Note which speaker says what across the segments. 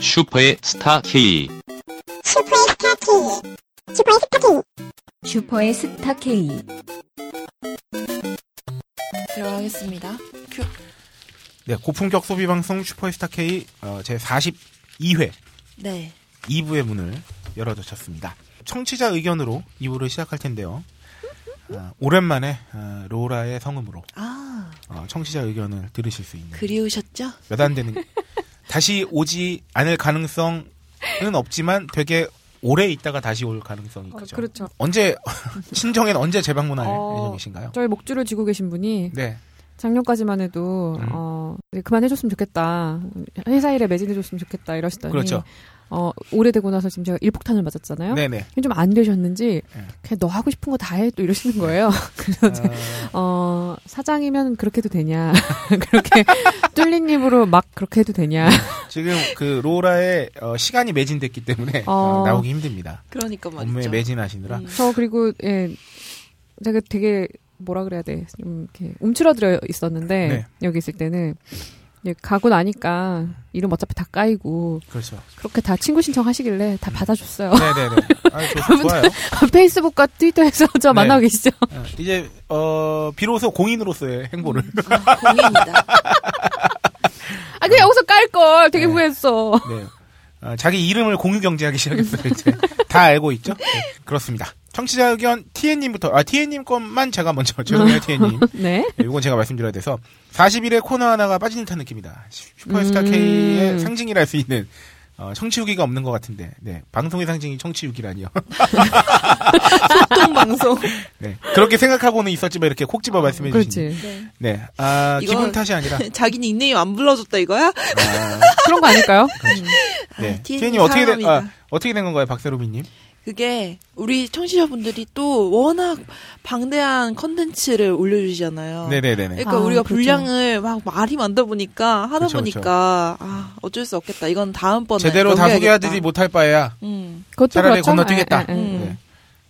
Speaker 1: 슈퍼의 스타 K.
Speaker 2: 슈퍼의 스타 K. 슈퍼의 스타 K.
Speaker 3: 슈퍼의 스타 K.
Speaker 4: 들어가겠습니다. 큐.
Speaker 5: 네, 고품격 소비 방송 슈퍼스타 K 어, 제 42회
Speaker 4: 네.
Speaker 5: 2부의 문을 열어젖혔습니다. 청취자 의견으로 2부를 시작할 텐데요. 아, 오랜만에 아, 로라의 성음으로
Speaker 4: 아,
Speaker 5: 어, 청취자 의견을 들으실 수 있는
Speaker 4: 그리우셨죠?
Speaker 5: 몇 안 되는 다시 오지 않을 가능성은 없지만 되게 오래 있다가 다시 올 가능성이
Speaker 6: 어,
Speaker 5: 크죠.
Speaker 6: 그렇죠.
Speaker 5: 언제 친정엔 언제 재방문할
Speaker 6: 어.
Speaker 5: 예정이신가요?
Speaker 6: 저희 목줄을 쥐고 계신 분이
Speaker 5: 네.
Speaker 6: 작년까지만 해도
Speaker 5: 음.
Speaker 6: 어 이제 그만해줬으면 좋겠다 회사 일에 매진해줬으면 좋겠다 이러시더니
Speaker 5: 그렇죠.
Speaker 6: 어 오래되고 나서 지금 제가 일폭탄을 맞았잖아요.
Speaker 5: 네, 네.
Speaker 6: 좀 안 되셨는지
Speaker 5: 네.
Speaker 6: 그냥 너 하고 싶은 거 다 해 또 이러시는 거예요. 그래서 이제 어 사장이면 그렇게도 되냐 그렇게 뚫린 입으로 막 그렇게 해도 되냐
Speaker 5: 지금 그 로라의 어, 시간이 매진됐기 때문에
Speaker 6: 어.
Speaker 5: 어, 나오기 힘듭니다.
Speaker 4: 그러니까
Speaker 5: 몸매
Speaker 4: 말이죠.
Speaker 5: 매진하시느라
Speaker 4: 음.
Speaker 6: 저 그리고 예 제가 되게 뭐라 그래야 돼 좀 이렇게 움츠러들어 있었는데
Speaker 5: 네.
Speaker 6: 여기 있을 때는 이제 가고 나니까 이름 어차피 다 까이고
Speaker 5: 그렇죠.
Speaker 6: 그렇게 다 친구 신청하시길래
Speaker 5: 음.
Speaker 6: 다 받아줬어요.
Speaker 5: 네네네. 아, 좋, 좋아요.
Speaker 6: 페이스북과 트위터에서 저
Speaker 5: 네.
Speaker 6: 만나고 계시죠?
Speaker 5: 어, 이제 어 비로소 공인으로서의 행보를
Speaker 6: 음.
Speaker 4: 아, 공입니다.
Speaker 6: 아 그냥 여기서 깔 걸 되게
Speaker 5: 네.
Speaker 6: 후회했어.
Speaker 5: 네. 어, 자기 이름을 공유 경제하기 시작했어요. 이제 다 알고 있죠. 네, 그렇습니다. 청취자 의견 TN님부터 아 TN님 것만 제가 먼저 죄송해요 TN님.
Speaker 6: 네.
Speaker 5: 네, 이건 제가 말씀드려야 돼서 40일의 코너 하나가 빠진 듯한 느낌이다. 슈퍼스타 K의
Speaker 6: 음.
Speaker 5: 상징이라 할 수 있는 어, 청취후기가 없는 것 같은데 네 방송의 상징이 청취후기라니요.
Speaker 4: 소통방송.
Speaker 5: 네 그렇게 생각하고는 있었지만 이렇게 콕 집어 말씀해 주시니
Speaker 6: 그렇지.
Speaker 4: 네.
Speaker 5: 네아
Speaker 4: 이거-
Speaker 5: 기분 탓이 아니라
Speaker 4: 자기 닉네임 안 불러줬다 이거야?
Speaker 5: 아,
Speaker 6: 그런 거 아닐까요?
Speaker 5: 네.
Speaker 4: 아, TN
Speaker 5: TN님 어떻게 된, 아,
Speaker 4: 사랑합니다.
Speaker 5: 어떻게 된 건가요, 박세로비님?
Speaker 4: 그게 우리 청취자분들이 또 워낙 방대한 컨텐츠를 올려주시잖아요.
Speaker 5: 네네네네.
Speaker 4: 그러니까
Speaker 6: 아,
Speaker 4: 우리가
Speaker 6: 그렇죠.
Speaker 4: 분량을 막 말이 많다 보니까 하다
Speaker 5: 그렇죠, 그쵸, 그쵸.
Speaker 4: 보니까 아 어쩔 수 없겠다. 이건 다음번에
Speaker 5: 제대로 다
Speaker 4: 넘겨야겠다.
Speaker 5: 소개하지 못할 바에야.
Speaker 4: 음,
Speaker 6: 그것도
Speaker 5: 차라리
Speaker 6: 그렇죠.
Speaker 5: 건너뛰겠다.
Speaker 6: 예, 예, 예.
Speaker 4: 음.
Speaker 5: 네.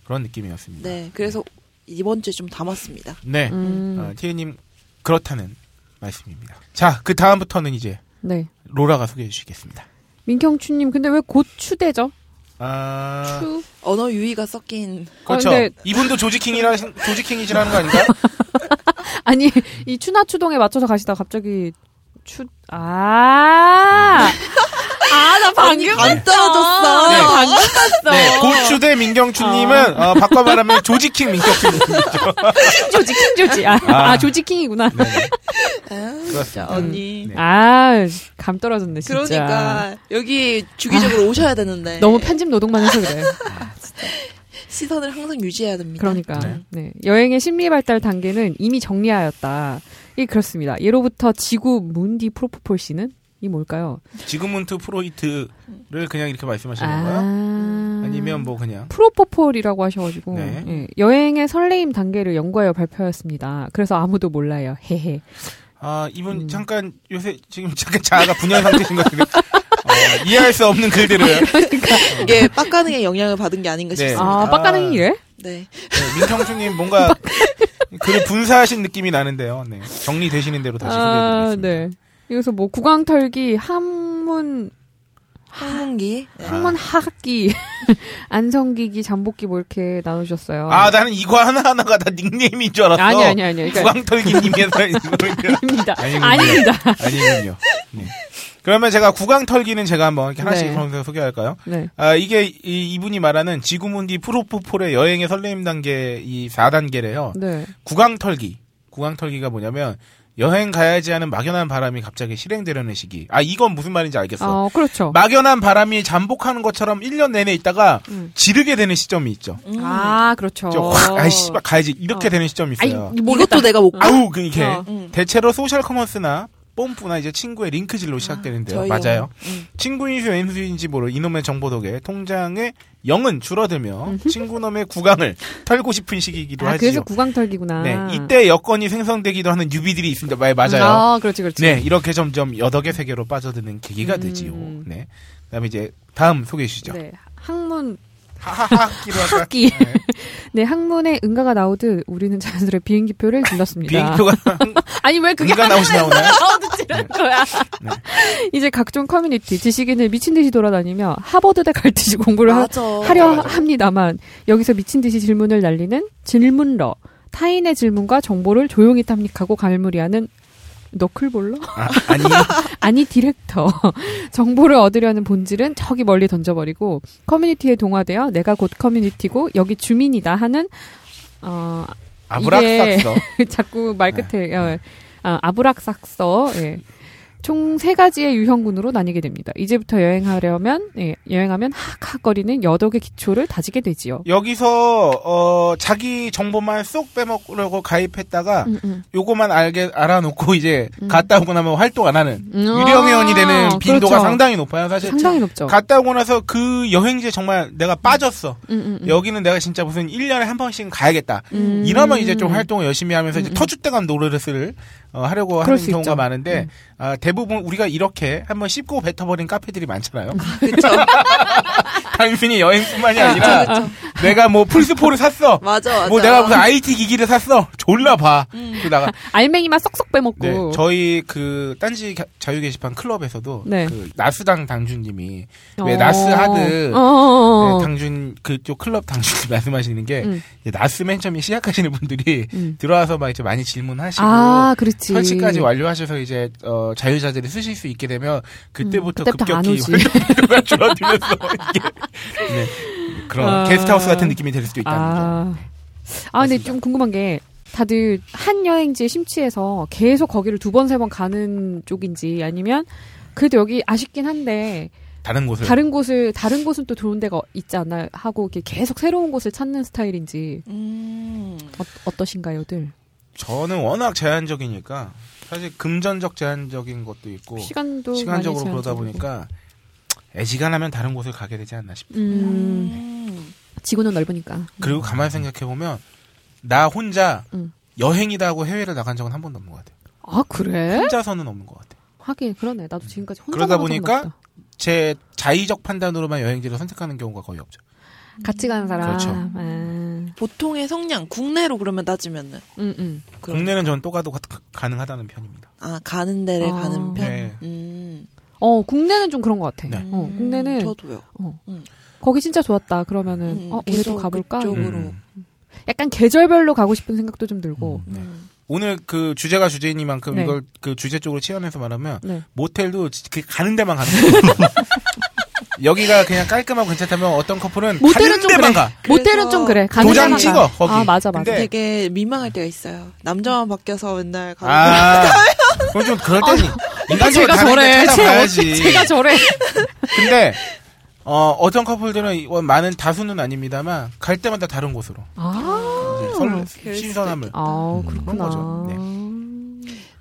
Speaker 5: 그런 느낌이었습니다.
Speaker 4: 네. 그래서 이번 주에 좀 담았습니다.
Speaker 5: 네.
Speaker 6: 음.
Speaker 5: 아, TN님, 그렇다는 말씀입니다. 자, 그 다음부터는 이제
Speaker 6: 네.
Speaker 5: 로라가 소개해 주시겠습니다.
Speaker 6: 민경추님 근데 왜 곧 추대죠?
Speaker 5: 아,
Speaker 6: 추.
Speaker 4: 언어 유희가 섞인
Speaker 5: 그렇죠.
Speaker 6: 어, 근데-
Speaker 5: 이분도 조지킹이라, 조지킹이시라는 거 아닌가?
Speaker 6: 아니 이 추나 추동에 맞춰서 가시다가 갑자기 추. 아. 아나 방금
Speaker 4: 안 떨어졌어. 아.
Speaker 5: 네.
Speaker 4: 방금
Speaker 5: 네. 고추대 민경춘님은,
Speaker 4: 아.
Speaker 5: 어, 바꿔 말하면 조지킹 민경춘님이죠.
Speaker 6: 조지 킹 조지. 아,
Speaker 5: 아.
Speaker 6: 아, 조지 킹이구나.
Speaker 5: 네.
Speaker 4: 진짜
Speaker 5: 그렇습니다.
Speaker 4: 언니.
Speaker 5: 네.
Speaker 6: 아, 감 떨어졌네, 진짜. 아,
Speaker 4: 그러니까 여기 주기적으로 오셔야 되는데
Speaker 6: 너무 편집 노동만 해서 그래.
Speaker 4: 시선을 항상 유지해야 됩니다.
Speaker 6: 그러니까.
Speaker 5: 네.
Speaker 6: 네. 여행의 심리 발달 단계는 이미 정리하였다. 이 그렇습니다. 예로부터 지구 문디 프로포폴 씨는 이 뭘까요?
Speaker 5: 지금은트 프로이트를 그냥 이렇게 말씀하시는 거예요?
Speaker 6: 아.
Speaker 5: 아니면 뭐 그냥.
Speaker 6: 프로포폴이라고 하셔가지고
Speaker 5: 네.
Speaker 6: 예, 여행의 설레임 단계를 연구하여 발표하였습니다. 그래서 아무도 몰라요. 헤헤.
Speaker 5: 아, 이분
Speaker 6: 음.
Speaker 5: 잠깐 요새 지금 잠깐 자아가 분열 상태신 것 같은데 어, 이해할 수 없는 글들을 네,
Speaker 4: 이게 예, 빡가능의 영향을 받은 게 아닌가
Speaker 5: 네.
Speaker 4: 싶습니다.
Speaker 6: 아, 빡가는 이래?
Speaker 4: 네.
Speaker 5: 민성수님 뭔가 글을 분사하신 느낌이 나는데요. 네, 정리되시는 대로 다시
Speaker 6: 아,
Speaker 5: 소개해드리겠습니다.
Speaker 6: 네. 여기서 뭐 구강털기, 한문
Speaker 4: 항문기.
Speaker 5: 아.
Speaker 4: 네.
Speaker 6: 학문 학기 안성기기 잠복기 뭐 이렇게 나누셨어요.
Speaker 5: 아, 나는 이거 하나 하나가 다 닉네임인 줄 알았어.
Speaker 6: 아니 아니 아니. 그러니까
Speaker 5: 구강털기님에서 아니군요.
Speaker 6: 아닙니다.
Speaker 5: 아니군요.
Speaker 6: 아닙니다.
Speaker 5: 아니군요. 네. 그러면 제가 구강털기는 제가 한번 이렇게 하나씩
Speaker 6: 네.
Speaker 5: 보면서 소개할까요?
Speaker 6: 네.
Speaker 5: 아, 이게 이, 이분이 말하는 지구문디 프로포폴의 여행의 설레임 단계 이 4단계래요.
Speaker 6: 네.
Speaker 5: 구강털기. 구강털기가 뭐냐면 여행 가야지 하는 막연한 바람이 갑자기 실행되려는 시기. 아 이건 무슨 말인지 알겠어.
Speaker 6: 어, 그렇죠.
Speaker 5: 막연한 바람이 잠복하는 것처럼 1년 내내 있다가
Speaker 6: 음.
Speaker 5: 지르게 되는 시점이 있죠.
Speaker 4: 음.
Speaker 6: 아, 그렇죠.
Speaker 5: 저 확, 아이 씨발 가야지 이렇게
Speaker 6: 어.
Speaker 5: 되는 시점이
Speaker 6: 아이,
Speaker 5: 있어요.
Speaker 6: 모르겠다.
Speaker 4: 이것도 내가 못 가.
Speaker 5: 아우 그 이게
Speaker 6: 어.
Speaker 4: 음.
Speaker 5: 대체로 소셜 커머스나 뽐뿌나 이제 친구의 링크질로 시작되는데요.
Speaker 4: 저희요.
Speaker 5: 맞아요.
Speaker 4: 음.
Speaker 5: 친구인수 왼수인지 모를 이놈의 정보 덕에 통장의 0은 줄어들며 친구놈의 구강을 털고 싶은 시기이기도
Speaker 6: 아,
Speaker 5: 하지요.
Speaker 6: 그래서 구강털기구나.
Speaker 5: 네, 이때 여건이 생성되기도 하는 유비들이 있습니다. 마- 맞아요.
Speaker 6: 아, 그렇지 그렇지.
Speaker 5: 네, 이렇게 점점 여덕의 세계로 빠져드는 계기가
Speaker 6: 음.
Speaker 5: 되지요. 네. 그다음에 이제 다음 소개해 주시죠.
Speaker 6: 네. 학문
Speaker 5: 하하하기로 할까?
Speaker 6: 학기. 네, 학문의 응가가 나오듯 우리는 자연스레 비행기표를
Speaker 5: 비행
Speaker 6: 질렀습니다.
Speaker 5: 표가
Speaker 6: 아니 왜 그게
Speaker 5: 응가 나오시 나오나요?
Speaker 6: 나오듯이 이런 거야. 이제 각종 커뮤니티 지식인을 미친 듯이 돌아다니며 하버드대 갈 듯이 공부를 하,
Speaker 4: 맞아.
Speaker 6: 하려 합니다만 여기서 미친 듯이 질문을 날리는 질문러 타인의 질문과 정보를 조용히 탐닉하고 갈무리하는 너클볼러
Speaker 5: 아, 아니
Speaker 6: 아니 디렉터 정보를 얻으려는 본질은 저기 멀리 던져버리고 커뮤니티에 동화되어 내가 곧 커뮤니티고 여기 주민이다 하는 어
Speaker 5: 아브락삭서
Speaker 6: 자꾸
Speaker 5: 네.
Speaker 6: 말 끝에 어, 아, 아브락삭서 예. 총 세 가지의 유형군으로 나뉘게 됩니다. 이제부터 여행하려면 예, 여행하면 하악거리는 여덕의 기초를 다지게 되지요.
Speaker 5: 여기서 어 자기 정보만 쏙 빼먹으려고 가입했다가
Speaker 6: 음, 음.
Speaker 5: 요거만 알게 알아놓고 이제 갔다 오고 나면 활동 안 하는
Speaker 6: 아,
Speaker 5: 유령 회원이 되는 빈도가
Speaker 6: 그렇죠.
Speaker 5: 상당히 높아요. 사실
Speaker 6: 상당히 높죠.
Speaker 5: 갔다 오고 나서 그 여행지에 정말 내가 빠졌어.
Speaker 6: 음, 음, 음.
Speaker 5: 여기는 내가 진짜 무슨 1년에 한 번씩 가야겠다.
Speaker 6: 음.
Speaker 5: 이러면 이제 좀 활동을 열심히 하면서 이제
Speaker 6: 음, 음.
Speaker 5: 터줏대감 노릇을 어, 하려고
Speaker 6: 그럴
Speaker 5: 하는
Speaker 6: 수
Speaker 5: 경우가
Speaker 6: 있죠. 음.
Speaker 5: 많은데 아, 대부분 우리가 이렇게 한번 씹고 뱉어버린 카페들이 많잖아요.
Speaker 6: 음.
Speaker 4: 그쵸.
Speaker 5: 단순히 여행뿐만이 아니라 내가 뭐 풀스포를 샀어.
Speaker 4: 맞아, 맞아.
Speaker 5: 뭐 내가 무슨 IT 기기를 샀어. 졸라 봐.
Speaker 4: 음.
Speaker 5: 그러다가
Speaker 6: 알맹이만 쏙쏙 빼먹고
Speaker 5: 네, 저희 그 딴지 가- 자유 게시판 클럽에서도
Speaker 6: 네.
Speaker 5: 그 나스당 당준님이 왜
Speaker 6: 어.
Speaker 5: 나스 하드
Speaker 6: 어, 어, 어, 어.
Speaker 5: 네, 당준 그쪽 클럽 당준님 말씀하시는 게
Speaker 6: 음.
Speaker 5: 이제 나스 맨 처음에 시작하시는 분들이
Speaker 6: 음.
Speaker 5: 들어와서 막 이제 많이 질문하시고
Speaker 6: 아, 그렇지.
Speaker 5: 설치까지 완료하셔서 이제 어, 자유자재를 쓰실 수 있게 되면 그때부터
Speaker 6: 음, 그때부터 안
Speaker 5: 급격히
Speaker 6: 오지.
Speaker 5: 활동비가 줄어들면서 이게 네, 그런
Speaker 6: 아.
Speaker 5: 게스트하우스 같은 느낌이 될 수도 있다는 거.
Speaker 6: 아, 아 근데
Speaker 5: 맞습니다.
Speaker 6: 좀 궁금한 게 다들 한 여행지에 심취해서 계속 거기를 두 번 세 번 가는 쪽인지 아니면 그래도 여기 아쉽긴 한데
Speaker 5: 다른 곳을
Speaker 6: 다른 곳을 다른 곳은 또 좋은 데가 있지 않나 하고 이렇게 계속 새로운 곳을 찾는 스타일인지
Speaker 4: 음.
Speaker 6: 어, 떠신가요들
Speaker 5: 저는 워낙 제한적이니까 사실 금전적 제한적인 것도 있고
Speaker 6: 시간도
Speaker 5: 뭐 시간적으로
Speaker 6: 많이
Speaker 5: 그러다
Speaker 6: 제한적이고.
Speaker 5: 보니까 애지간하면 다른 곳을 가게 되지 않나 싶어요.
Speaker 6: 음,
Speaker 4: 음.
Speaker 6: 지구는 넓으니까
Speaker 5: 그리고 가만히 생각해 보면 나 혼자
Speaker 6: 음.
Speaker 5: 여행이다고 해외를 나간 적은 한 번도 없는 것 같아요.
Speaker 6: 아 그래
Speaker 5: 혼자서는 없는 것 같아요.
Speaker 6: 하긴 그러네 나도 지금까지 혼자
Speaker 5: 그러다
Speaker 6: 나가본 적은
Speaker 5: 보니까
Speaker 6: 없다.
Speaker 5: 제 자의적 판단으로만 여행지를 선택하는 경우가 거의 없죠.
Speaker 6: 같이 가는 사람
Speaker 5: 그렇죠.
Speaker 6: 아,
Speaker 4: 보통의 성량 국내로 그러면 따지면은
Speaker 6: 음, 음.
Speaker 4: 그럼.
Speaker 5: 국내는 저는 또 가도 가- 가능하다는 편입니다.
Speaker 4: 아 가는 데를
Speaker 6: 아.
Speaker 4: 가는 편.
Speaker 5: 네.
Speaker 4: 음.
Speaker 6: 어 국내는 좀 그런 것 같아
Speaker 5: 네.
Speaker 6: 어, 국내는
Speaker 4: 저도요.
Speaker 6: 거기 진짜 좋았다 그러면은
Speaker 4: 음,
Speaker 6: 어 우리도
Speaker 4: 계속
Speaker 6: 가볼까 음.
Speaker 4: 그쪽. 쪽으로.
Speaker 6: 약간 계절별로 가고 싶은 생각도 좀 들고
Speaker 5: 음, 네.
Speaker 4: 음.
Speaker 5: 오늘 그 주제가 주제이니만큼
Speaker 6: 네.
Speaker 5: 이걸 그 주제 쪽으로 치환해서 말하면
Speaker 6: 네.
Speaker 5: 모텔도 지- 그 가는 데만 가는 거예요. 여기가 그냥 깔끔하고 괜찮다면 어떤 커플은
Speaker 6: 모텔은
Speaker 5: 가는
Speaker 6: 좀
Speaker 5: 데만
Speaker 6: 그래
Speaker 5: 가.
Speaker 6: 모텔은 좀 그래 가는
Speaker 5: 도장
Speaker 6: 데만
Speaker 5: 찍어,
Speaker 6: 가.
Speaker 5: 거기.
Speaker 6: 아 맞아 맞아
Speaker 5: 근데-
Speaker 4: 되게 민망할 때가 있어요. 남자만 바뀌어서 맨날 가고
Speaker 5: 아, 그건 좀 그럴 때는 인간적으로 다른 데 찾아봐야지.
Speaker 6: 어,
Speaker 5: 음,
Speaker 6: 제가 저래
Speaker 5: 근데 어, 어떤 커플들은 이- 어, 많은 다수는 아닙니다만 갈 때마다 다른 곳으로
Speaker 6: 아,
Speaker 5: 이제 설-
Speaker 4: 그럴
Speaker 5: 신선함을
Speaker 6: 아
Speaker 5: 그런 거죠.
Speaker 6: 그렇구나
Speaker 5: 네.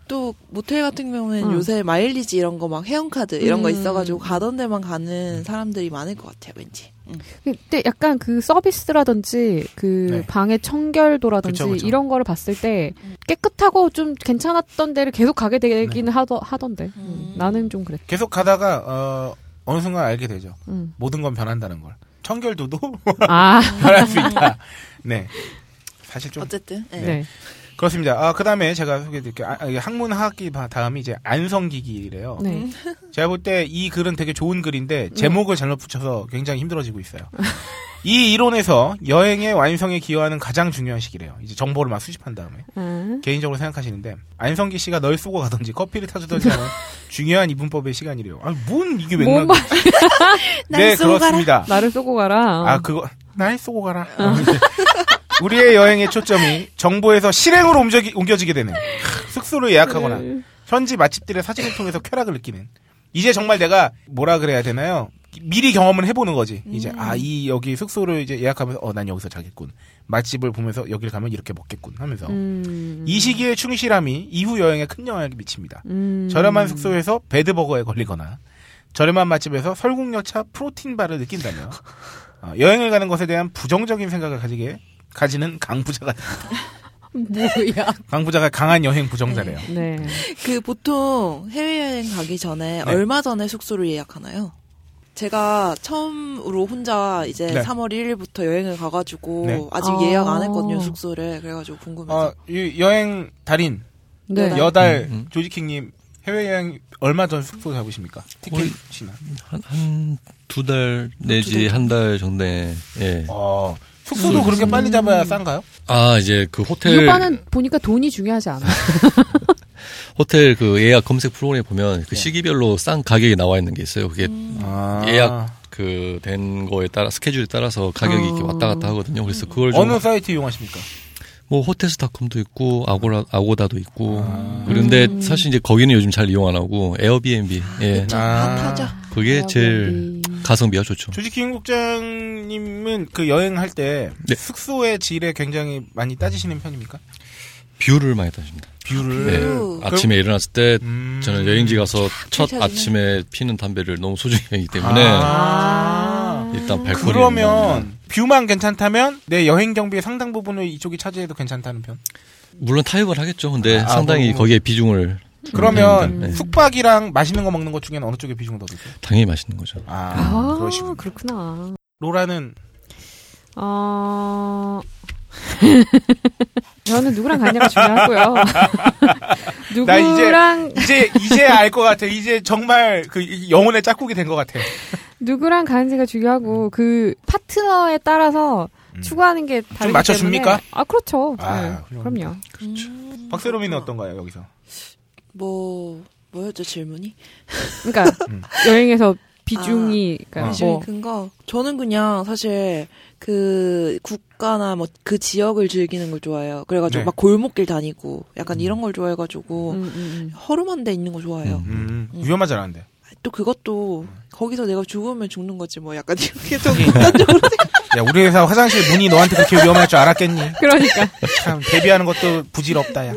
Speaker 4: 또 모텔 같은 경우는
Speaker 6: 응.
Speaker 4: 요새 마일리지 이런 거 막 회원카드 이런 거
Speaker 6: 음.
Speaker 4: 있어가지고 가던 데만 가는
Speaker 5: 음.
Speaker 4: 사람들이 많을 것 같아요 왠지 응.
Speaker 6: 근데 약간 그 서비스라든지 그
Speaker 5: 네.
Speaker 6: 방의 청결도라든지
Speaker 5: 그쵸, 그쵸.
Speaker 6: 이런 거를 봤을 때 깨끗하고 좀 괜찮았던 데를 계속 가게
Speaker 5: 네.
Speaker 6: 되긴 하더 하던데
Speaker 4: 음.
Speaker 6: 나는 좀 그랬
Speaker 5: 계속 가다가 어, 어느 순간 알게 되죠.
Speaker 6: 음.
Speaker 5: 모든 건 변한다는 걸. 청결도도
Speaker 6: 아
Speaker 5: 변할 수 있다. 네. 사실 좀
Speaker 4: 어쨌든 예.
Speaker 6: 네.
Speaker 5: 그렇습니다. 아, 그다음에 제가 소개해드릴게요. 아, 이게 학문 학기 바- 다음이 이제 안성기기래요.
Speaker 6: 네.
Speaker 5: 제가 볼 때 이 글은 되게 좋은 글인데
Speaker 4: 네.
Speaker 5: 제목을 잘못 붙여서 굉장히 힘들어지고 있어요. 이 이론에서 여행의 완성에 기여하는 가장 중요한 시기래요. 이제 정보를 막 수집한 다음에.
Speaker 6: 아.
Speaker 5: 개인적으로 생각하시는데 안성기 씨가 널 쏘고 가든지 커피를 타주든지 하는 중요한 이분법의 시간이래요. 아니 뭔 이게 웬만
Speaker 6: 뭔
Speaker 5: 네
Speaker 4: 날 쏘고 가라.
Speaker 5: 그렇습니다.
Speaker 6: 나를 쏘고 가라. 어.
Speaker 5: 아 그거 아, 네. 날 쏘고 가라. 우리의 여행의 초점이 정보에서 실행으로 옮겨지, 옮겨지게 되는 숙소를 예약하거나 현지 맛집들의 사진을 통해서 쾌락을 느끼는 이제 정말 내가 뭐라 그래야 되나요? 미리 경험을 해보는 거지. 이제 아 이 여기 숙소를 이제 예약하면서 어 난 여기서 자겠군. 맛집을 보면서 여길 가면 이렇게 먹겠군 하면서
Speaker 6: 음.
Speaker 5: 이 시기의 충실함이 이후 여행에 큰 영향을 미칩니다.
Speaker 6: 음.
Speaker 5: 저렴한 숙소에서 베드버거에 걸리거나 저렴한 맛집에서 설국열차 프로틴바를 느낀다며 어, 여행을 가는 것에 대한 부정적인 생각을 가지게 가지는 강부자가 됩니다.
Speaker 6: 뭐야?
Speaker 5: 강부자가 강한 여행 부정자래요.
Speaker 6: 네.
Speaker 4: 그 보통 해외여행 가기 전에
Speaker 5: 네.
Speaker 4: 얼마 전에 숙소를 예약하나요? 제가 처음으로 혼자 이제
Speaker 5: 네.
Speaker 4: 3월 1일부터 여행을 가가지고
Speaker 5: 네. 아,
Speaker 4: 아직
Speaker 6: 아.
Speaker 4: 예약 안 했거든요 숙소를 그래가지고 궁금해서
Speaker 5: 어, 이 여행 달인
Speaker 6: 네.
Speaker 5: 여달
Speaker 1: 음, 음.
Speaker 5: 조지킹님 해외여행 얼마 전 숙소 잡으십니까?
Speaker 1: 거의-
Speaker 5: 티켓이나.
Speaker 1: 네. 한두 달 내지 한 달 정도에 예.
Speaker 5: 어, 숙소도 그렇게 빨리 잡아야 싼가요?
Speaker 1: 아 이제 그
Speaker 6: 이
Speaker 1: 호텔
Speaker 6: 오빠는 보니까 돈이 중요하지 않아.
Speaker 1: 호텔 그 예약 검색 프로그램에 보면 그 시기별로 싼 가격이 나와 있는 게 있어요. 그게
Speaker 5: 아.
Speaker 1: 예약 그 된 거에 따라 스케줄에 따라서 가격이 이렇게 왔다 갔다 하거든요. 그래서 그걸 좀
Speaker 5: 어느
Speaker 1: 뭐
Speaker 5: 사이트 이용하십니까?
Speaker 1: 호텔스닷컴도 있고 아고라 아고다도 음. 있고 그런데 사실 이제 거기는 요즘 잘 이용 안 하고 에어비앤비 예
Speaker 4: 좀
Speaker 5: 아.
Speaker 4: 핫하죠.
Speaker 1: 그게 제일 가성비가 좋죠.
Speaker 5: 조직희 국장님은 그 여행할 때
Speaker 1: 네.
Speaker 5: 숙소의 질에 굉장히 많이 따지시는 편입니까?
Speaker 1: 뷰를 많이 따집니다.
Speaker 5: 뷰를.
Speaker 1: 네.
Speaker 4: 뷰.
Speaker 1: 아침에 일어났을 때
Speaker 5: 음.
Speaker 1: 저는 여행지 가서 첫
Speaker 4: 펼쳐지네.
Speaker 1: 아침에 피는 담배를 너무 소중히 여기기 때문에
Speaker 5: 아.
Speaker 1: 일단 발코니 네.
Speaker 5: 그러면 뷰만 괜찮다면 내 여행 경비의 상당 부분을 이쪽이 차지해도 괜찮다는 편.
Speaker 1: 물론 타협을 하겠죠. 근데
Speaker 5: 아,
Speaker 1: 상당히
Speaker 5: 그럼-
Speaker 1: 거기에 비중을
Speaker 5: 그러면
Speaker 1: 네.
Speaker 5: 숙박이랑 맛있는 거 먹는 것 중에는 어느 쪽에 비중을 더 두세요?
Speaker 1: 당연히 맛있는 거죠.
Speaker 5: 아,
Speaker 6: 아,
Speaker 5: 그러시군.
Speaker 6: 그렇구나.
Speaker 5: 로라는
Speaker 6: 어... 저는 누구랑 갔냐가 중요하고요.
Speaker 5: 나 이제-
Speaker 6: 누구랑
Speaker 5: 이제 이제 알 것 같아. 이제 정말 그 이- 영혼의 짝꿍이 된 것 같아.
Speaker 6: 누구랑 가는지가 중요하고 그 파트너에 따라서
Speaker 5: 음.
Speaker 6: 추구하는 게 다르기
Speaker 5: 맞춰줍니까?
Speaker 6: 때문에- 아 그렇죠.
Speaker 5: 아,
Speaker 6: 네,
Speaker 5: 훌륭합니다.
Speaker 6: 그럼요.
Speaker 4: 음,
Speaker 5: 그렇죠. 박세롬이는
Speaker 4: 그렇구나.
Speaker 5: 어떤가요 여기서?
Speaker 4: 뭐 뭐였죠 질문이?
Speaker 5: 아.
Speaker 6: 그러니까 여행에서 비중이 그러니까
Speaker 5: 비중이
Speaker 4: 비중이
Speaker 6: 뭐
Speaker 4: 큰 거. 저는 그냥 사실 그 국가나 뭐 그 지역을 즐기는 걸 좋아해요. 그래가지고
Speaker 5: 네. 음.
Speaker 4: 막 골목길 다니고 약간 이런 걸 좋아해가지고
Speaker 6: 음, 음,
Speaker 4: 허름한 데 있는 거 좋아해요.
Speaker 1: 음.
Speaker 5: 음, 위험하지 않은데.
Speaker 4: 또 그것도
Speaker 5: 음.
Speaker 4: 거기서 내가 죽으면 죽는 거지 뭐 약간 이렇게 좀 극단적으로
Speaker 5: 야 우리 회사 화장실 문이 너한테 그렇게 위험할 줄 알았겠니?
Speaker 6: 음. 그러니까
Speaker 5: 참 데뷔하는 것도 부질없다 야.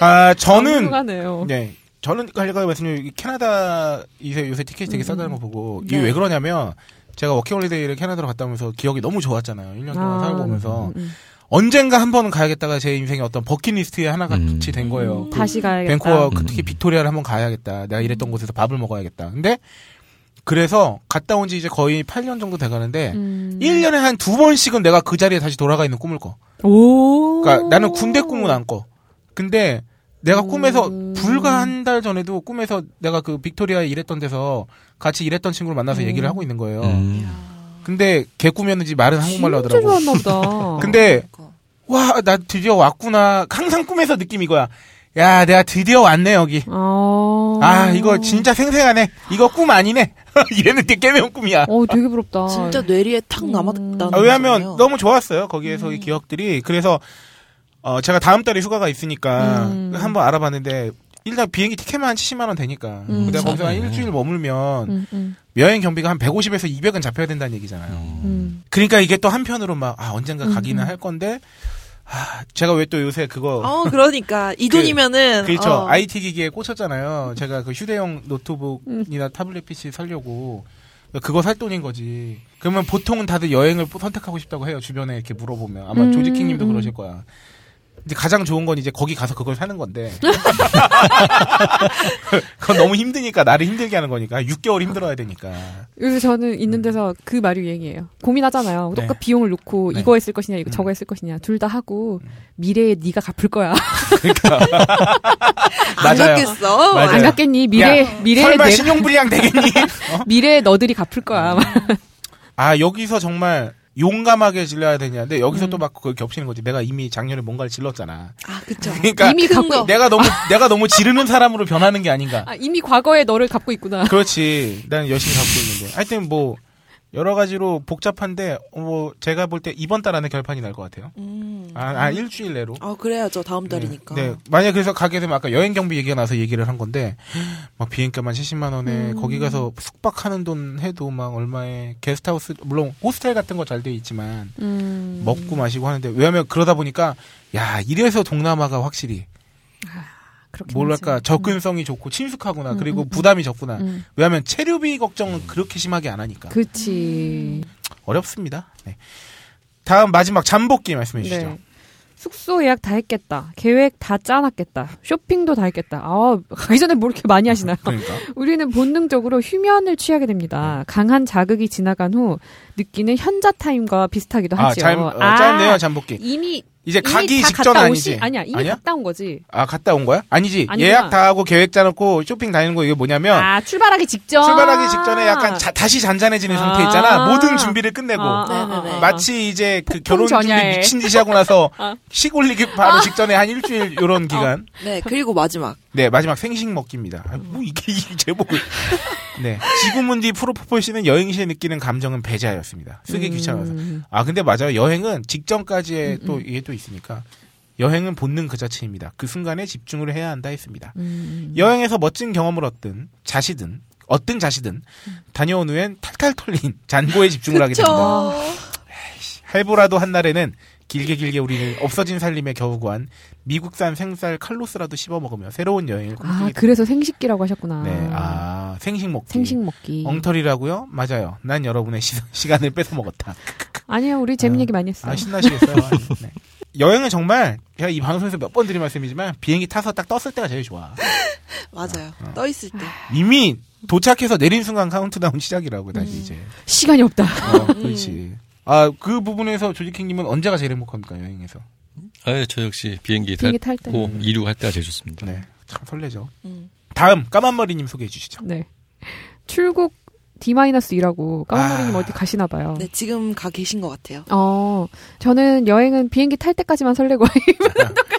Speaker 5: 아 저는
Speaker 6: 가네요. 뭐?
Speaker 5: 네. 저는 아까 말씀드린 이 캐나다 요새, 요새 티켓이 되게 싸다는 거 보고 이게
Speaker 6: 네.
Speaker 5: 왜 그러냐면 제가 워킹홀리데이를 캐나다로 갔다 오면서 기억이 너무 좋았잖아요. 1년 동안 살아보면서
Speaker 6: 음.
Speaker 5: 언젠가 한 번은 가야겠다가 제 인생의 어떤 버킷리스트에 하나 같이
Speaker 1: 음.
Speaker 5: 된 거예요. 그
Speaker 6: 다시 가야겠다.
Speaker 5: 밴쿠버 그
Speaker 1: 음.
Speaker 5: 특히 빅토리아를 한번 가야겠다. 내가 일했던 곳에서 밥을 먹어야겠다. 근데 그래서 갔다 온 지 이제 거의 8년 정도 돼 가는데
Speaker 6: 음.
Speaker 5: 1년에 한 두 번씩은 내가 그 자리에 다시 돌아가 있는 꿈을 꿔.
Speaker 6: 오.
Speaker 5: 그러니까 나는 군대 꿈은 안 꿔. 근데 내가 꿈에서
Speaker 6: 음.
Speaker 5: 불과 한 달 전에도 꿈에서 내가 그 빅토리아에 일했던 데서 같이 일했던 친구를 만나서 얘기를 하고 있는 거예요.
Speaker 1: 음.
Speaker 5: 근데 걔 꿈이었는지 말은 한국말로
Speaker 6: 진짜
Speaker 5: 하더라고.
Speaker 6: 좋았나 보다.
Speaker 5: 근데
Speaker 6: 어,
Speaker 5: 와, 나 드디어 왔구나. 항상 꿈에서 느낌 이거야. 야, 내가 드디어 왔네 여기.
Speaker 6: 아.
Speaker 5: 아, 이거 진짜 생생하네. 이거 꿈 아니네. 이랬는데 깨매운 꿈이야.
Speaker 6: 어, 되게 부럽다.
Speaker 4: 진짜 뇌리에
Speaker 6: 음.
Speaker 4: 탁 남았다는
Speaker 5: 아, 왜냐면
Speaker 4: 거잖아요.
Speaker 5: 너무 좋았어요. 거기에서의 기억들이. 그래서 어 제가 다음 달에 휴가가 있으니까
Speaker 6: 음.
Speaker 5: 한번 알아봤는데 일단 비행기 티켓만 한 70만 원 되니까.
Speaker 6: 음.
Speaker 5: 근데 거기서 한
Speaker 1: 싸네.
Speaker 5: 일주일 머물면
Speaker 6: 음, 음,
Speaker 5: 여행 경비가 한 150에서 200은 잡혀야 된다는 얘기잖아요.
Speaker 6: 음.
Speaker 5: 그러니까 이게 또 한편으로 막 아, 언젠가 가기는
Speaker 6: 음. 아,
Speaker 5: 할 건데 아, 제가 왜 또 요새 그거
Speaker 4: 어 그러니까 이 돈이면은
Speaker 5: 그렇죠.
Speaker 4: 어.
Speaker 5: IT 기기에
Speaker 6: 음.
Speaker 5: 꽂혔잖아요. 제가 그 휴대용 노트북이나 타블렛 PC 살려고 그거 살 돈인 거지. 그러면 보통은 다들 여행을 선택하고 싶다고 해요. 주변에 이렇게 물어보면 아마
Speaker 6: 음,
Speaker 5: 조지킹님도
Speaker 6: 음.
Speaker 5: 그러실 거야. 이제 가장 좋은 건 이제 거기 가서 그걸 사는 건데. 그건 너무 힘드니까 나를 힘들게 하는 거니까 6개월 힘들어야 되니까.
Speaker 6: 요새 저는 있는 데서 그 말이 유행이에요. 고민하잖아요.
Speaker 5: 음. 네.
Speaker 6: 똑같 비용을 놓고
Speaker 5: 네.
Speaker 6: 이거 했을 것이냐, 이거
Speaker 5: 음.
Speaker 6: 저거 했을 것이냐. 둘 다 하고 미래에 네가 갚을 거야.
Speaker 4: 안
Speaker 5: 맞아요.
Speaker 4: 갔겠어.
Speaker 5: 맞아요.
Speaker 6: 안 갚겠니? 미래 미래에
Speaker 5: 설마 음.
Speaker 6: 내
Speaker 5: 신용불량 되겠니? 어?
Speaker 6: 미래에 너들이 갚을 거야.
Speaker 5: 아 여기서 정말 용감하게 질러야 되냐는데 여기서
Speaker 6: 음.
Speaker 5: 또 막 그걸 겹치는 거지. 내가 이미 작년에 뭔가를 질렀잖아.
Speaker 4: 아 그쵸.
Speaker 5: 그러니까
Speaker 6: 이미
Speaker 4: 큰
Speaker 6: 갚고
Speaker 4: 거.
Speaker 5: 내가 너무 내가 너무 지르는 사람으로 변하는 게 아닌가.
Speaker 6: 아, 이미 과거의 너를 갚고 있구나.
Speaker 5: 그렇지. 나는 열심히 갖고 있는데. 하여튼 뭐 여러 가지로 복잡한데 어, 뭐 제가 볼 때 이번 달 안에 결판이 날 것 같아요.
Speaker 4: 음.
Speaker 5: 아, 아, 일주일 내로.
Speaker 4: 아 그러니까. 그래야죠 다음 달이니까.
Speaker 5: 네. 네. 만약 그래서 가게 되면 아까 여행 경비 얘기가 나서 얘기를 한 건데 막 비행값만 70만 원에
Speaker 4: 음.
Speaker 5: 거기 가서 숙박하는 돈 해도 막 얼마에 게스트하우스 물론 호스텔 같은 거 잘 돼 있지만 음.
Speaker 4: 음.
Speaker 5: 먹고 마시고 하는데 왜냐면 그러다 보니까 야 이래서 동남아가 확실히
Speaker 6: 그렇긴
Speaker 5: 뭐랄까
Speaker 6: 하지.
Speaker 5: 접근성이 좋고 친숙하구나
Speaker 6: 음,
Speaker 5: 그리고
Speaker 6: 음, 음.
Speaker 5: 부담이 적구나
Speaker 6: 음.
Speaker 5: 왜냐하면 체류비 걱정은 그렇게 심하게 안 하니까
Speaker 6: 그치.
Speaker 5: 어렵습니다 네. 다음 마지막 잠복기 말씀해 주시죠
Speaker 6: 네. 숙소 예약 다 했겠다. 계획 다 짜놨겠다. 쇼핑도 다 했겠다. 아, 가기 전에 뭐 이렇게 많이 하시나요?
Speaker 5: 그러니까
Speaker 6: 우리는 본능적으로 휴면을 취하게
Speaker 5: 음.
Speaker 6: 됩니다. 강한 자극이 지나간 후 느끼는 현자 타임과 비슷하기도
Speaker 5: 아,
Speaker 6: 하지요.
Speaker 5: 짧, 어, 짧네요 잠복기
Speaker 6: 이미
Speaker 5: 이제
Speaker 6: 이미
Speaker 5: 가기
Speaker 6: 다
Speaker 5: 직전
Speaker 6: 갔다
Speaker 5: 아니지?
Speaker 6: 오시- 아니야, 이미
Speaker 5: 아니야?
Speaker 6: 갔다 온 거지.
Speaker 5: 아 갔다 온 거야? 아니지.
Speaker 6: 아니구나.
Speaker 5: 예약 다 하고 계획 짜놓고 쇼핑 다니는 거 이게 뭐냐면
Speaker 6: 아, 출발하기 직전.
Speaker 5: 어. 출발하기 직전에 약간 자- 다시 잔잔해지는 상태 있잖아.
Speaker 6: 아.
Speaker 5: 모든 준비를 끝내고
Speaker 6: 어,
Speaker 4: 네.
Speaker 5: 마치 이제 그 결혼
Speaker 6: 폭풍
Speaker 5: 준비
Speaker 6: 전야에.
Speaker 5: 미친 짓이 하고 나서
Speaker 6: 아. 어.
Speaker 5: 시골리기 바로 직전에 한 일주일 요런 기간.
Speaker 4: 네, 그리고 마지막.
Speaker 5: 네 마지막 생식 먹기입니다. 아, 뭐 이게 이 제목을. 네 지구문디 프로포폴 씨는 여행 시에 느끼는 감정은 배자였습니다. 쓰기 귀찮아서.
Speaker 4: 음.
Speaker 5: 아 근데 맞아요. 여행은 직전까지의 또 이게 또 있으니까 여행은 본능 그 자체입니다. 그 순간에 집중을 해야 한다 했습니다.
Speaker 4: 음,
Speaker 5: 여행에서 멋진 경험을 얻든 자시든 얻든 자시든 다녀온 후엔 탈탈 털린 잔고에 집중을 하게 됩니다.
Speaker 4: 그쵸.
Speaker 6: 아,
Speaker 5: 할부라도 한 날에는 길게 길게 우리는 없어진 살림에 겨우 구한 미국산 생쌀 칼로스라도 씹어 먹으며 새로운 여행을
Speaker 6: 아,
Speaker 5: 꿈꾸게 됩니다.
Speaker 6: 그래서 생식기라고 하셨구나.
Speaker 5: 어. 네, 아 생식 먹기.
Speaker 6: 생식 먹기.
Speaker 5: 엉터리라고요? 맞아요. 난 여러분의 시, 시간을 뺏어 먹었다.
Speaker 6: 아니요, 우리 재밌는
Speaker 5: 아.
Speaker 6: 얘기 많이 했어요.
Speaker 5: 아 신나시겠어요. 네. 여행은 정말 제가 이 방송에서 몇 번 드린 말씀이지만 비행기 타서 딱 떴을 때가 제일 좋아.
Speaker 4: 맞아요. 떠 있을 때.
Speaker 5: 이미 도착해서 내린 순간 카운트다운 시작이라고 다시
Speaker 6: 음.
Speaker 5: 이제.
Speaker 6: 시간이 없다.
Speaker 5: 어,
Speaker 6: 음.
Speaker 5: 그렇지. 아 그 부분에서 조지킹님은 언제가 제일 행복합니까 여행에서?
Speaker 1: 아, 저 역시 비행기
Speaker 6: 비행기 탈 때.
Speaker 5: 음.
Speaker 1: 타고 이륙할 때가 제일 좋습니다.
Speaker 5: 네, 참 설레죠.
Speaker 4: 음.
Speaker 5: 다음 까만머리님 소개해 주시죠.
Speaker 6: 네. 출국 D-1이라고 까만머리님
Speaker 5: 아.
Speaker 6: 어디 가시나 봐요.
Speaker 4: 네, 지금 가 계신 것 같아요.
Speaker 6: 어, 저는 여행은 비행기 탈 때까지만 설레고,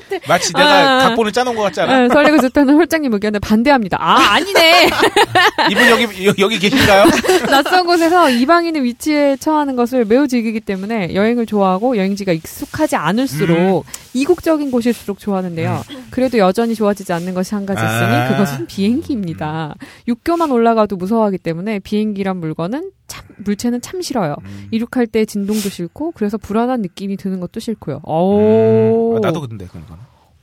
Speaker 5: 네. 마치 내가
Speaker 6: 아.
Speaker 5: 각본을 짜놓은 것 같지 않아?
Speaker 6: 예, 설레고 좋다는 홀장님 의견에 반대합니다. 아, 아니네!
Speaker 5: 이분 여기 여- 여기 계신가요?
Speaker 6: 낯선 곳에서 이방인의 위치에 처하는 것을 매우 즐기기 때문에 여행을 좋아하고 여행지가 익숙하지 않을수록
Speaker 5: 음.
Speaker 6: 이국적인 곳일수록 좋아하는데요. 그래도 여전히 좋아지지 않는 것이 한 가지 있으니
Speaker 5: 아.
Speaker 6: 그것은 비행기입니다. 육교만 올라가도 무서워하기 때문에 비행기란 물건은 참, 물체는 참 싫어요.
Speaker 5: 음.
Speaker 6: 이륙할 때 진동도 싫고 그래서 불안한 느낌이 드는 것도 싫고요. 오.
Speaker 5: 음, 아, 나도 근데 그런 거.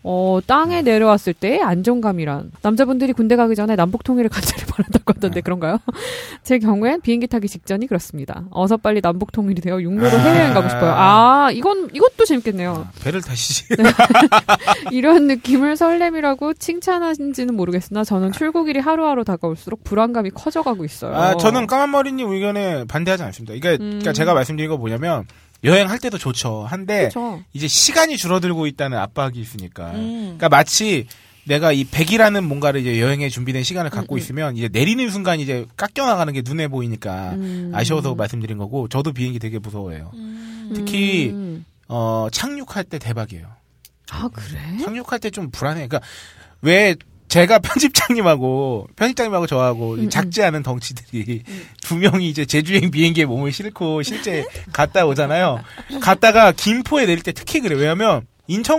Speaker 6: 어, 땅에
Speaker 5: 음.
Speaker 6: 내려왔을 때의 안정감이란 남자분들이 군대 가기 전에 남북 통일을 간절히 바란다고 하던데
Speaker 5: 네.
Speaker 6: 그런가요? 제 경우엔 비행기 타기 직전이 그렇습니다. 어서 빨리 남북 통일이 되어 육로로
Speaker 5: 아.
Speaker 6: 해외여행 가고 싶어요. 아, 이건 이것도 재밌겠네요.
Speaker 5: 배를 타시지.
Speaker 6: 이런 느낌을 설렘이라고 칭찬하는지는 모르겠으나 저는 출국일이 하루하루 다가올수록 불안감이 커져가고 있어요. 음.
Speaker 5: 아, 저는 까만머리님 의견에 반대하지 않습니다. 이게 그러니까 제가 말씀드린 거 뭐냐면 여행할 때도 좋죠. 한데
Speaker 6: 그렇죠.
Speaker 5: 이제 시간이 줄어들고 있다는 압박이 있으니까.
Speaker 4: 음.
Speaker 5: 그러니까 마치 내가 이 100이라는 뭔가를 이제 여행에 준비된 시간을
Speaker 6: 음,
Speaker 5: 갖고 있으면 이제 내리는 순간 이제 깎여 나가는 게 눈에 보이니까
Speaker 6: 음.
Speaker 5: 아쉬워서 말씀드린 거고 저도 비행기 되게 무서워해요. 특히
Speaker 6: 음.
Speaker 5: 어 착륙할 때 대박이에요.
Speaker 6: 아 그래?
Speaker 5: 착륙할 때 좀 불안해. 그러니까 왜 제가 편집장님하고 편집장님하고 저하고
Speaker 6: 음,
Speaker 5: 이 작지 않은 덩치들이 두 명이 이제 제주행 비행기에 몸을 실고 실제 갔다 오잖아요. 갔다가 김포에 내릴 때 특히 그래. 요 왜냐하면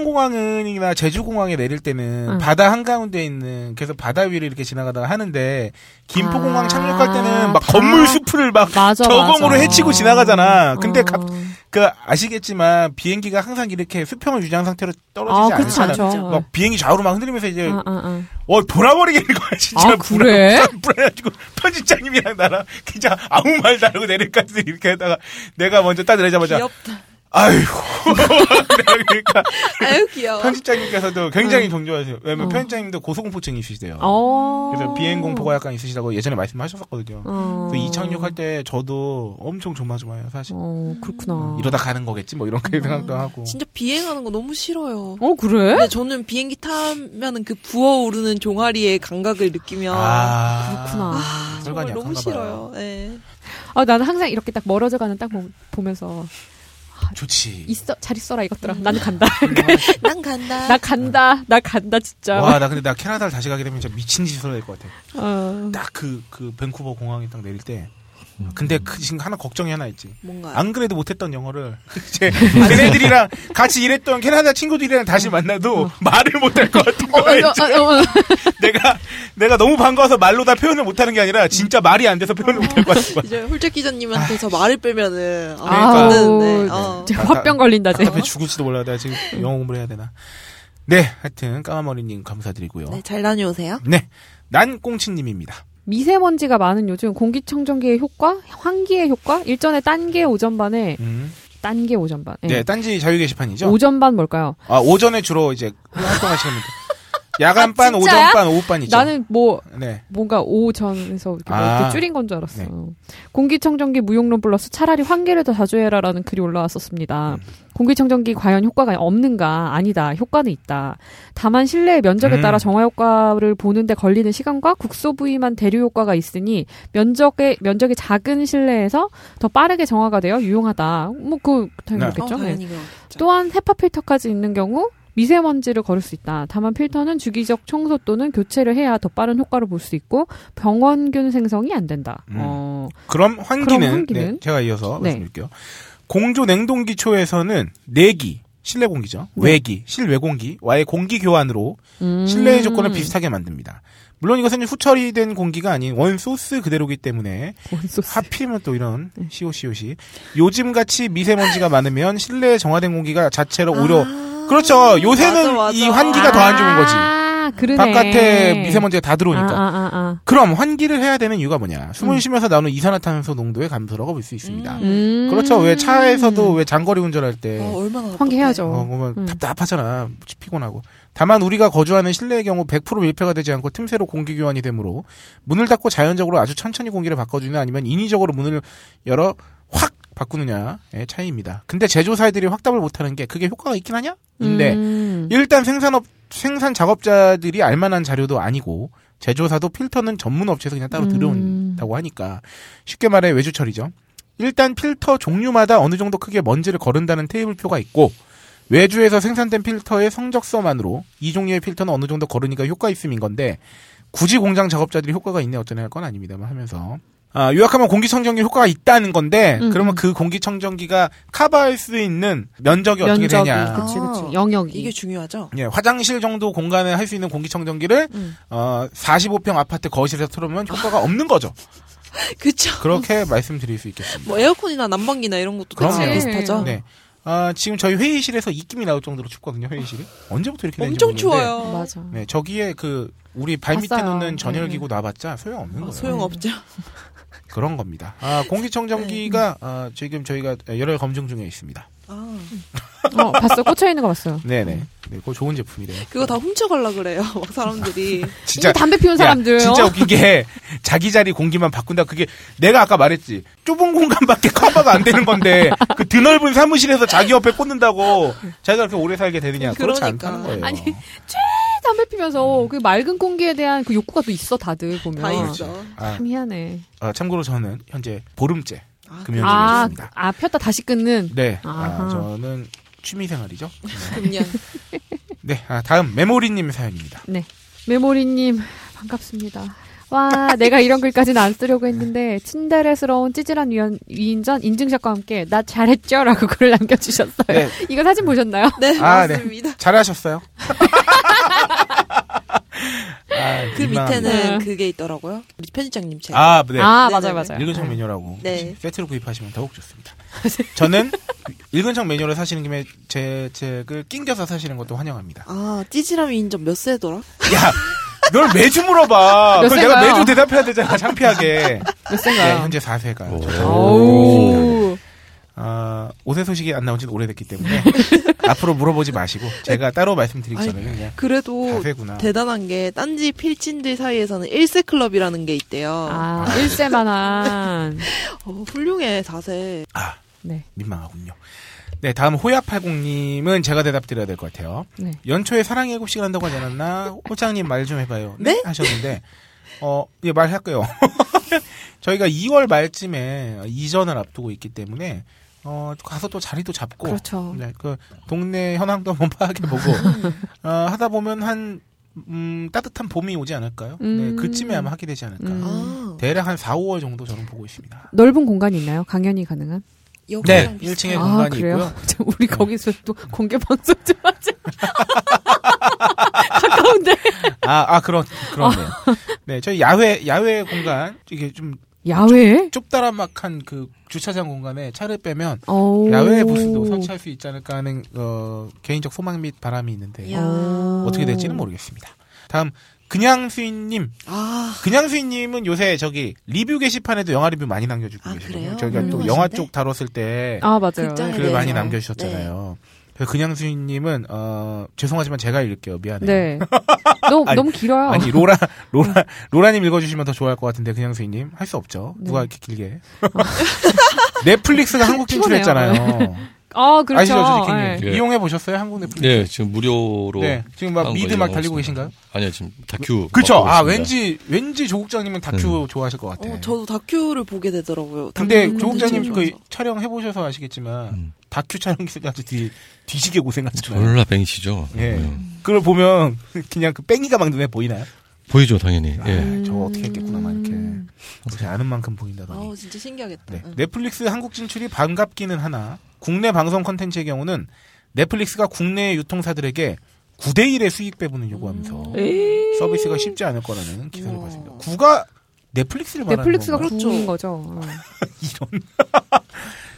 Speaker 5: 인천공항이나 제주공항에 내릴 때는
Speaker 6: 응.
Speaker 5: 바다 한가운데 있는 그래서 바다 위를 이렇게 지나가다가 하는데 김포공항
Speaker 6: 아,
Speaker 5: 착륙할 때는 막
Speaker 6: 다-
Speaker 5: 건물 숲을 막
Speaker 6: 맞아.
Speaker 5: 저공으로
Speaker 6: 맞아.
Speaker 5: 해치고 지나가잖아. 근데
Speaker 6: 어.
Speaker 5: 갑- 그 아시겠지만 비행기가 항상 이렇게 수평을 유지한 상태로
Speaker 6: 아,
Speaker 5: 떨어지지
Speaker 6: 그렇지
Speaker 5: 않잖아.
Speaker 6: 않죠.
Speaker 5: 막 비행기 좌우로 막 흔들리면서 이제
Speaker 6: 아, 아, 아.
Speaker 5: 어 돌아버리겠는 거야 진짜
Speaker 6: 아, 그래?
Speaker 5: 불안- 불안해가지고 편집장님이랑 나랑 진짜 아무 말도 안 하고 내릴까지 이렇게 하다가 내가 먼저 딱 내리자마자
Speaker 4: 귀엽다.
Speaker 5: 아이고 그러니까
Speaker 4: 아유, 귀여워.
Speaker 5: 편집장님께서도 굉장히 동조하세요 왜냐면
Speaker 6: 어.
Speaker 5: 편집장님도 고소공포증이 있으시대요
Speaker 6: 어.
Speaker 5: 그래서 비행 공포가 약간 있으시다고 예전에 말씀하셨었거든요 그래서 이 착륙할 때 저도 엄청 조마조마해요 사실
Speaker 6: 어, 그렇구나.
Speaker 5: 이러다 가는 거겠지 뭐 이런 게 생각도 하고
Speaker 4: 진짜 비행하는 거 너무 싫어요.
Speaker 5: 음.
Speaker 6: 어, 그래?
Speaker 4: 근데 저는 비행기 타면은 그 부어오르는 종아리의 감각을 느끼면
Speaker 5: 아.
Speaker 6: 그렇구나.
Speaker 4: 아,
Speaker 5: 혈관이
Speaker 4: 정말 너무
Speaker 5: 약한가
Speaker 4: 싫어요. 예.
Speaker 6: 아, 나는 항상 이렇게 딱 멀어져 가는 딱 보- 보면서
Speaker 5: 좋지
Speaker 6: 있어 잘 있어라 이것들아. 나는 간다.
Speaker 4: 난 간다.
Speaker 6: 나 간다. 나 간다 진짜.
Speaker 5: 와 나 근데 나 캐나다를 다시 가게 되면 진짜 미친 짓을 할 것 같아
Speaker 6: 어.
Speaker 5: 딱 그, 그, 밴쿠버 공항에 딱 내릴 때. 근데 그 지금 하나 걱정이 하나 있지.
Speaker 4: 뭔가
Speaker 5: 안 그래도 못했던 영어를 이제 걔네들이랑 같이 일했던 캐나다 친구들이랑 다시 만나도 말을 못할 것 같은
Speaker 6: 음. 어, 어,
Speaker 5: 거야. 아, 이제.
Speaker 6: 어, 어, 어.
Speaker 5: 내가 내가 너무 반가워서 말로 다 표현을 못하는 게 아니라 진짜 말이 안 돼서 표현을 못할 것 같은 거야.
Speaker 4: 이제 홀짝
Speaker 5: 아,
Speaker 4: 기자님한테서 말을 빼면은
Speaker 6: 아우,
Speaker 4: 안되는데 어.
Speaker 6: 진짜 화병 걸린다 쟤.
Speaker 5: 답답해 죽을지도 몰라. 내가 지금 영어 공부를 해야 되나. 네, 하여튼 까마머리님 감사드리고요.
Speaker 4: 네, 잘 다녀오세요.
Speaker 5: 네, 난 꽁치님입니다.
Speaker 6: 미세먼지가 많은 요즘 공기청정기의 효과, 환기의 효과, 일전에 딴게 오전반에
Speaker 5: 음.
Speaker 6: 딴게 오전반. 예.
Speaker 5: 네, 딴지 자유 게시판이죠.
Speaker 6: 오전반 뭘까요?
Speaker 5: 아 오전에 주로 이제 활동하시는 분들. 야간반,
Speaker 6: 아, 진짜야?
Speaker 5: 오전반, 오후반이죠.
Speaker 6: 나는 뭐
Speaker 5: 네.
Speaker 6: 뭔가 오전에서 이렇게, 뭐
Speaker 5: 아.
Speaker 6: 이렇게 줄인 건 줄 알았어.
Speaker 5: 네.
Speaker 6: 공기청정기 무용론 플러스 차라리 환기를 더 자주 해라라는 글이 올라왔었습니다.
Speaker 5: 네.
Speaker 6: 공기청정기 과연 효과가 없는가? 아니다. 효과는 있다. 다만 실내의 면적에
Speaker 5: 음.
Speaker 6: 따라 정화 효과를 보는데 걸리는 시간과 국소 부위만 대류 효과가 있으니 면적의 면적이 작은 실내에서 더 빠르게 정화가 되어 유용하다. 뭐그
Speaker 5: 네.
Speaker 6: 당연하겠죠.
Speaker 4: 어,
Speaker 6: 네.
Speaker 4: 당연히 그럼.
Speaker 6: 또한 헤파 필터까지 있는 경우 미세먼지를 걸을 수 있다. 다만 필터는 주기적 청소 또는 교체를 해야 더 빠른 효과를 볼 수 있고 병원균 생성이 안 된다.
Speaker 5: 음.
Speaker 6: 어,
Speaker 5: 그럼 환기는,
Speaker 6: 그럼 환기는?
Speaker 5: 네, 제가 이어서
Speaker 6: 네.
Speaker 5: 말씀드릴게요. 공조 냉동기초에서는 내기, 실내 공기죠.
Speaker 6: 네.
Speaker 5: 외기, 실외 공기와의 공기 교환으로
Speaker 6: 음.
Speaker 5: 실내의 조건을 비슷하게 만듭니다. 물론 이것은 후처리된 공기가 아닌 원 소스 그대로기 때문에
Speaker 6: 원소스. 네.
Speaker 5: 하필이면 또 이런 시오시오시 요즘같이 미세먼지가 많으면 실내에 정화된 공기가 자체로 오히려
Speaker 4: 아,
Speaker 5: 그렇죠. 요새는
Speaker 4: 맞아, 어,
Speaker 5: 이
Speaker 4: 맞아.
Speaker 5: 환기가 더 안 좋은 거지.
Speaker 6: 아, 그러네.
Speaker 5: 바깥에 미세먼지가 다 들어오니까
Speaker 6: 아, 아, 아,
Speaker 5: 그럼 환기를 해야 되는 이유가 뭐냐 숨을
Speaker 6: 음.
Speaker 5: 쉬면서 나오는 이산화탄소 농도의 감소라고 볼 수 있습니다
Speaker 6: 아. 음.
Speaker 5: 그렇죠 왜 차에서도 왜 장거리 운전할 때
Speaker 4: 어, 얼마나
Speaker 6: 환기해야죠.
Speaker 5: 어, 그러면
Speaker 6: 음.
Speaker 5: 답답하잖아. 피곤하고. 다만 우리가 거주하는 실내의 경우 100% 밀폐가 되지 않고 틈새로 공기 교환이 되므로 문을 닫고 자연적으로 아주 천천히 공기를 바꿔주느냐 아니면 인위적으로 문을 열어 확 바꾸느냐의 차이입니다. 근데 제조사들이 확답을 못하는 게 그게 효과가 있긴 하냐? 네. 근데
Speaker 6: 음.
Speaker 5: 일단 생산업 생산 작업자들이 알만한 자료도 아니고 제조사도 필터는 전문 업체에서 그냥 따로
Speaker 6: 음.
Speaker 5: 들여온다고 하니까 쉽게 말해 외주 처리죠. 일단 필터 종류마다 어느 정도 크기의 먼지를 거른다는 테이블표가 있고 외주에서 생산된 필터의 성적서만으로 이 종류의 필터는 어느 정도 거르니까 효과 있음인 건데 굳이 공장 작업자들이 효과가 있네 어쩌네 할 건 아닙니다만 하면서 아, 요약하면 공기청정기 효과가 있다는 건데
Speaker 6: 음,
Speaker 5: 그러면
Speaker 6: 음.
Speaker 5: 그 공기청정기가 커버할 수 있는 면적이 어떻게
Speaker 6: 면적이, 그렇죠.
Speaker 5: 되냐
Speaker 6: 그치,
Speaker 4: 아.
Speaker 6: 그치. 영역이.
Speaker 4: 이게 중요하죠.
Speaker 5: 예, 화장실 정도 공간에 할 수 있는 공기청정기를
Speaker 6: 음.
Speaker 5: 어, 45평 아파트 거실에서 틀으면 효과가 없는 거죠.
Speaker 4: 그쵸.
Speaker 5: 그렇게 말씀드릴 수 있겠습니다.
Speaker 4: 뭐 어. 에어컨이나 난방기나 이런 것도
Speaker 5: 그럼요.
Speaker 4: 다 비슷하죠.
Speaker 5: 네. 아, 지금 저희 회의실에서 입김이 나올 정도로 춥거든요. 회의실이 언제부터 이렇게 되는지
Speaker 4: 엄청
Speaker 5: 모르겠는데.
Speaker 4: 추워요.
Speaker 6: 맞아.
Speaker 5: 네, 저기에 그 우리 발 밑에
Speaker 6: 봤어요.
Speaker 5: 놓는 전열기구
Speaker 6: 음.
Speaker 5: 놔봤자 소용없는
Speaker 4: 아,
Speaker 5: 거예요.
Speaker 4: 소용없죠.
Speaker 5: 그런 겁니다. 아, 공기청정기가
Speaker 4: 네.
Speaker 5: 아, 지금 저희가 열혈 검증 중에 있습니다.
Speaker 4: 아,
Speaker 6: 어, 봤어. 꽂혀 있는 거 봤어요.
Speaker 5: 네네. 네, 그거 좋은 제품이래요.
Speaker 4: 음. 그거 음, 다 훔쳐갈라 그래요. 막 사람들이.
Speaker 5: 진짜
Speaker 6: 이게 담배 피운
Speaker 5: 야,
Speaker 6: 사람들.
Speaker 5: 진짜
Speaker 6: 어.
Speaker 5: 웃긴 게 자기 자리 공기만 바꾼다. 그게 내가 아까 말했지. 좁은 공간밖에 커버가 안 되는 건데 그 드넓은 사무실에서 자기 옆에 꽂는다고 자기가 그렇게 오래 살게 되느냐. 그렇지
Speaker 4: 그러니까.
Speaker 5: 않다는 거예요.
Speaker 6: 아니, 담배 피면서 그 맑은 공기에 대한 그 욕구가 또 있어 다들 보면.
Speaker 4: 다
Speaker 5: 그렇지.
Speaker 4: 있어.
Speaker 5: 아,
Speaker 6: 참 희한해.
Speaker 5: 아, 참고로 저는 현재 보름째
Speaker 4: 아,
Speaker 5: 금연
Speaker 6: 아,
Speaker 5: 중이었습니다.
Speaker 6: 아 폈다 다시 끊는.
Speaker 5: 네. 아,
Speaker 6: 아하.
Speaker 5: 저는 취미 생활이죠. 네.
Speaker 4: 금년.
Speaker 5: 네, 아, 다음 메모리님 사연입니다.
Speaker 6: 네. 메모리님 반갑습니다. 와 내가 이런 글까지는 안 쓰려고 했는데 친데레스러운 찌질한 위원, 위인전 인증샷과 함께 나 잘했죠라고 글을 남겨주셨어요.
Speaker 5: 네.
Speaker 6: 이거 사진 보셨나요?
Speaker 4: 네,
Speaker 5: 아, 네.
Speaker 4: 맞습니다.
Speaker 5: 잘하셨어요. 아,
Speaker 4: 그
Speaker 5: 민망합니다.
Speaker 4: 밑에는
Speaker 6: 네.
Speaker 4: 그게 있더라고요. 우리 편집장님 책.
Speaker 5: 아, 네.
Speaker 6: 아
Speaker 4: 네,
Speaker 6: 맞아요
Speaker 4: 네, 네.
Speaker 6: 맞아요.
Speaker 5: 읽은 척 메뉴라고
Speaker 4: 네.
Speaker 5: 세트로 구입하시면 더욱 좋습니다. 저는 읽은 척 메뉴를 사시는 김에 제 책을 낑겨서 사시는 것도 환영합니다.
Speaker 4: 아, 찌질함 위인전 몇 세더라?
Speaker 5: 야, 널 매주 물어봐.
Speaker 6: 몇
Speaker 5: 그걸 내가
Speaker 6: 세가요?
Speaker 5: 매주 대답해야 되잖아, 창피하게.
Speaker 6: 몇
Speaker 5: 네,
Speaker 6: 세가요?
Speaker 5: 현재 4세가.
Speaker 1: 오.
Speaker 6: 네. 어우
Speaker 5: 아, 5세 소식이 안 나온 지는 오래됐기 때문에 앞으로 물어보지 마시고 제가 따로 말씀드리기
Speaker 4: 아니,
Speaker 5: 전에 그냥
Speaker 4: 그래도
Speaker 5: 4세구나.
Speaker 4: 대단한 게 딴지 필진들 사이에서는 1세 클럽이라는 게 있대요.
Speaker 6: 아 일세만한
Speaker 4: 어, 훌륭해, 4세.
Speaker 5: 아,
Speaker 6: 네.
Speaker 5: 민망하군요. 네, 다음 호야팔공님은 제가 대답드려야 될 것 같아요.
Speaker 6: 네.
Speaker 5: 연초에 사랑의 7시간 한다고 하지 않았나? 호장님 말 좀 해봐요.
Speaker 4: 네?
Speaker 5: 하셨는데, 어, 예, 말할게요. 저희가 2월 말쯤에 이전을 앞두고 있기 때문에, 어, 가서 또 자리도 잡고.
Speaker 6: 그렇죠.
Speaker 5: 네, 그, 동네 현황도 한번 파악해보고, 어, 하다 보면 한, 음, 따뜻한 봄이 오지 않을까요?
Speaker 6: 음.
Speaker 5: 네, 그쯤에 아마 하게 되지 않을까.
Speaker 6: 음.
Speaker 4: 아,
Speaker 5: 대략 한 4, 5월 정도 저는 보고 있습니다.
Speaker 6: 넓은 공간이 있나요? 강연이 가능한?
Speaker 5: 네,
Speaker 4: 여기랑 비슷-
Speaker 5: 1층에
Speaker 6: 아
Speaker 5: 공간이
Speaker 6: 그래요?
Speaker 5: 있고요. 네.
Speaker 6: 참, 우리 거기서 또 공개 방송 좀 하자. 가까운데.
Speaker 5: 아, 아, 그런, 그렇네요. 네, 저희 야외, 야외 공간, 이게 좀
Speaker 6: 야외?
Speaker 5: 좁다란막한 그 주차장 공간에 차를 빼면
Speaker 6: 어.
Speaker 5: 야외 부스도 설치할 수 있지 않을까 하는 어, 개인적 소망 및 바람이 있는데
Speaker 4: 이야. 아.
Speaker 5: 어떻게 될지는 모르겠습니다. 다음 그냥 수인님,
Speaker 4: 아,
Speaker 5: 그냥 수인님은 요새 저기 리뷰 게시판에도 영화 리뷰 많이 남겨주고
Speaker 4: 아,
Speaker 5: 계시거든요.
Speaker 4: 그래요?
Speaker 5: 저희가 또
Speaker 4: 음.
Speaker 5: 영화
Speaker 4: 하신데?
Speaker 5: 쪽 다뤘을 때
Speaker 6: 아 맞아요.
Speaker 4: 극장에
Speaker 5: 글을
Speaker 4: 네.
Speaker 5: 많이
Speaker 4: 네.
Speaker 5: 남겨주셨잖아요. 그냥 수인님은 어, 죄송하지만 제가 읽을게요. 미안해요.
Speaker 6: 네. 너무
Speaker 5: 아니,
Speaker 6: 너무 길어요.
Speaker 5: 아니 로라 로라 로라님 읽어주시면 더 좋아할 것 같은데 그냥 수인님 할 수 없죠.
Speaker 6: 네.
Speaker 5: 누가 이렇게 길게 넷플릭스가 한국
Speaker 6: 피곤해요.
Speaker 5: 진출했잖아요.
Speaker 6: 아 그렇죠.
Speaker 5: 아시죠, 조지킹님
Speaker 6: 예.
Speaker 1: 예.
Speaker 5: 이용해 보셨어요 한국 넷플릭스?
Speaker 1: 네, 지금 무료로.
Speaker 5: 네, 지금 막
Speaker 1: 하는
Speaker 5: 미드
Speaker 1: 거
Speaker 5: 막
Speaker 1: 이용하고
Speaker 5: 달리고 계신가요?
Speaker 1: 있습니다. 아니요, 지금 다큐.
Speaker 5: 그쵸.
Speaker 1: 맡고
Speaker 5: 아
Speaker 1: 있습니다. 음.
Speaker 5: 왠지 왠지 조국장님은 다큐 좋아하실 것 같아.
Speaker 4: 어, 저도 다큐를 보게 되더라고요.
Speaker 5: 네. 근데
Speaker 4: 다큐
Speaker 5: 조국장님
Speaker 4: 진짜
Speaker 5: 그
Speaker 4: 좋아서.
Speaker 5: 촬영해 보셔서 아시겠지만
Speaker 1: 음.
Speaker 5: 다큐 촬영 기술까지 뒤 뒤지게 고생하셨잖아요.
Speaker 1: 졸라 뱅시죠.
Speaker 5: 예.
Speaker 1: 네.
Speaker 5: 그걸 보면 그냥 그 뺑이가 막 눈에 보이나요?
Speaker 1: 보이죠, 당연히.
Speaker 5: 아,
Speaker 1: 예.
Speaker 5: 저 어떻게 했겠구나만
Speaker 6: 음.
Speaker 5: 이렇게 제 아는 만큼 보인다더니.
Speaker 4: 아우 진짜 신기하겠다.
Speaker 5: 네.
Speaker 4: 응.
Speaker 5: 넷플릭스 한국 진출이 반갑기는 하나 국내 방송 컨텐츠의 경우는 넷플릭스가 국내 유통사들에게 9대 1의 수익 배분을 요구하면서
Speaker 6: 음.
Speaker 5: 예. 서비스가 쉽지 않을 거라는 기사를
Speaker 4: 우와.
Speaker 5: 봤습니다. 구가 넷플릭스를 말하는
Speaker 6: 넷플릭스가
Speaker 5: 건가?
Speaker 4: 그렇죠.
Speaker 6: 구인 거죠. 어.
Speaker 5: 이런.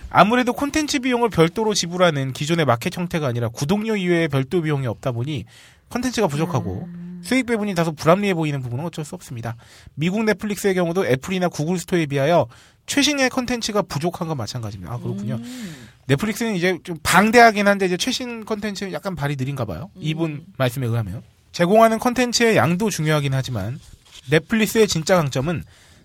Speaker 5: 아무래도 콘텐츠 비용을 별도로 지불하는 기존의 마켓 형태가 아니라 구독료 이외의 별도 비용이 없다 보니 콘텐츠가 부족하고
Speaker 6: 음.
Speaker 5: 수익 배분이 다소 불합리해 보이는 부분은 어쩔 수 없습니다. 미국 넷플릭스의 경우도 애플이나 구글 스토어에 비하여 최신의 콘텐츠가 부족한 건 마찬가지입니다. 아 그렇군요.
Speaker 4: 음.
Speaker 5: 넷플릭스는 이제 좀 방대하긴 한데 이제 최신 컨텐츠는 약간 발이 느린가 봐요.
Speaker 4: 음.
Speaker 5: 이분 말씀에 의하면 제공하는 컨텐츠의 양도 중요하긴 하지만 넷플릭스의 진짜 강점은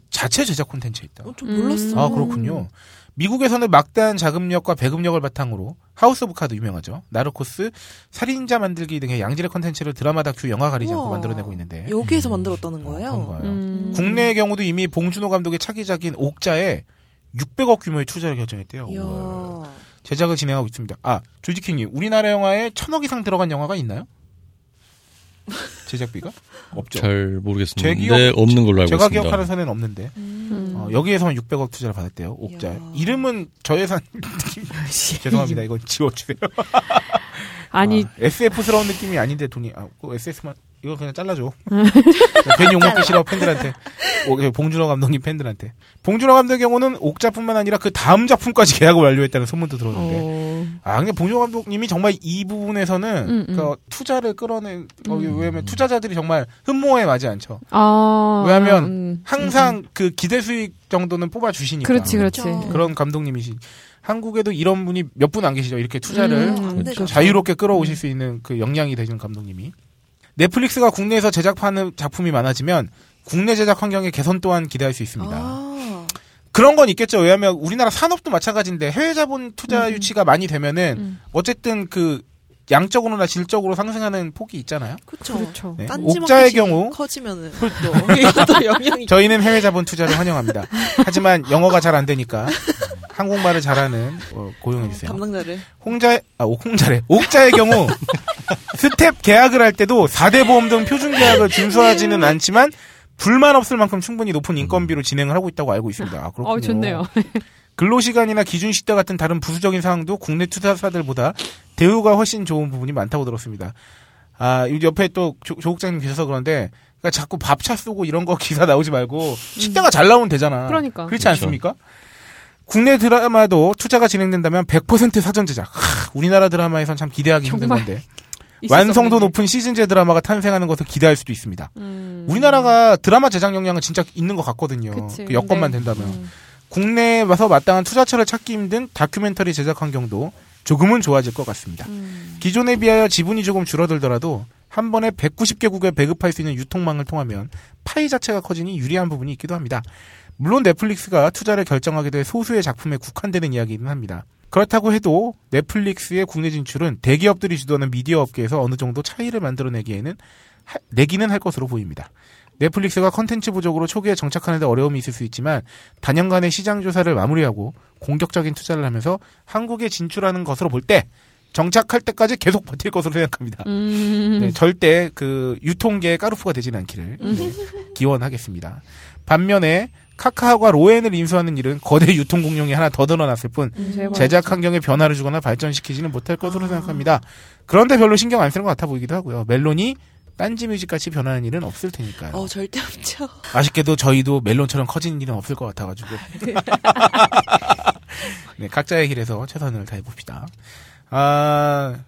Speaker 5: 자체 제작 콘텐츠에 있다.
Speaker 4: 어, 저 몰랐어.
Speaker 5: 아 그렇군요. 미국에서는 막대한 자금력과 배급력을 바탕으로 하우스 오브 카드 유명하죠. 나르코스, 살인자 만들기 등의 양질의 컨텐츠를 드라마 다큐 영화 가리지 않고
Speaker 4: 우와.
Speaker 5: 만들어내고 있는데
Speaker 4: 여기에서
Speaker 5: 아,
Speaker 4: 만들었다는 거예요.
Speaker 5: 그런 거예요.
Speaker 6: 음.
Speaker 5: 국내의 경우도 이미 봉준호 감독의 차기작인 옥자에 600억 규모의 투자를 결정했대요.
Speaker 4: 이야.
Speaker 5: 제작을 진행하고 있습니다. 아 조지킹님, 우리나라 영화에 천억 이상 들어간 영화가 있나요? 제작비가 없죠.
Speaker 1: 잘
Speaker 5: 제
Speaker 1: 모르겠습니다.
Speaker 5: 기억-
Speaker 1: 네, 없는 걸로 알고
Speaker 5: 제가
Speaker 1: 있습니다.
Speaker 5: 기억하는 선에는 없는데
Speaker 6: 음.
Speaker 5: 어, 여기에서만 600억 투자를 받았대요. 옥자.
Speaker 4: 이야.
Speaker 5: 이름은 저예산 느낌. 죄송합니다. 이건 지워주세요.
Speaker 6: 아니
Speaker 5: 아, SF스러운 느낌이 아닌데 돈이 아, 그 SF만 이거 그냥 잘라줘. 괜히 욕먹기 싫어 팬들한테. 어, 봉준호 감독님 팬들한테. 봉준호 감독의 경우는 옥자뿐만 아니라 그 다음 작품까지 계약을 완료했다는 소문도 들었는데.
Speaker 6: 어.
Speaker 5: 아, 근데 봉준호 감독님이 정말 이 부분에서는
Speaker 6: 음, 음.
Speaker 5: 그 투자를 끌어낸 어, 왜냐면 투자자들이 정말 흠모에 맞지 않죠.
Speaker 6: 아,
Speaker 5: 왜냐면
Speaker 6: 음.
Speaker 5: 항상 그 기대 수익 정도는 뽑아 주시니까.
Speaker 6: 그렇지 그렇지. 음.
Speaker 4: 그렇죠.
Speaker 5: 그런 감독님이신 한국에도 이런 분이 몇 분 안 계시죠 이렇게 투자를
Speaker 4: 음, 안 되죠.
Speaker 5: 그렇죠. 자유롭게
Speaker 6: 음.
Speaker 5: 끌어오실 수 있는 그 역량이 되시는 감독님이 넷플릭스가 국내에서 제작하는 작품이 많아지면 국내 제작 환경의 개선 또한 기대할 수 있습니다.
Speaker 4: 아.
Speaker 5: 그런 건 있겠죠. 왜냐하면 우리나라 산업도 마찬가지인데 해외 자본 투자 유치가 많이 되면은
Speaker 6: 음.
Speaker 5: 어쨌든 그 양적으로나 질적으로 상승하는 폭이 있잖아요.
Speaker 4: 그렇죠.
Speaker 6: 그렇죠.
Speaker 5: 네.
Speaker 4: 딴지
Speaker 5: 옥자의
Speaker 4: 마켓이
Speaker 5: 경우
Speaker 4: 커지면은 또 이것도 영향이
Speaker 5: 저희는 해외 자본 투자를 환영합니다. 하지만 영어가 잘 안 되니까 한국말을 잘하는 어, 고용해 주세요.
Speaker 4: 담당자를
Speaker 5: 홍자, 아, 옥- 홍자래. 옥자의 경우, 스텝 계약을 할 때도 4대 보험 등 표준 계약을 준수하지는 않지만, 불만 없을 만큼 충분히 높은 인건비로 진행을 하고 있다고 알고 있습니다. 아, 그렇군요.
Speaker 6: 어 좋네요.
Speaker 5: 근로시간이나 기준시대 같은 다른 부수적인 상황도 국내 투자사들보다 대우가 훨씬 좋은 부분이 많다고 들었습니다. 아, 이 옆에 또 조, 조국장님 계셔서 그런데, 그러니까 자꾸 밥차 쓰고 이런 거 기사 나오지 말고, 식대가 잘 나오면 되잖아.
Speaker 6: 음. 그러니까.
Speaker 5: 그렇지
Speaker 1: 그렇죠.
Speaker 5: 않습니까? 국내 드라마도 투자가 진행된다면 100% 사전 제작. 하, 우리나라 드라마에선 참 기대하기 힘든
Speaker 6: 정말
Speaker 5: 건데.
Speaker 6: 있을 수
Speaker 5: 완성도
Speaker 6: 없는
Speaker 5: 높은 시즌제 드라마가 탄생하는 것을 기대할 수도 있습니다.
Speaker 6: 일. 음.
Speaker 5: 우리나라가 드라마 제작 역량은 진짜 있는 것 같거든요.
Speaker 6: 그치.
Speaker 5: 그 여건만
Speaker 6: 근데,
Speaker 5: 된다면.
Speaker 6: 음.
Speaker 5: 국내에 와서 마땅한 투자처를 찾기 힘든 다큐멘터리 제작 환경도 조금은 좋아질 것 같습니다.
Speaker 6: 음.
Speaker 5: 기존에 비하여 지분이 조금 줄어들더라도 한 번에 190개국에 배급할 수 있는 유통망을 통하면 파이 자체가 커지니 유리한 부분이 있기도 합니다. 물론 넷플릭스가 투자를 결정하게 될 소수의 작품에 국한되는 이야기이긴 합니다. 그렇다고 해도 넷플릭스의 국내 진출은 대기업들이 주도하는 미디어 업계에서 어느 정도 차이를 만들어내기에는 하- 내기는 할 것으로 보입니다. 넷플릭스가 컨텐츠 부족으로 초기에 정착하는데 어려움이 있을 수 있지만 단연간의 시장 조사를 마무리하고 공격적인 투자를 하면서 한국에 진출하는 것으로 볼 때 정착할 때까지 계속 버틸 것으로 생각합니다.
Speaker 6: 음.
Speaker 5: 네, 절대 그 유통계의 까르푸가 되진 않기를 네, 기원하겠습니다. 반면에 카카오가 로엔을 인수하는 일은 거대 유통 공룡이 하나 더 늘어났을 뿐
Speaker 6: 제발.
Speaker 5: 제작 환경에 변화를 주거나 발전시키지는 못할 것으로 생각합니다. 그런데 별로 신경 안 쓰는 것 같아 보이기도 하고요. 멜론이 딴지 뮤직같이 변하는 일은 없을 테니까요.
Speaker 4: 어 절대 없죠.
Speaker 5: 아쉽게도 저희도 멜론처럼 커진 일은 없을 것 같아가지고. 네, 각자의 길에서 최선을 다해봅시다. 아,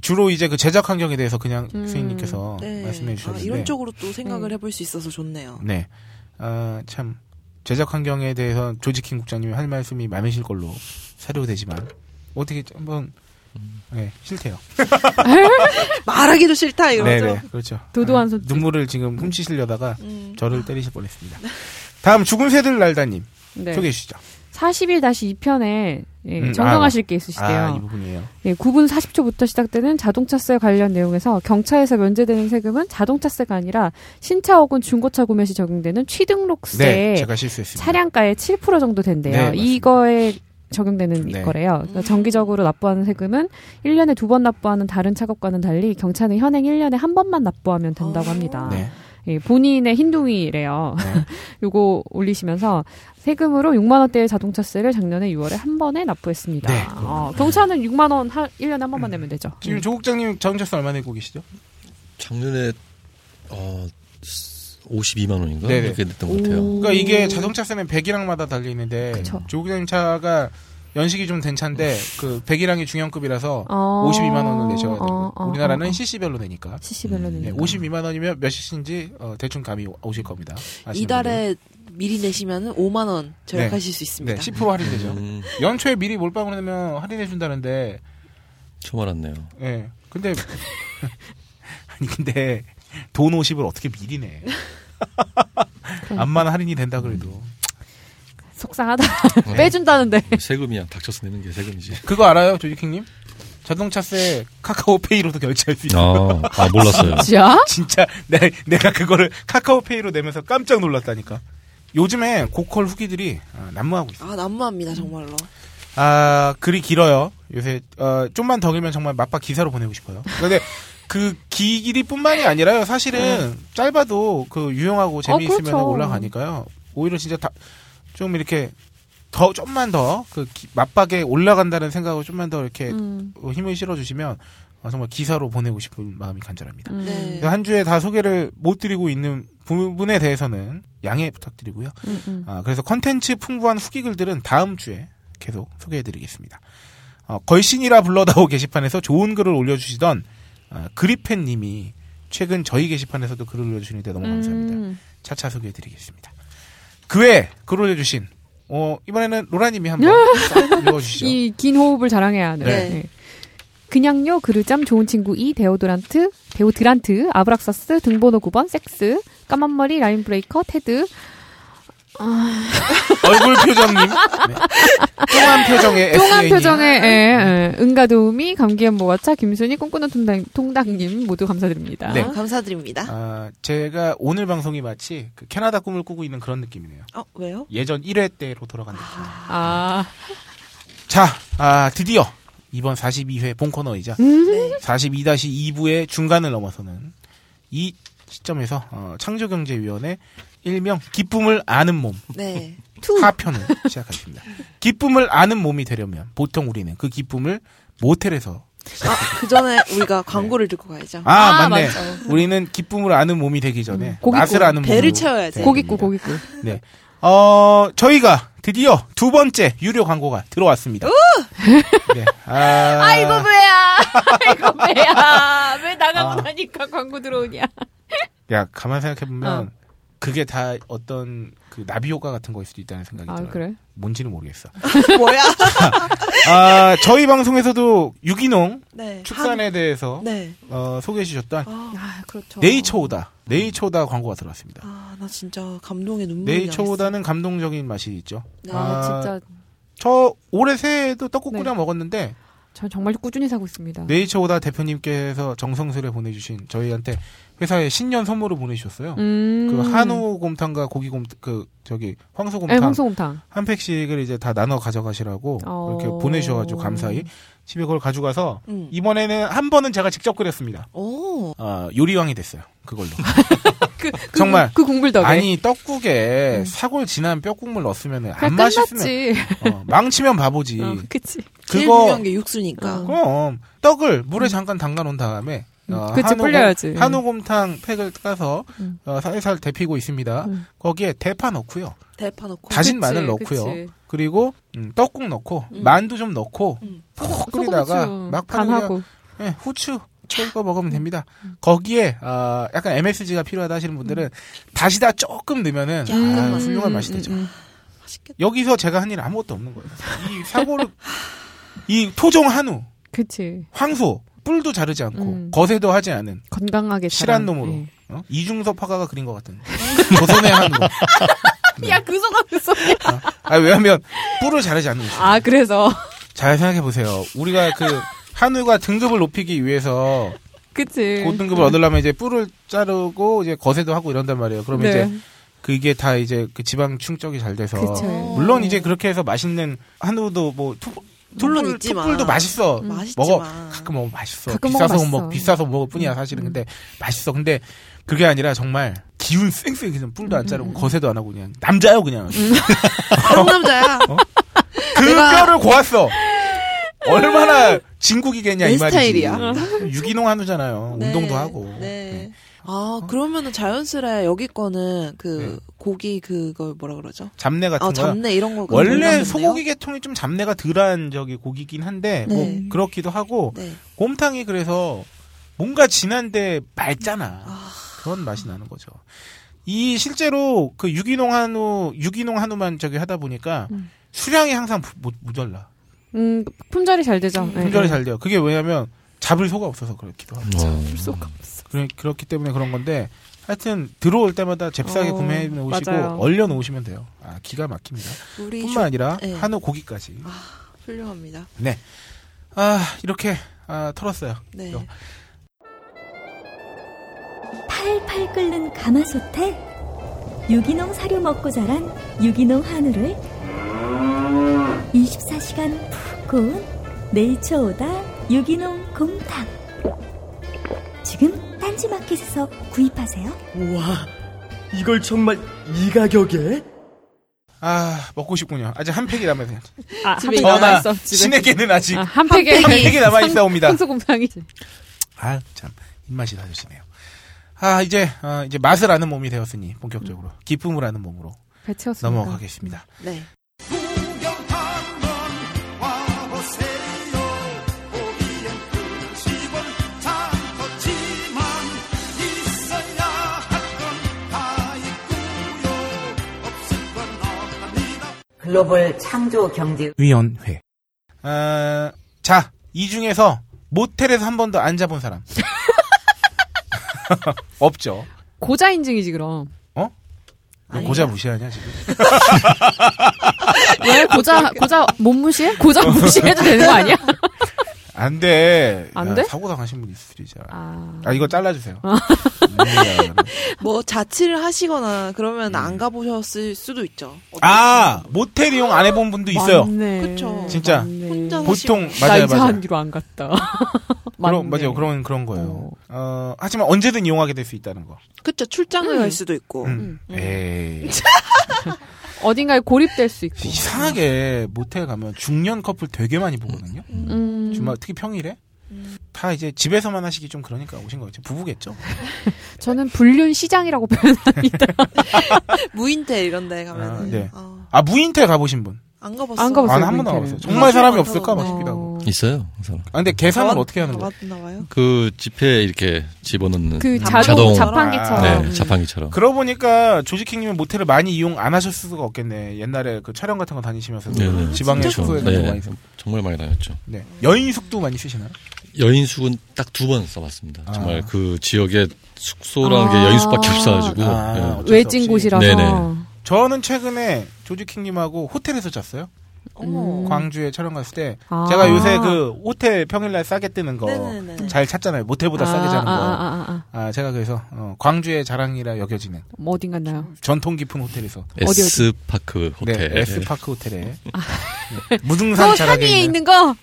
Speaker 5: 주로 이제 그 제작 환경에 대해서 그냥
Speaker 6: 음,
Speaker 5: 스님께서
Speaker 4: 네.
Speaker 5: 어, 말씀해
Speaker 4: 아,
Speaker 5: 주셨는데.
Speaker 4: 이런 쪽으로 또 생각을
Speaker 6: 네.
Speaker 4: 해볼 수 있어서 좋네요.
Speaker 5: 네. 아, 참. 제작 환경에 대해서 조지킹 국장님이 할 말씀이 많으실 걸로 사료되지만 어떻게 한번 네, 싫대요.
Speaker 4: 말하기도 싫다 이거죠.
Speaker 5: 네네, 그렇죠.
Speaker 6: 도도한
Speaker 5: 아,
Speaker 6: 손짓.
Speaker 5: 눈물을 지금 훔치시려다가
Speaker 4: 음.
Speaker 5: 저를 때리실 뻔했습니다. 다음 죽은 새들 날다님
Speaker 6: 네.
Speaker 5: 소개해 주시죠.
Speaker 6: 41-2편에 예,
Speaker 5: 음,
Speaker 6: 정정하실 게 있으시대요.
Speaker 5: 아, 이 부분이에요.
Speaker 6: 예, 9분 40초부터 시작되는 자동차세 관련 내용에서 경차에서 면제되는 세금은 자동차세가 아니라 신차 혹은 중고차 구매 시 적용되는 취등록세
Speaker 5: 네, 제가 실수했습니다.
Speaker 6: 차량가의 7% 정도
Speaker 5: 네,
Speaker 6: 된대요.
Speaker 5: 맞습니다.
Speaker 6: 이거에 적용되는
Speaker 5: 네.
Speaker 6: 거래요. 그러니까 정기적으로 납부하는 세금은 1년에 두 번 납부하는 다른 차값과는 달리 경차는 현행 1년에 한 번만 납부하면 된다고
Speaker 4: 어.
Speaker 6: 합니다.
Speaker 5: 네.
Speaker 6: 예, 본인의 흰둥이래요.
Speaker 5: 네.
Speaker 6: 요거 올리시면서 세금으로 6만 원대의 자동차세를 작년에 6월에 한 번에 납부했습니다.
Speaker 5: 네,
Speaker 6: 어, 경차는 6만 원 하, 1년에 한 번만 내면 되죠.
Speaker 5: 지금
Speaker 6: 음.
Speaker 5: 조국장님 자동차세 얼마 내고 계시죠?
Speaker 1: 작년에 어 52만 원인가
Speaker 5: 네네.
Speaker 1: 이렇게 됐던 것 같아요.
Speaker 5: 그러니까 이게 자동차세는 배기량마다 달려 있는데
Speaker 6: 그쵸.
Speaker 5: 조국장님 차가 연식이 좀 된 차인데 그 배기량이 중형급이라서
Speaker 6: 어.
Speaker 5: 52만 원을 내셔야 되고
Speaker 6: 어, 어,
Speaker 5: 우리나라는
Speaker 6: 어, 음. 어.
Speaker 5: CC별로 내니까
Speaker 6: CC별로
Speaker 5: 네,
Speaker 6: 내니까.
Speaker 5: 52만 원이면 몇 cc인지 어, 대충 감이 오- 오실 겁니다. 아시는
Speaker 4: 이달에 미리 내시면은 5만 원 절약하실 수
Speaker 5: 분들은. 네,
Speaker 4: 있습니다.
Speaker 5: 10% 할인되죠.
Speaker 1: 음,
Speaker 5: 연초에 미리 몰빵을 내면 할인해 준다는데
Speaker 1: 처음 알았네요.
Speaker 5: 예. 근데 아니 근데 돈 50을 어떻게 미리 내? 암만 할인이 된다 그래도.
Speaker 6: 속상하다.
Speaker 5: 네.
Speaker 6: 빼준다는데.
Speaker 1: 세금이야. 닥쳐서 내는 게 세금이지.
Speaker 5: 그거 알아요, 조지킹 님? 자동차세 카카오페이로도 결제할 수 있어.
Speaker 1: 아, 아 몰랐어요.
Speaker 6: 진짜?
Speaker 5: 진짜 내, 내가 그거를 카카오페이로 내면서 깜짝 놀랐다니까. 요즘에 고퀄 후기들이 아, 난무하고 있어.
Speaker 4: 아 난무합니다 정말로.
Speaker 5: 아, 글이 길어요. 요새 어, 좀만 더 길면 정말 맛바 기사로 보내고 싶어요. 근데 그 길이뿐만이 아니라요. 사실은 짧아도 그 유용하고 재미있으면
Speaker 6: 네. 그렇죠.
Speaker 5: 올라가니까요. 오히려 진짜 다, 좀 이렇게 더 좀만 더그 맛박에 올라간다는 생각을 좀만 더 이렇게
Speaker 6: 음.
Speaker 5: 어, 힘을 실어주시면 어, 정말 기사로 보내고 싶은 마음이 간절합니다.
Speaker 6: 음.
Speaker 4: 네.
Speaker 5: 그래서 한 주에 다 소개를 못 드리고 있는 부분에 대해서는 양해 부탁드리고요.
Speaker 6: 음, 음.
Speaker 5: 아, 그래서 컨텐츠 풍부한 후기 글들은 다음 주에 계속 소개해드리겠습니다. 어, 걸신이라 불러다오 게시판에서 좋은 글을 올려주시던 아, 그리펜님이 최근 저희 게시판에서도 글을 올려주시는데 너무 네, 감사합니다.
Speaker 6: 음.
Speaker 5: 차차 소개해드리겠습니다. 그 외에 글 올려주신 어, 이번에는 로라님이 한번 싹 읽어주시죠.
Speaker 6: 이 긴 호흡을 자랑해야 하는.
Speaker 4: 네.
Speaker 6: 네. 그냥요, 그르짬, 좋은 친구 이 데오드란트, 데오드란트, 아브락사스, 등번호 9번, 섹스, 까만머리, 라인브레이커, 테드,
Speaker 5: 얼굴 표정님. 네. 뚱한 표정의
Speaker 6: 뚱한
Speaker 5: SA님.
Speaker 6: 표정의 예, 예. 은가 도우미, 감기엔 모아차, 김순희, 꿈꾸는 통당, 통당님 모두 감사드립니다.
Speaker 5: 네.
Speaker 4: 아, 감사드립니다.
Speaker 5: 아, 제가 오늘 방송이 마치 그 캐나다 꿈을 꾸고 있는 그런 느낌이네요.
Speaker 4: 어 왜요?
Speaker 5: 예전 1회 때로 돌아간 느낌.
Speaker 6: 아,
Speaker 5: 자, 아, 드디어 이번 42회 본 코너이자
Speaker 4: 네.
Speaker 5: 42-2부의 중간을 넘어서는 이 시점에서 어, 창조경제위원회 일명 기쁨을 아는 몸
Speaker 4: 네.
Speaker 5: 하편을 시작하겠습니다. 기쁨을 아는 몸이 되려면 보통 우리는 그 기쁨을 모텔에서
Speaker 4: 아그 전에
Speaker 5: 네.
Speaker 4: 우리가 광고를 듣고 가야죠.
Speaker 5: 아,
Speaker 6: 아,
Speaker 5: 맞네.
Speaker 6: 맞죠.
Speaker 5: 우리는 기쁨을 아는 몸이 되기 전에
Speaker 6: 고깃국,
Speaker 5: 맛을 아는 몸으로
Speaker 4: 배를 채워야지.
Speaker 5: 되어야 됩니다.
Speaker 6: 고깃구, 고깃구.
Speaker 5: 네. 어, 저희가 드디어 두 번째 유료 광고가 들어왔습니다. 네. 아,
Speaker 6: 아이고, 배야! 아이고, 배야! 왜 나가고
Speaker 5: 아.
Speaker 6: 나니까 광고 들어오냐.
Speaker 5: 야, 가만 생각해보면,
Speaker 6: 어.
Speaker 5: 그게 다 어떤 그 나비 효과 같은 거일 수도 있다는 생각이
Speaker 6: 아,
Speaker 5: 들어요.
Speaker 6: 그래?
Speaker 5: 뭔지는 모르겠어.
Speaker 4: 뭐야?
Speaker 5: 아, 저희 방송에서도 유기농
Speaker 4: 네.
Speaker 5: 축산에 대해서
Speaker 4: 한- 네.
Speaker 5: 어, 소개해 주셨던
Speaker 4: 아,
Speaker 6: 아, 그렇죠.
Speaker 5: 네이처오다. 네이처오다 광고가 들어왔습니다.
Speaker 4: 아, 나 진짜 감동의 눈물이
Speaker 5: 네이처오다는 감동적인 맛이 있죠.
Speaker 4: 네,
Speaker 6: 아, 진짜,
Speaker 5: 저 올해 새해에도 떡국
Speaker 6: 네.
Speaker 5: 끓여 먹었는데
Speaker 6: 저 정말 꾸준히 사고 있습니다.
Speaker 5: 네이처오다 대표님께서 정성스레 보내주신 저희한테 회사에 신년 선물을 보내주셨어요.
Speaker 6: 음.
Speaker 5: 그 한우 곰탕과 고기 곰탕 그 저기 황소
Speaker 6: 네,
Speaker 5: 곰탕
Speaker 6: 황소곰탕.
Speaker 5: 한 팩씩을 이제 다 나눠 가져가시라고
Speaker 6: 어.
Speaker 5: 이렇게 보내주셔가지고 감사히 집에 그걸 가져가서
Speaker 4: 음.
Speaker 5: 이번에는 한 번은 제가 직접 끓였습니다.
Speaker 4: 오.
Speaker 5: 아 요리왕이 됐어요. 그걸로.
Speaker 6: 그, 그,
Speaker 5: 정말.
Speaker 6: 그 궁불덕에. 음.
Speaker 5: 아니 떡국에 사골 진한 뼈국물 넣었으면 안
Speaker 6: 그냥
Speaker 5: 아, 맛있으면
Speaker 6: 끝났지.
Speaker 5: 어, 망치면 바보지.
Speaker 6: 어, 그치.
Speaker 4: 제일
Speaker 5: 그거 어.
Speaker 4: 중요한 게 육수니까.
Speaker 5: 그럼 떡을 물에 잠깐 담가 놓은 다음에 어,
Speaker 6: 음, 그치,
Speaker 5: 한우곰-
Speaker 6: 불려야지.
Speaker 5: 한우곰탕 팩을 까서
Speaker 6: 음.
Speaker 5: 어, 살살 데피고 있습니다.
Speaker 6: 음.
Speaker 5: 거기에 대파 넣고요.
Speaker 4: 대파 넣고.
Speaker 5: 다진
Speaker 6: 그치,
Speaker 5: 마늘 넣고요.
Speaker 6: 그치.
Speaker 5: 그리고 음, 떡국 넣고 만두 좀 넣고
Speaker 4: 음.
Speaker 5: 푹
Speaker 6: 소금,
Speaker 5: 끓이다가
Speaker 6: 후추
Speaker 5: 막판에
Speaker 6: 간하고. 음.
Speaker 5: 그냥, 예, 후추 찍어 먹으면 됩니다. 거기에 아, 약간 MSG가 필요하다 하시는 분들은 다시다 조금 넣으면은 아,
Speaker 4: 음,
Speaker 5: 훌륭한 맛이 되죠.
Speaker 6: 음. 음,
Speaker 4: 맛있겠다.
Speaker 5: 여기서 제가 한 일은 아무것도 없는 거예요. 이 사고를 이 토종 한우
Speaker 6: 그치.
Speaker 5: 황소, 뿔도 자르지 않고
Speaker 6: 음.
Speaker 5: 거세도 하지 않은
Speaker 6: 건강하게
Speaker 5: 실한
Speaker 6: 자란,
Speaker 5: 놈으로
Speaker 6: 예.
Speaker 5: 어? 이중섭 화가가 그린 것 같은 조선의 한 놈. 네.
Speaker 6: 야, 그 소감 그 소감.
Speaker 5: 아 왜냐하면 뿔을 자르지 않는 거죠.
Speaker 6: 아, 그래서.
Speaker 5: 잘 생각해 보세요. 우리가 그 한우가 등급을 높이기 위해서
Speaker 6: 그치.
Speaker 5: 고등급을 얻으려면 이제 뿔을 자르고 이제 거세도 하고 이런단 말이에요. 그러면
Speaker 6: 네.
Speaker 5: 이제 그게 다 이제 그 지방 충족이 잘 돼서
Speaker 6: 그쵸.
Speaker 4: 어.
Speaker 5: 물론 이제 그렇게 해서 맛있는 한우도 뭐 투,
Speaker 4: 물론
Speaker 5: 뿔-
Speaker 4: 있지만.
Speaker 5: 뿔도 맛있어.
Speaker 6: 음.
Speaker 4: 맛있지만
Speaker 5: 먹어 가끔 먹으면 맛있어.
Speaker 6: 가끔
Speaker 5: 비싸서
Speaker 6: 먹으면
Speaker 5: 먹
Speaker 6: 맛있어.
Speaker 5: 비싸서 먹을 뿐이야 사실은.
Speaker 6: 음.
Speaker 5: 근데 맛있어. 근데 그게 아니라 정말 기운 쌩쌩 그냥 뿔도 안 자르고 거세도 안 하고 그냥 남자요 그냥.
Speaker 4: 다른 음. 남자야.
Speaker 5: 그
Speaker 4: 내가-
Speaker 5: 뼈를 고았어. 얼마나 진국이겠냐
Speaker 4: 내
Speaker 5: 이 말이지.
Speaker 4: 스타일이야.
Speaker 5: 유기농 한우잖아요.
Speaker 4: 네.
Speaker 5: 운동도 하고.
Speaker 4: 네. 아 그러면은 자연스레 여기 거는 그 고기 그걸 뭐라 그러죠?
Speaker 5: 잡내 네. 같은
Speaker 4: 아
Speaker 5: 거야.
Speaker 4: 잡내 이런 거
Speaker 5: 원래
Speaker 4: 그런 거
Speaker 5: 소고기 계통이 좀 잡내가 덜한 저기 고기긴 한데
Speaker 4: 네.
Speaker 5: 뭐 그렇기도 하고
Speaker 4: 네.
Speaker 5: 곰탕이 그래서 뭔가 진한데 맑잖아.
Speaker 4: 아.
Speaker 5: 그런 맛이 나는 거죠. 이 실제로 그 유기농 한우 유기농 한우만 저기 하다 보니까
Speaker 6: 음.
Speaker 5: 수량이 항상 부- 모- 모자라.
Speaker 6: 음, 품절이 잘 되죠. 예.
Speaker 5: 분절이 잘 돼요. 그게 왜냐면 잡을 소가 없어서 그렇기도 하고.
Speaker 1: 어.
Speaker 5: 그래, 그렇기 때문에 그런 건데 하여튼 들어올 때마다 잽싸게
Speaker 6: 어,
Speaker 5: 구매해 놓으시고
Speaker 6: 맞아요. 그
Speaker 5: 얼려 놓으시면 돼요. 아 기가 막힙니다.
Speaker 4: 우리
Speaker 5: 뿐만 아니라
Speaker 4: 네.
Speaker 5: 한우 고기까지.
Speaker 4: 조- 훌륭합니다.
Speaker 5: 아 이렇게 아, 털었어요.
Speaker 4: 네.
Speaker 5: 요.
Speaker 7: 팔팔 끓는 가마솥에 유기농 사료 먹고 자란 유기농 한우를 24시간 푹 구운 네이처오다 유기농 곰탕 지금 딴지마켓에서 구입하세요.
Speaker 8: 우와, 이걸 정말 이 가격에?
Speaker 5: 아 먹고 싶군요. 아직 한 팩이 남아요.
Speaker 6: 아, 한
Speaker 4: 집에
Speaker 6: 팩
Speaker 4: 있나?
Speaker 6: 남아있어. 집에.
Speaker 5: 신에게는 아직
Speaker 6: 아, 한 팩에.
Speaker 5: 한 팩이 남아 있어옵니다. 네.
Speaker 6: 풍수공상이.
Speaker 5: 아 참 입맛이 다르시네요. 아 이제 아, 이제 맛을 아는 몸이 되었으니 본격적으로
Speaker 6: 음.
Speaker 5: 기쁨을 아는 몸으로
Speaker 6: 배 채웠습니다.
Speaker 5: 넘어가겠습니다.
Speaker 4: 네.
Speaker 9: 글로벌 창조 경제
Speaker 5: 위원회. 아, 자, 이 중에서 모텔에서 한 번도 앉아본 사람. 없죠.
Speaker 6: 고자 인증이지, 그럼.
Speaker 5: 너 고자 무시하냐, 지금?
Speaker 6: 왜 고자, 고자 못 무시해? 고자 무시해도 되는 거 아니야?
Speaker 5: 안 돼.
Speaker 6: 안 돼?
Speaker 5: 사고 당하신 분 있으시죠. 아,
Speaker 6: 아.
Speaker 5: 이거 잘라주세요. 음,
Speaker 4: 뭐 자취를 하시거나 그러면 안 가보셨을 수도 있죠.
Speaker 5: 네. 아, 모텔 이용 안 해본 분도 있어요.
Speaker 6: 맞네.
Speaker 4: 그쵸.
Speaker 5: 진짜.
Speaker 4: 혼자
Speaker 5: 보통,
Speaker 6: 나
Speaker 5: 맞아요, 맞아요.
Speaker 6: 이사한 뒤로 안 갔다.
Speaker 5: 그런,
Speaker 6: 맞네.
Speaker 5: 맞아요. 그런, 그런 거예요. 어, 하지만 언제든 이용하게 될 수 있다는 거.
Speaker 4: 그쵸 출장을
Speaker 6: 음.
Speaker 4: 갈 수도 있고.
Speaker 5: 음. 에이.
Speaker 6: 어딘가에 고립될 수 있고.
Speaker 5: 이상하게 모텔 가면 중년 커플 되게 많이 보거든요.
Speaker 6: 음.
Speaker 5: 주말 특히 평일에 다 이제 집에서만 하시기 좀 그러니까 오신 거겠죠 부부겠죠
Speaker 6: 저는 불륜
Speaker 5: 어,
Speaker 6: 시장이라고 표현합니다.
Speaker 4: 무인텔 이런 데 가면은
Speaker 5: 아, 네.
Speaker 4: 어,
Speaker 5: 아 무인텔 가보신 분?
Speaker 4: 안 가봤어.
Speaker 6: 안 가봤어요.
Speaker 5: 아는 한 번도 안
Speaker 6: 무인텔.
Speaker 5: 가봤어요 정말 사람이
Speaker 4: 음.
Speaker 5: 없을까 막
Speaker 4: 어.
Speaker 5: 싶기도 하고
Speaker 1: 있어요. 그 사람.
Speaker 5: 아 근데 음. 계산을
Speaker 4: 가봤-
Speaker 5: 어떻게 하는 거예요?
Speaker 4: 가봤나 봐요.
Speaker 1: 그 지폐 이렇게 집어넣는
Speaker 6: 그
Speaker 4: 자동
Speaker 6: 자동
Speaker 5: 아,
Speaker 6: 자판기처럼.
Speaker 1: 네, 자판기처럼.
Speaker 5: 그러고 보니까 조지킹님은 모텔을 많이 이용 안 하셨을 수가 없겠네 옛날에 그 촬영 같은 거 다니시면서
Speaker 1: 네, 네.
Speaker 5: 지방에
Speaker 1: 그렇죠.
Speaker 5: 숙소에 도
Speaker 1: 네.
Speaker 5: 많이 쓰
Speaker 1: 정말 많이 다녔죠.
Speaker 5: 네. 여인 숙도 많이 쓰시나요?
Speaker 1: 여인숙은 딱 두 번 써봤습니다.
Speaker 5: 아.
Speaker 1: 정말 그 지역에 숙소라는
Speaker 6: 아.
Speaker 1: 게 여인숙밖에 없어가지고.
Speaker 5: 아.
Speaker 1: 예.
Speaker 5: 어쩔 수
Speaker 6: 음. 외진
Speaker 5: 없이.
Speaker 6: 곳이라서.
Speaker 1: 네네.
Speaker 5: 저는 최근에 조지킹님하고 호텔에서 잤어요
Speaker 4: 어.
Speaker 5: 광주에 촬영 갔을 때
Speaker 6: 아.
Speaker 5: 제가 요새 그 호텔 평일날 싸게 뜨는 거 잘
Speaker 4: 네네네.
Speaker 5: 찾잖아요 모텔보다 싸게
Speaker 6: 아,
Speaker 5: 자는 거
Speaker 6: 아, 아, 아, 아.
Speaker 5: 아, 제가 그래서 어, 광주의 자랑이라 여겨지는
Speaker 6: 뭐 어딘 갔나요?
Speaker 5: 전통 깊은 호텔에서
Speaker 6: 어디, 어디?
Speaker 1: S파크 호텔.
Speaker 5: 네,
Speaker 1: 예.
Speaker 5: S파크 호텔에
Speaker 4: 아.
Speaker 5: 네, 무등산
Speaker 6: 그 산
Speaker 5: 자락에
Speaker 6: 위에
Speaker 5: 있는,
Speaker 6: 있는 거.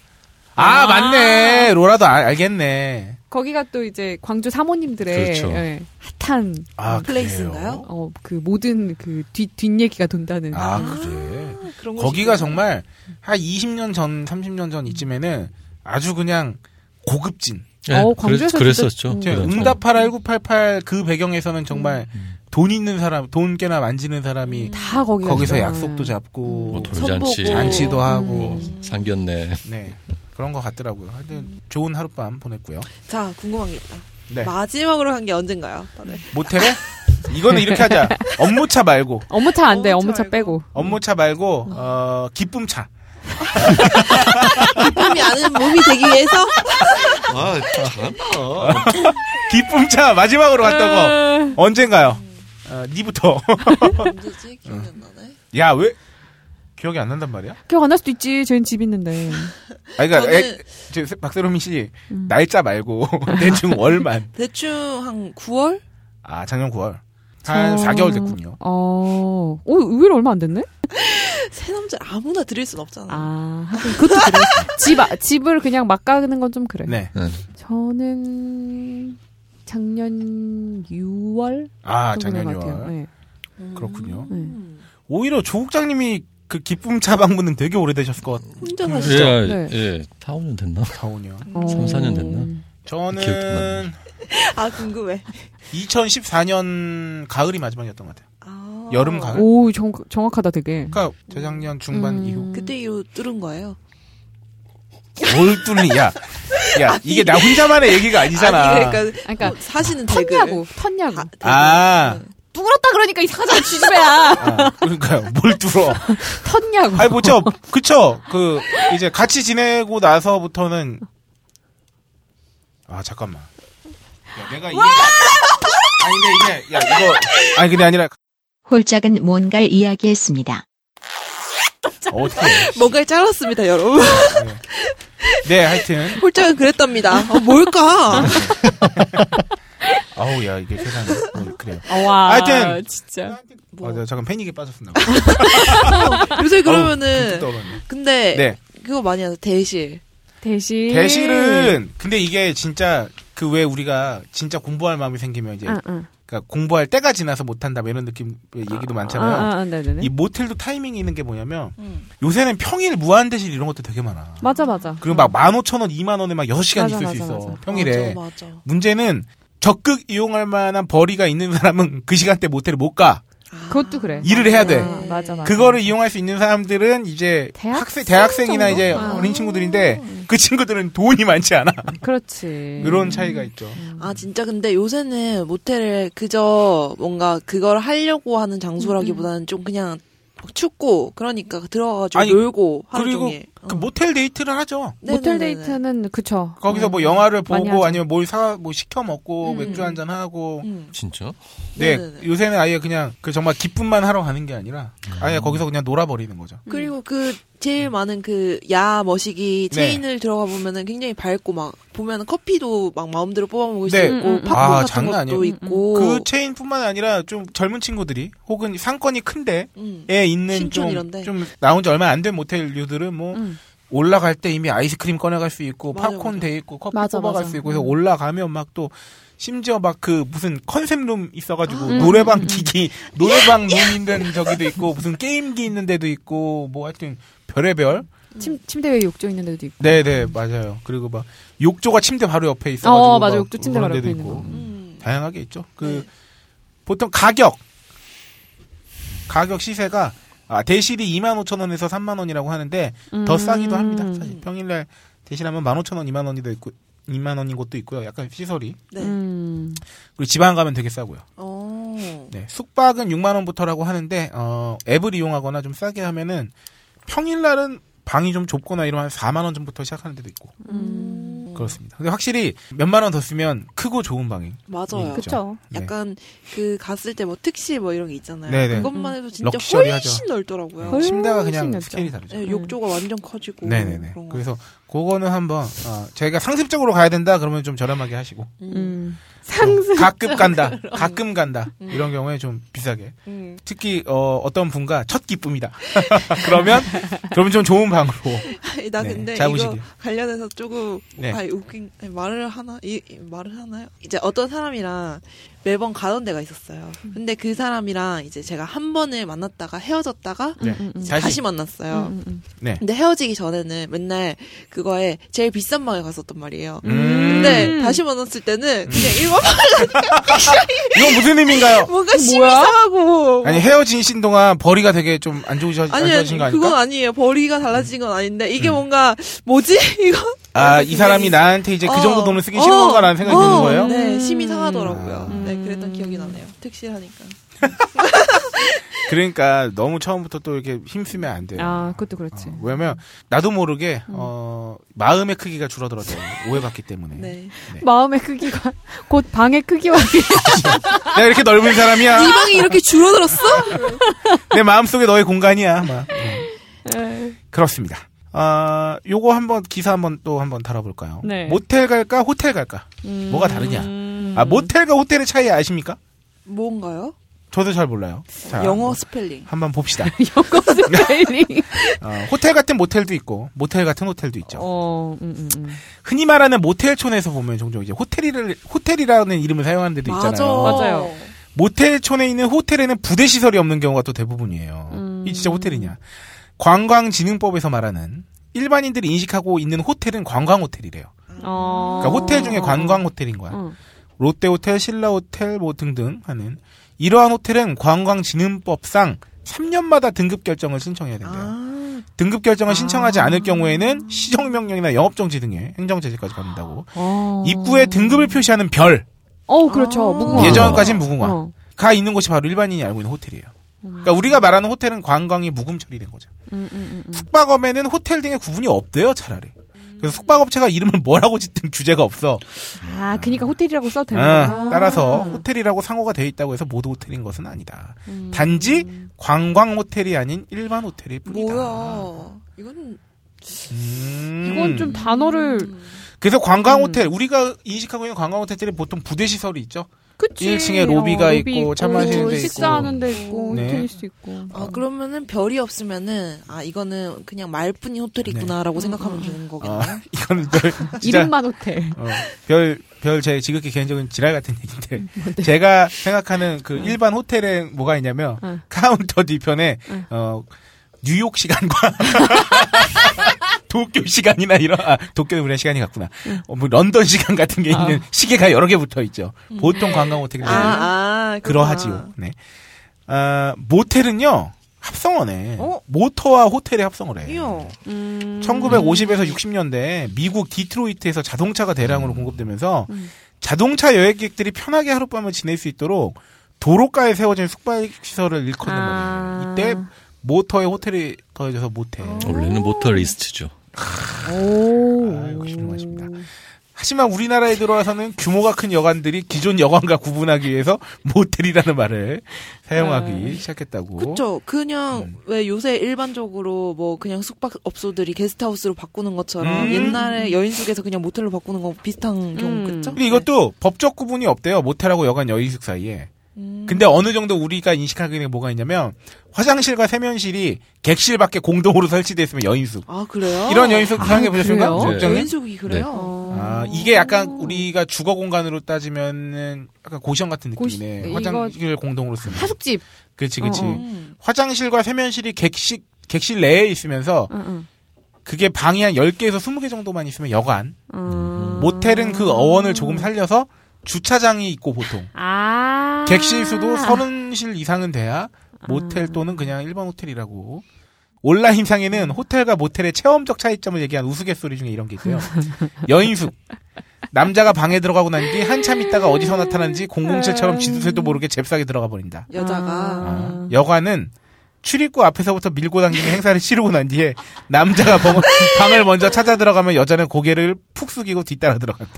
Speaker 5: 아, 맞네 로라도 알, 알겠네
Speaker 6: 거기가 또 이제 광주 사모님들의
Speaker 1: 그렇죠.
Speaker 6: 예, 핫한
Speaker 5: 아
Speaker 4: 그 플레이스인가요?
Speaker 6: 어, 그 모든 그뒷 뒷얘기가 돈다는.
Speaker 5: 그래요? 아 그래
Speaker 4: 그런 곳이
Speaker 5: 거기가
Speaker 4: 있구나.
Speaker 5: 정말 한 20년 전 30년 전 이쯤에는 아주 그냥 고급진
Speaker 1: 예,
Speaker 6: 어,
Speaker 1: 그랬-
Speaker 6: 광주에서
Speaker 1: 그랬었죠.
Speaker 6: 진짜-
Speaker 5: 네, 그렇죠.
Speaker 1: 그래서
Speaker 5: 응답하라 1988 그 배경에서는 정말 돈 있는 사람 돈 꽤나 만지는 사람이
Speaker 6: 다 거기
Speaker 5: 거기서
Speaker 6: 가잖아.
Speaker 5: 약속도 잡고
Speaker 1: 뭐 돌잔치,
Speaker 4: 손보고.
Speaker 5: 잔치도 하고
Speaker 1: 뭐 상견례.
Speaker 5: 네 그런 것 같더라고요. 하여튼 좋은 하룻밤 보냈고요.
Speaker 4: 자 궁금한 게 있다.
Speaker 5: 네.
Speaker 4: 마지막으로 한 게 언젠가요? 다들?
Speaker 5: 모텔에 이거는 이렇게 하자. 업무차 말고
Speaker 6: 예. 업무차 안 돼.
Speaker 5: 어,
Speaker 4: 업무차
Speaker 6: 업무차
Speaker 4: 말고.
Speaker 6: 빼고.
Speaker 5: 업무차 말고 어 기쁨차.
Speaker 4: 기쁨이 아는 몸이 되기 위해서
Speaker 1: 아, 잘한다.
Speaker 5: 기쁨차 마지막으로 갔던 거 언젠가요? 어, 니부터.
Speaker 4: 언제지 기억이 안 나네.
Speaker 5: 야 왜? 기억이 안 난단 말이야?
Speaker 6: 기억 안 날 수도 있지. 저희는 집 있는데.
Speaker 5: 아 그러니까
Speaker 4: 저는-
Speaker 5: 애- 저 세- 박세롬이 씨 날짜 말고 대충 월만.
Speaker 4: 대충 한 9월?
Speaker 5: 아 작년 9월. 한
Speaker 6: 저-
Speaker 5: 4개월 됐군요.
Speaker 6: 어, 오, 의외로 얼마 안 됐네?
Speaker 4: 새 남자 아무나 드릴 순 없잖아.
Speaker 6: 아, 하긴 그것도 그래. 집, 아- 집을 그냥 막 가는 건 좀 그래.
Speaker 5: 네.
Speaker 6: 저는 작년 6월?
Speaker 5: 아
Speaker 6: 정도
Speaker 5: 작년
Speaker 6: 된것 같아요.
Speaker 5: 6월.
Speaker 6: 네.
Speaker 5: 그렇군요.
Speaker 4: 음.
Speaker 5: 오히려 조국장님이 그 기쁨차 방문은 되게 오래되셨을 것 같아요.
Speaker 4: 혼자
Speaker 1: 예,
Speaker 4: 사시죠.
Speaker 1: 아,
Speaker 6: 네.
Speaker 1: 예. 4, 5년 됐나?
Speaker 5: 4년.
Speaker 6: 어.
Speaker 1: 3, 4년 됐나? 기억도 안
Speaker 5: 저는
Speaker 4: 아 궁금해.
Speaker 5: 2014년 가을이 마지막이었던 것 같아요.
Speaker 4: 아.
Speaker 5: 여름 가을.
Speaker 6: 오, 정, 정확하다, 되게.
Speaker 5: 그러니까 재작년 중반
Speaker 6: 음.
Speaker 5: 이후
Speaker 4: 그때 이후 뚫은 거예요.
Speaker 5: 뭘 뚫니? 야, 야 이게 나 혼자만의 얘기가 아니잖아.
Speaker 4: 아니 그러니까
Speaker 6: 아니, 그러니까
Speaker 4: 뭐 사시는 댓글.
Speaker 6: 텄냐고,
Speaker 5: 네.
Speaker 6: 텄냐고.
Speaker 4: 아, 댓글.
Speaker 5: 아,
Speaker 6: 뚫었다 그러니까 이상하잖아, 쥐집애야.
Speaker 5: 아, 그러니까요. 뭘 뚫어?
Speaker 6: 텄냐고.
Speaker 5: 아니 뭐죠? 그쵸? 그 이제 같이 지내고 나서부터는 아 잠깐만. 야, 내가 이게 아니 근데 이게 야 이거 아니 근데 아니라
Speaker 10: 홀짝은 뭔가를 이야기했습니다.
Speaker 5: 어떻게?
Speaker 4: 뭔가를 잘랐습니다, 여러분.
Speaker 5: 네 하여튼
Speaker 4: 홀짝은 그랬답니다. 어, 뭘까?
Speaker 5: 아우 야 이게 세상에 어, 그래요.
Speaker 4: 아,
Speaker 6: 와,
Speaker 5: 하여튼.
Speaker 6: 진짜.
Speaker 5: 아, 나 잠깐 패닉에 빠졌었나 봐.
Speaker 4: 요새
Speaker 5: 금방
Speaker 4: 뭐. 아, 그러면은
Speaker 5: 떠오르네.
Speaker 4: 근데
Speaker 5: 네.
Speaker 4: 그거 많이 하죠 대실.
Speaker 6: 대신.
Speaker 4: 네.
Speaker 5: 대실은 근데 이게 진짜 그 왜 우리가 진짜 공부할 마음이 생기면 이제
Speaker 6: 아, 아.
Speaker 5: 그러니까 공부할 때가 지나서 못한다 뭐 이런 느낌 얘기도
Speaker 6: 아,
Speaker 5: 많잖아요.
Speaker 6: 아, 아, 네네네. 음.
Speaker 5: 이 모텔도 타이밍이 있는 게 뭐냐면 요새는 평일 무한대실 이런 것도 되게 많아.
Speaker 6: 맞아, 맞아.
Speaker 5: 그리고 막 15,000원, 2만원에 막 6시간
Speaker 6: 맞아,
Speaker 5: 있을 수
Speaker 6: 맞아,
Speaker 5: 있어.
Speaker 6: 맞아.
Speaker 5: 평일에.
Speaker 4: 맞아, 맞아.
Speaker 5: 문제는 적극 이용할 만한 벌이가 있는 사람은 그 시간대 모텔을 못 가.
Speaker 6: 그것도 그래.
Speaker 5: 일을 해야 돼.
Speaker 4: 네.
Speaker 6: 아, 맞아, 맞아.
Speaker 5: 그거를 이용할 수 있는 사람들은 이제
Speaker 6: 대학생
Speaker 5: 학생, 대학생이나 이제
Speaker 6: 정도? 아.
Speaker 5: 어린 친구들인데 그 친구들은 돈이 많지 않아.
Speaker 6: 그렇지. 음.
Speaker 5: 이런 차이가 있죠.
Speaker 4: 아 진짜 근데 요새는 모텔을 그저 뭔가 그걸 하려고 하는
Speaker 6: 음,
Speaker 4: 장소라기보다는 좀 그냥 막 춥고 그러니까 들어가가지고
Speaker 5: 아니,
Speaker 4: 놀고 하루
Speaker 5: 그리고
Speaker 4: 종일.
Speaker 5: 그
Speaker 4: 어.
Speaker 5: 모텔 데이트를 하죠.
Speaker 4: 네네네네.
Speaker 6: 모텔 데이트는, 그쵸.
Speaker 5: 거기서
Speaker 6: 음.
Speaker 5: 뭐 영화를
Speaker 6: 많이
Speaker 5: 보고
Speaker 6: 하죠.
Speaker 5: 아니면 뭘 사, 뭐 시켜 먹고
Speaker 4: 음.
Speaker 5: 맥주 한잔 하고
Speaker 4: 음.
Speaker 1: 진짜?
Speaker 5: 네,
Speaker 4: 네네네.
Speaker 5: 요새는 아예 그냥 그 정말 기쁨만 하러 가는 게 아니라
Speaker 6: 음.
Speaker 5: 아예 거기서 그냥 놀아버리는 거죠.
Speaker 4: 그리고 그 제일 많은 그 야 머시기
Speaker 5: 음. 네.
Speaker 4: 체인을 들어가 보면은 굉장히 밝고 막 보면은 커피도 막 마음대로 뽑아 먹을
Speaker 5: 네.
Speaker 4: 수 있고
Speaker 6: 음, 음, 음.
Speaker 4: 팝콘
Speaker 5: 아,
Speaker 4: 같은
Speaker 5: 장난
Speaker 4: 것도
Speaker 5: 아니에요.
Speaker 4: 있고
Speaker 5: 그 체인뿐만 아니라 좀 젊은 친구들이 혹은 상권이 큰데에
Speaker 4: 음.
Speaker 5: 있는
Speaker 4: 신촌
Speaker 5: 좀
Speaker 4: 이런데.
Speaker 5: 좀 나온 지 얼마 안 된 모텔류들은 뭐
Speaker 6: 음.
Speaker 5: 올라갈 때 이미 아이스크림 꺼내갈 수 있고
Speaker 4: 맞아,
Speaker 5: 팝콘
Speaker 4: 맞아.
Speaker 5: 돼 있고 커피
Speaker 6: 맞아,
Speaker 5: 뽑아갈
Speaker 6: 맞아.
Speaker 5: 수 있고 그래서
Speaker 6: 음.
Speaker 5: 올라가면 막 또 심지어 막 그 무슨 컨셉룸 있어가지고
Speaker 6: 음,
Speaker 5: 노래방 기기 노래방 룸 있는 저기도 있고 무슨 게임기 있는 데도 있고 뭐 하여튼 별의별
Speaker 6: 침, 침대 위에 욕조 있는 데도 있고.
Speaker 5: 네네 맞아요. 그리고 막 욕조가 침대 바로 옆에 있어가지고
Speaker 6: 어, 맞아.
Speaker 5: 막
Speaker 6: 욕조 침대
Speaker 5: 그런
Speaker 6: 바로
Speaker 5: 데도
Speaker 6: 옆에 있는 거.
Speaker 4: 음.
Speaker 5: 다양하게 있죠. 그
Speaker 4: 네.
Speaker 5: 보통 가격 가격 시세가 아, 대실이 2만 5천 원에서 3만 원이라고 하는데 더
Speaker 6: 음.
Speaker 5: 싸기도 합니다. 사실 평일날 대실하면 1만 5천 원, 2만 원이도 있고 2만 원인 곳도 있고요. 약간 시설이
Speaker 4: 네.
Speaker 6: 음.
Speaker 5: 그리고 지방 가면 되게 싸고요.
Speaker 4: 어.
Speaker 5: 네, 숙박은 6만 원부터라고 하는데 어, 앱을 이용하거나 좀 싸게 하면은 평일날은 방이 좀 좁거나 이러면 한 4만 원 전부터 시작하는 데도 있고
Speaker 4: 음.
Speaker 5: 그렇습니다. 근데 확실히 몇만 원 더 쓰면 크고 좋은 방이
Speaker 4: 맞아요.
Speaker 5: 그쵸.
Speaker 6: 그쵸.
Speaker 5: 네.
Speaker 4: 약간 그 갔을 때 뭐 특시 뭐 이런 게 있잖아요.
Speaker 5: 네네.
Speaker 4: 그것만 해도 진짜
Speaker 5: 럭셔리하죠.
Speaker 4: 훨씬 넓더라고요.
Speaker 6: 훨씬
Speaker 5: 침대가 어, 그냥
Speaker 6: 넓죠.
Speaker 5: 스케일이 다르죠.
Speaker 4: 네, 욕조가 완전 커지고
Speaker 5: 네네네.
Speaker 4: 그런 거.
Speaker 5: 그래서 그거는 한번 어, 저희가 상습적으로 가야 된다 그러면 좀 저렴하게 하시고
Speaker 6: 음.
Speaker 5: 또 가끔 간다, 가끔 간다 이런 경우에 좀 비싸게.
Speaker 4: 음.
Speaker 5: 특히 어, 어떤 분과 첫 기쁨이다. 그러면 그러면 좀 좋은 방으로.
Speaker 4: 아니, 나
Speaker 5: 네,
Speaker 4: 근데 이거
Speaker 5: 잡으시길.
Speaker 4: 관련해서 조금
Speaker 5: 네.
Speaker 4: 아니, 웃긴 아니, 말을 하나 이, 이 말을 하나요? 이제 어떤 사람이랑 매번 가던 데가 있었어요.
Speaker 6: 음.
Speaker 4: 근데 그 사람이랑 이제 제가 한 번을 만났다가 헤어졌다가
Speaker 5: 네.
Speaker 6: 음, 음.
Speaker 5: 다시,
Speaker 4: 다시, 만났어요.
Speaker 6: 음, 음,
Speaker 5: 네.
Speaker 4: 근데 헤어지기 전에는 맨날 그거에 제일 비싼 방에 갔었던 말이에요.
Speaker 5: 음.
Speaker 4: 근데 다시 만났을 때는 그냥 일반 방
Speaker 5: 이건 무슨 의미인가요?
Speaker 4: 뭔가 심이 상하고
Speaker 5: 아니 헤어진 신 동안 벌이가 되게 좀 안 좋으셔 안
Speaker 4: 아니,
Speaker 5: 좋으신 거
Speaker 4: 아니 그건
Speaker 5: 아닐까?
Speaker 4: 아니에요. 벌이가 달라진 건 아닌데 이게 뭔가 뭐지 이거?
Speaker 5: 아 이 사람이 나한테 이제 그 정도 돈을 쓰기 싫은 건가라는 생각이 드는 거예요?
Speaker 4: 어, 네,
Speaker 6: 음.
Speaker 4: 심이 상하더라고요.
Speaker 5: 아.
Speaker 4: 네, 그랬던 기억이 나네요. 특실하니까.
Speaker 5: 그러니까 너무 처음부터 또 이렇게 힘쓰면 안 돼요.
Speaker 6: 아, 그것도 그렇지.
Speaker 5: 네. 어, 왜냐면 나도 모르게
Speaker 4: 음.
Speaker 5: 어, 마음의 크기가 줄어들었죠. 오해받기 때문에.
Speaker 4: 네.
Speaker 6: 마음의 크기가 곧 방의 크기와
Speaker 5: 내가 이렇게 넓은 사람이야.
Speaker 4: 이 방이 이렇게 줄어들었어?
Speaker 5: 내 마음속에 너의 공간이야. 막.
Speaker 6: 네.
Speaker 5: 그렇습니다. 아, 요거 한번 기사 한번 또 한번 달아볼까요?
Speaker 6: 네.
Speaker 5: 모텔 갈까 호텔 갈까?
Speaker 6: 음.
Speaker 5: 뭐가 다르냐? 아, 모텔과 호텔의 차이 아십니까?
Speaker 4: 뭔가요?
Speaker 5: 저도 잘 몰라요. 자,
Speaker 4: 영어 예. 스펠링.
Speaker 5: 한번 봅시다.
Speaker 6: 영어 스펠링.
Speaker 5: 어, 호텔 같은 모텔도 있고 모텔 같은 호텔도 있죠.
Speaker 6: 어, 음, 음, 음.
Speaker 5: 흔히 말하는 모텔촌에서 보면 종종 이제 호텔이를 호텔이라는 이름을 사용하는 데도 있잖아요. 네.
Speaker 6: 맞아요.
Speaker 5: 모텔촌에 있는 호텔에는 부대 시설이 없는 경우가 또 대부분이에요.
Speaker 6: 음.
Speaker 5: 이 진짜 호텔이냐? 관광진흥법에서 말하는 일반인들이 인식하고 있는 호텔은 관광 호텔이래요.
Speaker 6: 어.
Speaker 5: 그러니까 호텔 중에 관광 호텔인 거야.
Speaker 6: 응.
Speaker 5: 롯데 호텔, 신라 호텔 뭐 등등 하는 이러한 호텔은 관광진흥법상 3년마다 등급 결정을 신청해야 된대요.
Speaker 4: 아,
Speaker 5: 등급 결정을
Speaker 6: 아.
Speaker 5: 신청하지 않을 경우에는 시정명령이나 영업정지 등의 행정제재까지 받는다고.
Speaker 6: 어.
Speaker 5: 입구에 등급을 표시하는 별,
Speaker 6: 어, 그렇죠.
Speaker 4: 아.
Speaker 6: 무궁화.
Speaker 5: 예전까진 무궁화.
Speaker 6: 어.
Speaker 5: 가 있는 곳이 바로 일반인이 알고 있는 호텔이에요. 그러니까 우리가 말하는 호텔은 관광이 무금 처리된 거죠.
Speaker 6: 음, 음, 음.
Speaker 5: 숙박업에는 호텔 등의 구분이 없대요, 차라리. 그래서 숙박업체가 이름을 뭐라고 짓든 규제가 없어.
Speaker 6: 아, 그니까 호텔이라고 써도 되는
Speaker 5: 아,
Speaker 6: 거야.
Speaker 5: 따라서
Speaker 6: 음.
Speaker 5: 호텔이라고 상호가 되어 있다고 해서 모두 호텔인 것은 아니다. 단지 관광 호텔이 아닌 일반 호텔일 뿐이다.
Speaker 4: 뭐야. 이건
Speaker 5: 음.
Speaker 6: 이건 좀 단어를
Speaker 5: 그래서 관광
Speaker 6: 음.
Speaker 5: 호텔 우리가 인식하고 있는 관광 호텔들이 보통 부대 시설이 있죠.
Speaker 6: 그치. 어,
Speaker 5: 1층에 로비가 있고, 차 마시는 데 있고.
Speaker 6: 식사하는 데 있고
Speaker 5: 네.
Speaker 6: 테니스 있고.
Speaker 4: 아 그러면은 별이 없으면은 아 이거는 그냥 말뿐인 호텔이구나라고 생각하면 되는 거겠네요.
Speaker 5: 네. 아, 이거는 별 진짜
Speaker 6: 이름만 호텔.
Speaker 5: 어, 별별제 지극히 개인적인 지랄 같은 얘기인데 제가 생각하는 그 일반 호텔에 뭐가 있냐면
Speaker 6: 응.
Speaker 5: 카운터 뒤편에
Speaker 6: 응.
Speaker 5: 어 뉴욕 시간과 도쿄 시간이나 이런 아, 도쿄는 우리 시간이 같구나. 어, 뭐 런던 시간 같은 게 있는 시계가 여러 개 붙어 있죠. 보통 관광 호텔이
Speaker 4: 아, 아,
Speaker 5: 음. 그러하지요. 네. 아, 모텔은요, 합성어네.
Speaker 4: 어?
Speaker 5: 모터와 호텔의 합성어래.
Speaker 4: 이요.
Speaker 5: 1950에서 60년대 미국 디트로이트에서 자동차가 대량으로
Speaker 4: 음.
Speaker 5: 공급되면서 자동차 여행객들이 편하게 하룻밤을 지낼 수 있도록 도로가에 세워진 숙박시설을 일컫는
Speaker 6: 아.
Speaker 5: 말이에요. 이때 모터에 호텔이 더해져서 모텔.
Speaker 4: 어.
Speaker 1: 원래는 모터리스트죠.
Speaker 6: 오.
Speaker 5: 아, 역시 훌륭하십니다. 하지만 우리나라에 들어와서는 규모가 큰 여관들이 기존 여관과 구분하기 위해서 모텔이라는 말을 사용하기 시작했다고.
Speaker 4: 아.
Speaker 5: 음.
Speaker 4: 그쵸. 그냥 왜 요새 일반적으로 뭐 그냥 숙박업소들이 게스트하우스로 바꾸는 것처럼
Speaker 5: 음.
Speaker 4: 옛날에 여인숙에서 그냥 모텔로 바꾸는 거 비슷한 경우겠죠.
Speaker 5: 근데 이것도 법적 구분이 없대요. 모텔하고 여관 여의숙 사이에.
Speaker 4: 음.
Speaker 5: 근데 어느 정도 우리가 인식하기에는 뭐가 있냐면 화장실과 세면실이 객실 밖에 공동으로 설치돼 있으면 여인숙.
Speaker 4: 아 그래요?
Speaker 5: 이런 여인숙 사용해 보셨습니까?
Speaker 6: 그래요? 네.
Speaker 5: 국장님?
Speaker 4: 여인숙이 그래요?
Speaker 5: 아, 이게 약간 우리가 주거 공간으로 따지면은 약간 고시원 같은
Speaker 6: 고시-
Speaker 5: 느낌이네.
Speaker 6: 이거-
Speaker 5: 화장실 공동으로 쓰는.
Speaker 6: 하숙집.
Speaker 5: 그렇지, 그렇지.
Speaker 6: 어, 어.
Speaker 4: 음.
Speaker 5: 화장실과 세면실이 객실 객실 내에 있으면서
Speaker 6: 응,
Speaker 5: 그게 방이 한 10개에서 20개 정도만 있으면 여관.
Speaker 6: 응. 음.
Speaker 5: 모텔은 그 어원을 조금 살려서 주차장이 있고 보통.
Speaker 6: 아.
Speaker 5: 객실 수도 30실 이상은 돼야 모텔 또는 그냥 일반 호텔이라고. 온라인상에는 호텔과 모텔의 체험적 차이점을 얘기한 우스갯소리 중에 이런 게 있어요. 여인숙. 남자가 방에 들어가고 난 뒤 한참 있다가 어디서 나타나는지 007처럼 지도새도 모르게 잽싸게 들어가 버린다.
Speaker 4: 여자가
Speaker 5: 아, 여관은 출입구 앞에서부터 밀고 당기는 행사를 치르고 난 뒤에 남자가 벙- 방을 먼저 찾아 들어가면 여자는 고개를 푹 숙이고 뒤따라 들어간다.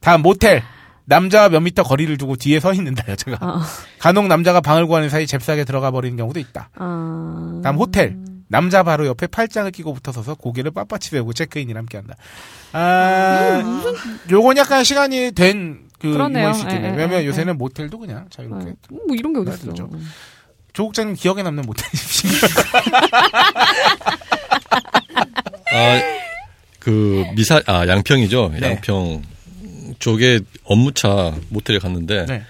Speaker 5: 다음 모텔. 남자와 몇 미터 거리를 두고 뒤에 서 있는다 여자가.
Speaker 6: 어.
Speaker 5: 간혹 남자가 방을 구하는 사이 잽싸게 들어가 버리는 경우도 있다.
Speaker 6: 아.
Speaker 5: 다음 호텔. 남자 바로 옆에 팔짱을 끼고 붙어서서 고개를 빳빳이 세우고 체크인이랑 함께한다. 아, 요건 약간 시간이 된 그,
Speaker 6: 음, 그러네요.
Speaker 5: 유머일 수 있겠네.
Speaker 6: 예, 예,
Speaker 5: 왜냐면
Speaker 6: 예,
Speaker 5: 요새는 모텔도 그냥
Speaker 6: 어,
Speaker 5: 자유롭게
Speaker 6: 뭐 이런 게 어딨어.
Speaker 5: 나도 조국장님 기억에 남는 모텔이십니까?
Speaker 1: 아, 그 미사 아 양평이죠.
Speaker 5: 네.
Speaker 1: 양평 쪽에 업무차 모텔에 갔는데
Speaker 5: 네.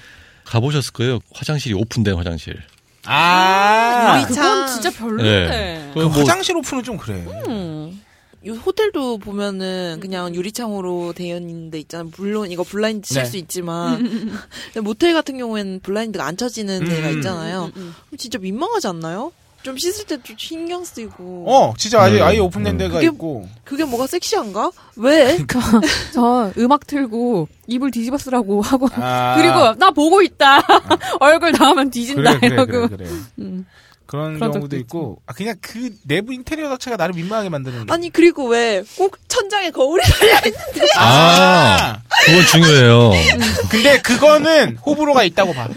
Speaker 1: 가보셨을 거예요. 화장실이 오픈된 화장실.
Speaker 5: 아,
Speaker 4: 그건
Speaker 6: 진짜
Speaker 1: 네. 그 뭐-
Speaker 5: 화장실 오픈은 좀 그래.
Speaker 4: 요 호텔도 보면은 그냥 유리창으로 되어 있는 데 있잖아요. 물론 이거 블라인드 칠
Speaker 5: 네.
Speaker 4: 수 있지만 근데 모텔 같은 경우에는 블라인드가 안 쳐지는 데가
Speaker 5: 음.
Speaker 4: 있잖아요. 그럼 진짜 민망하지 않나요? 좀 씻을 때 좀 신경 쓰이고.
Speaker 5: 어, 진짜 아예
Speaker 1: 음,
Speaker 5: 아예 오픈된
Speaker 1: 음.
Speaker 5: 데가
Speaker 4: 그게-
Speaker 5: 있고.
Speaker 4: 그게 뭐가 섹시한가? 왜?
Speaker 5: 그러니까
Speaker 6: 저 음악 틀고 이불 뒤집어 쓰라고 하고
Speaker 5: 아,
Speaker 6: 그리고 나 보고 있다. 얼굴 나오면 뒤진다
Speaker 5: 그래 그래
Speaker 6: 이러고.
Speaker 5: 그래 그래.
Speaker 6: 음.
Speaker 5: 그런
Speaker 6: 그런
Speaker 5: 경우도
Speaker 6: 적도
Speaker 5: 있고 아, 그냥 그 내부 인테리어 자체가 나를 민망하게 만드는
Speaker 1: 네.
Speaker 5: 거.
Speaker 4: 아니 그리고 왜 꼭 천장에 거울이
Speaker 1: 아, 그건 중요해요.
Speaker 5: 근데 그거는 호불호가 있다고 봐.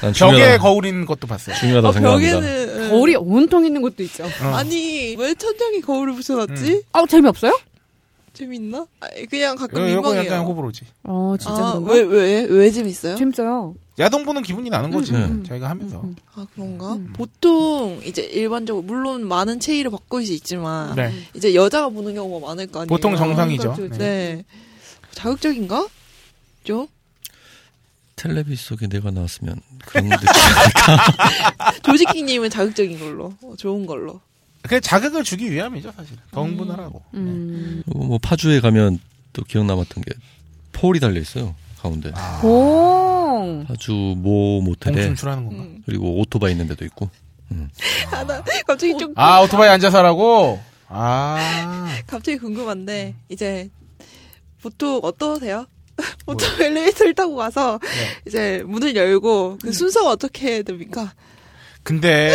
Speaker 1: 난
Speaker 5: 벽에
Speaker 1: 중요하다,
Speaker 5: 거울인 것도 봤어요.
Speaker 1: 중요하다
Speaker 4: 아,
Speaker 1: 생각합니다.
Speaker 4: 벽에는
Speaker 6: 거울이 온통 있는 것도 있죠.
Speaker 5: 어.
Speaker 4: 아니 왜 천장에 거울을 붙여놨지?
Speaker 5: 음.
Speaker 6: 아 재미없어요?
Speaker 4: 재밌나? 아, 그냥 가끔
Speaker 5: 요- 요거
Speaker 4: 민망해요.
Speaker 5: 약간 호불호지.
Speaker 6: 어 진짜
Speaker 4: 아,
Speaker 6: 그런가?
Speaker 4: 왜, 왜, 왜 재밌어요?
Speaker 6: 재밌어요.
Speaker 5: 야동 보는 기분이 나는 거지.
Speaker 1: 음, 음,
Speaker 5: 저희가 하면서.
Speaker 4: 아, 그런가?
Speaker 5: 음.
Speaker 4: 보통, 이제 일반적으로, 물론 많은 체의를 바꿀 수 있지만,
Speaker 5: 네.
Speaker 4: 이제 여자가 보는 경우가 많을 거 아니에요?
Speaker 5: 보통 정상이죠.
Speaker 6: 그렇죠,
Speaker 5: 네.
Speaker 4: 네. 자극적인가? 좀?
Speaker 1: 텔레비 속에 내가 나왔으면 그런 느낌.
Speaker 4: 조직기님은 자극적인 걸로. 어, 좋은 걸로.
Speaker 5: 그냥 자극을 주기 위함이죠, 사실. 더 흥분하라고.
Speaker 6: 음.
Speaker 1: 그리고 뭐 파주에 가면 또 기억 남았던 게 폴이 달려 있어요 가운데.
Speaker 5: 아.
Speaker 6: 공.
Speaker 1: 파주 모
Speaker 5: 공
Speaker 1: 모텔에
Speaker 5: 춤출하는 건가?
Speaker 4: 음.
Speaker 1: 그리고 오토바이 있는 데도 있고.
Speaker 4: 아, 나 갑자기 좀,
Speaker 5: 아, 오토바이 앉아서 하라고? 아.
Speaker 4: 갑자기
Speaker 5: 음.
Speaker 4: 궁금한데, 이제, 보통 어떠세요? 보통 엘리베이터를 타고 가서,
Speaker 5: 네. 음.
Speaker 4: 이제 문을 열고, 그 순서가 어떻게 됩니까?
Speaker 5: 근데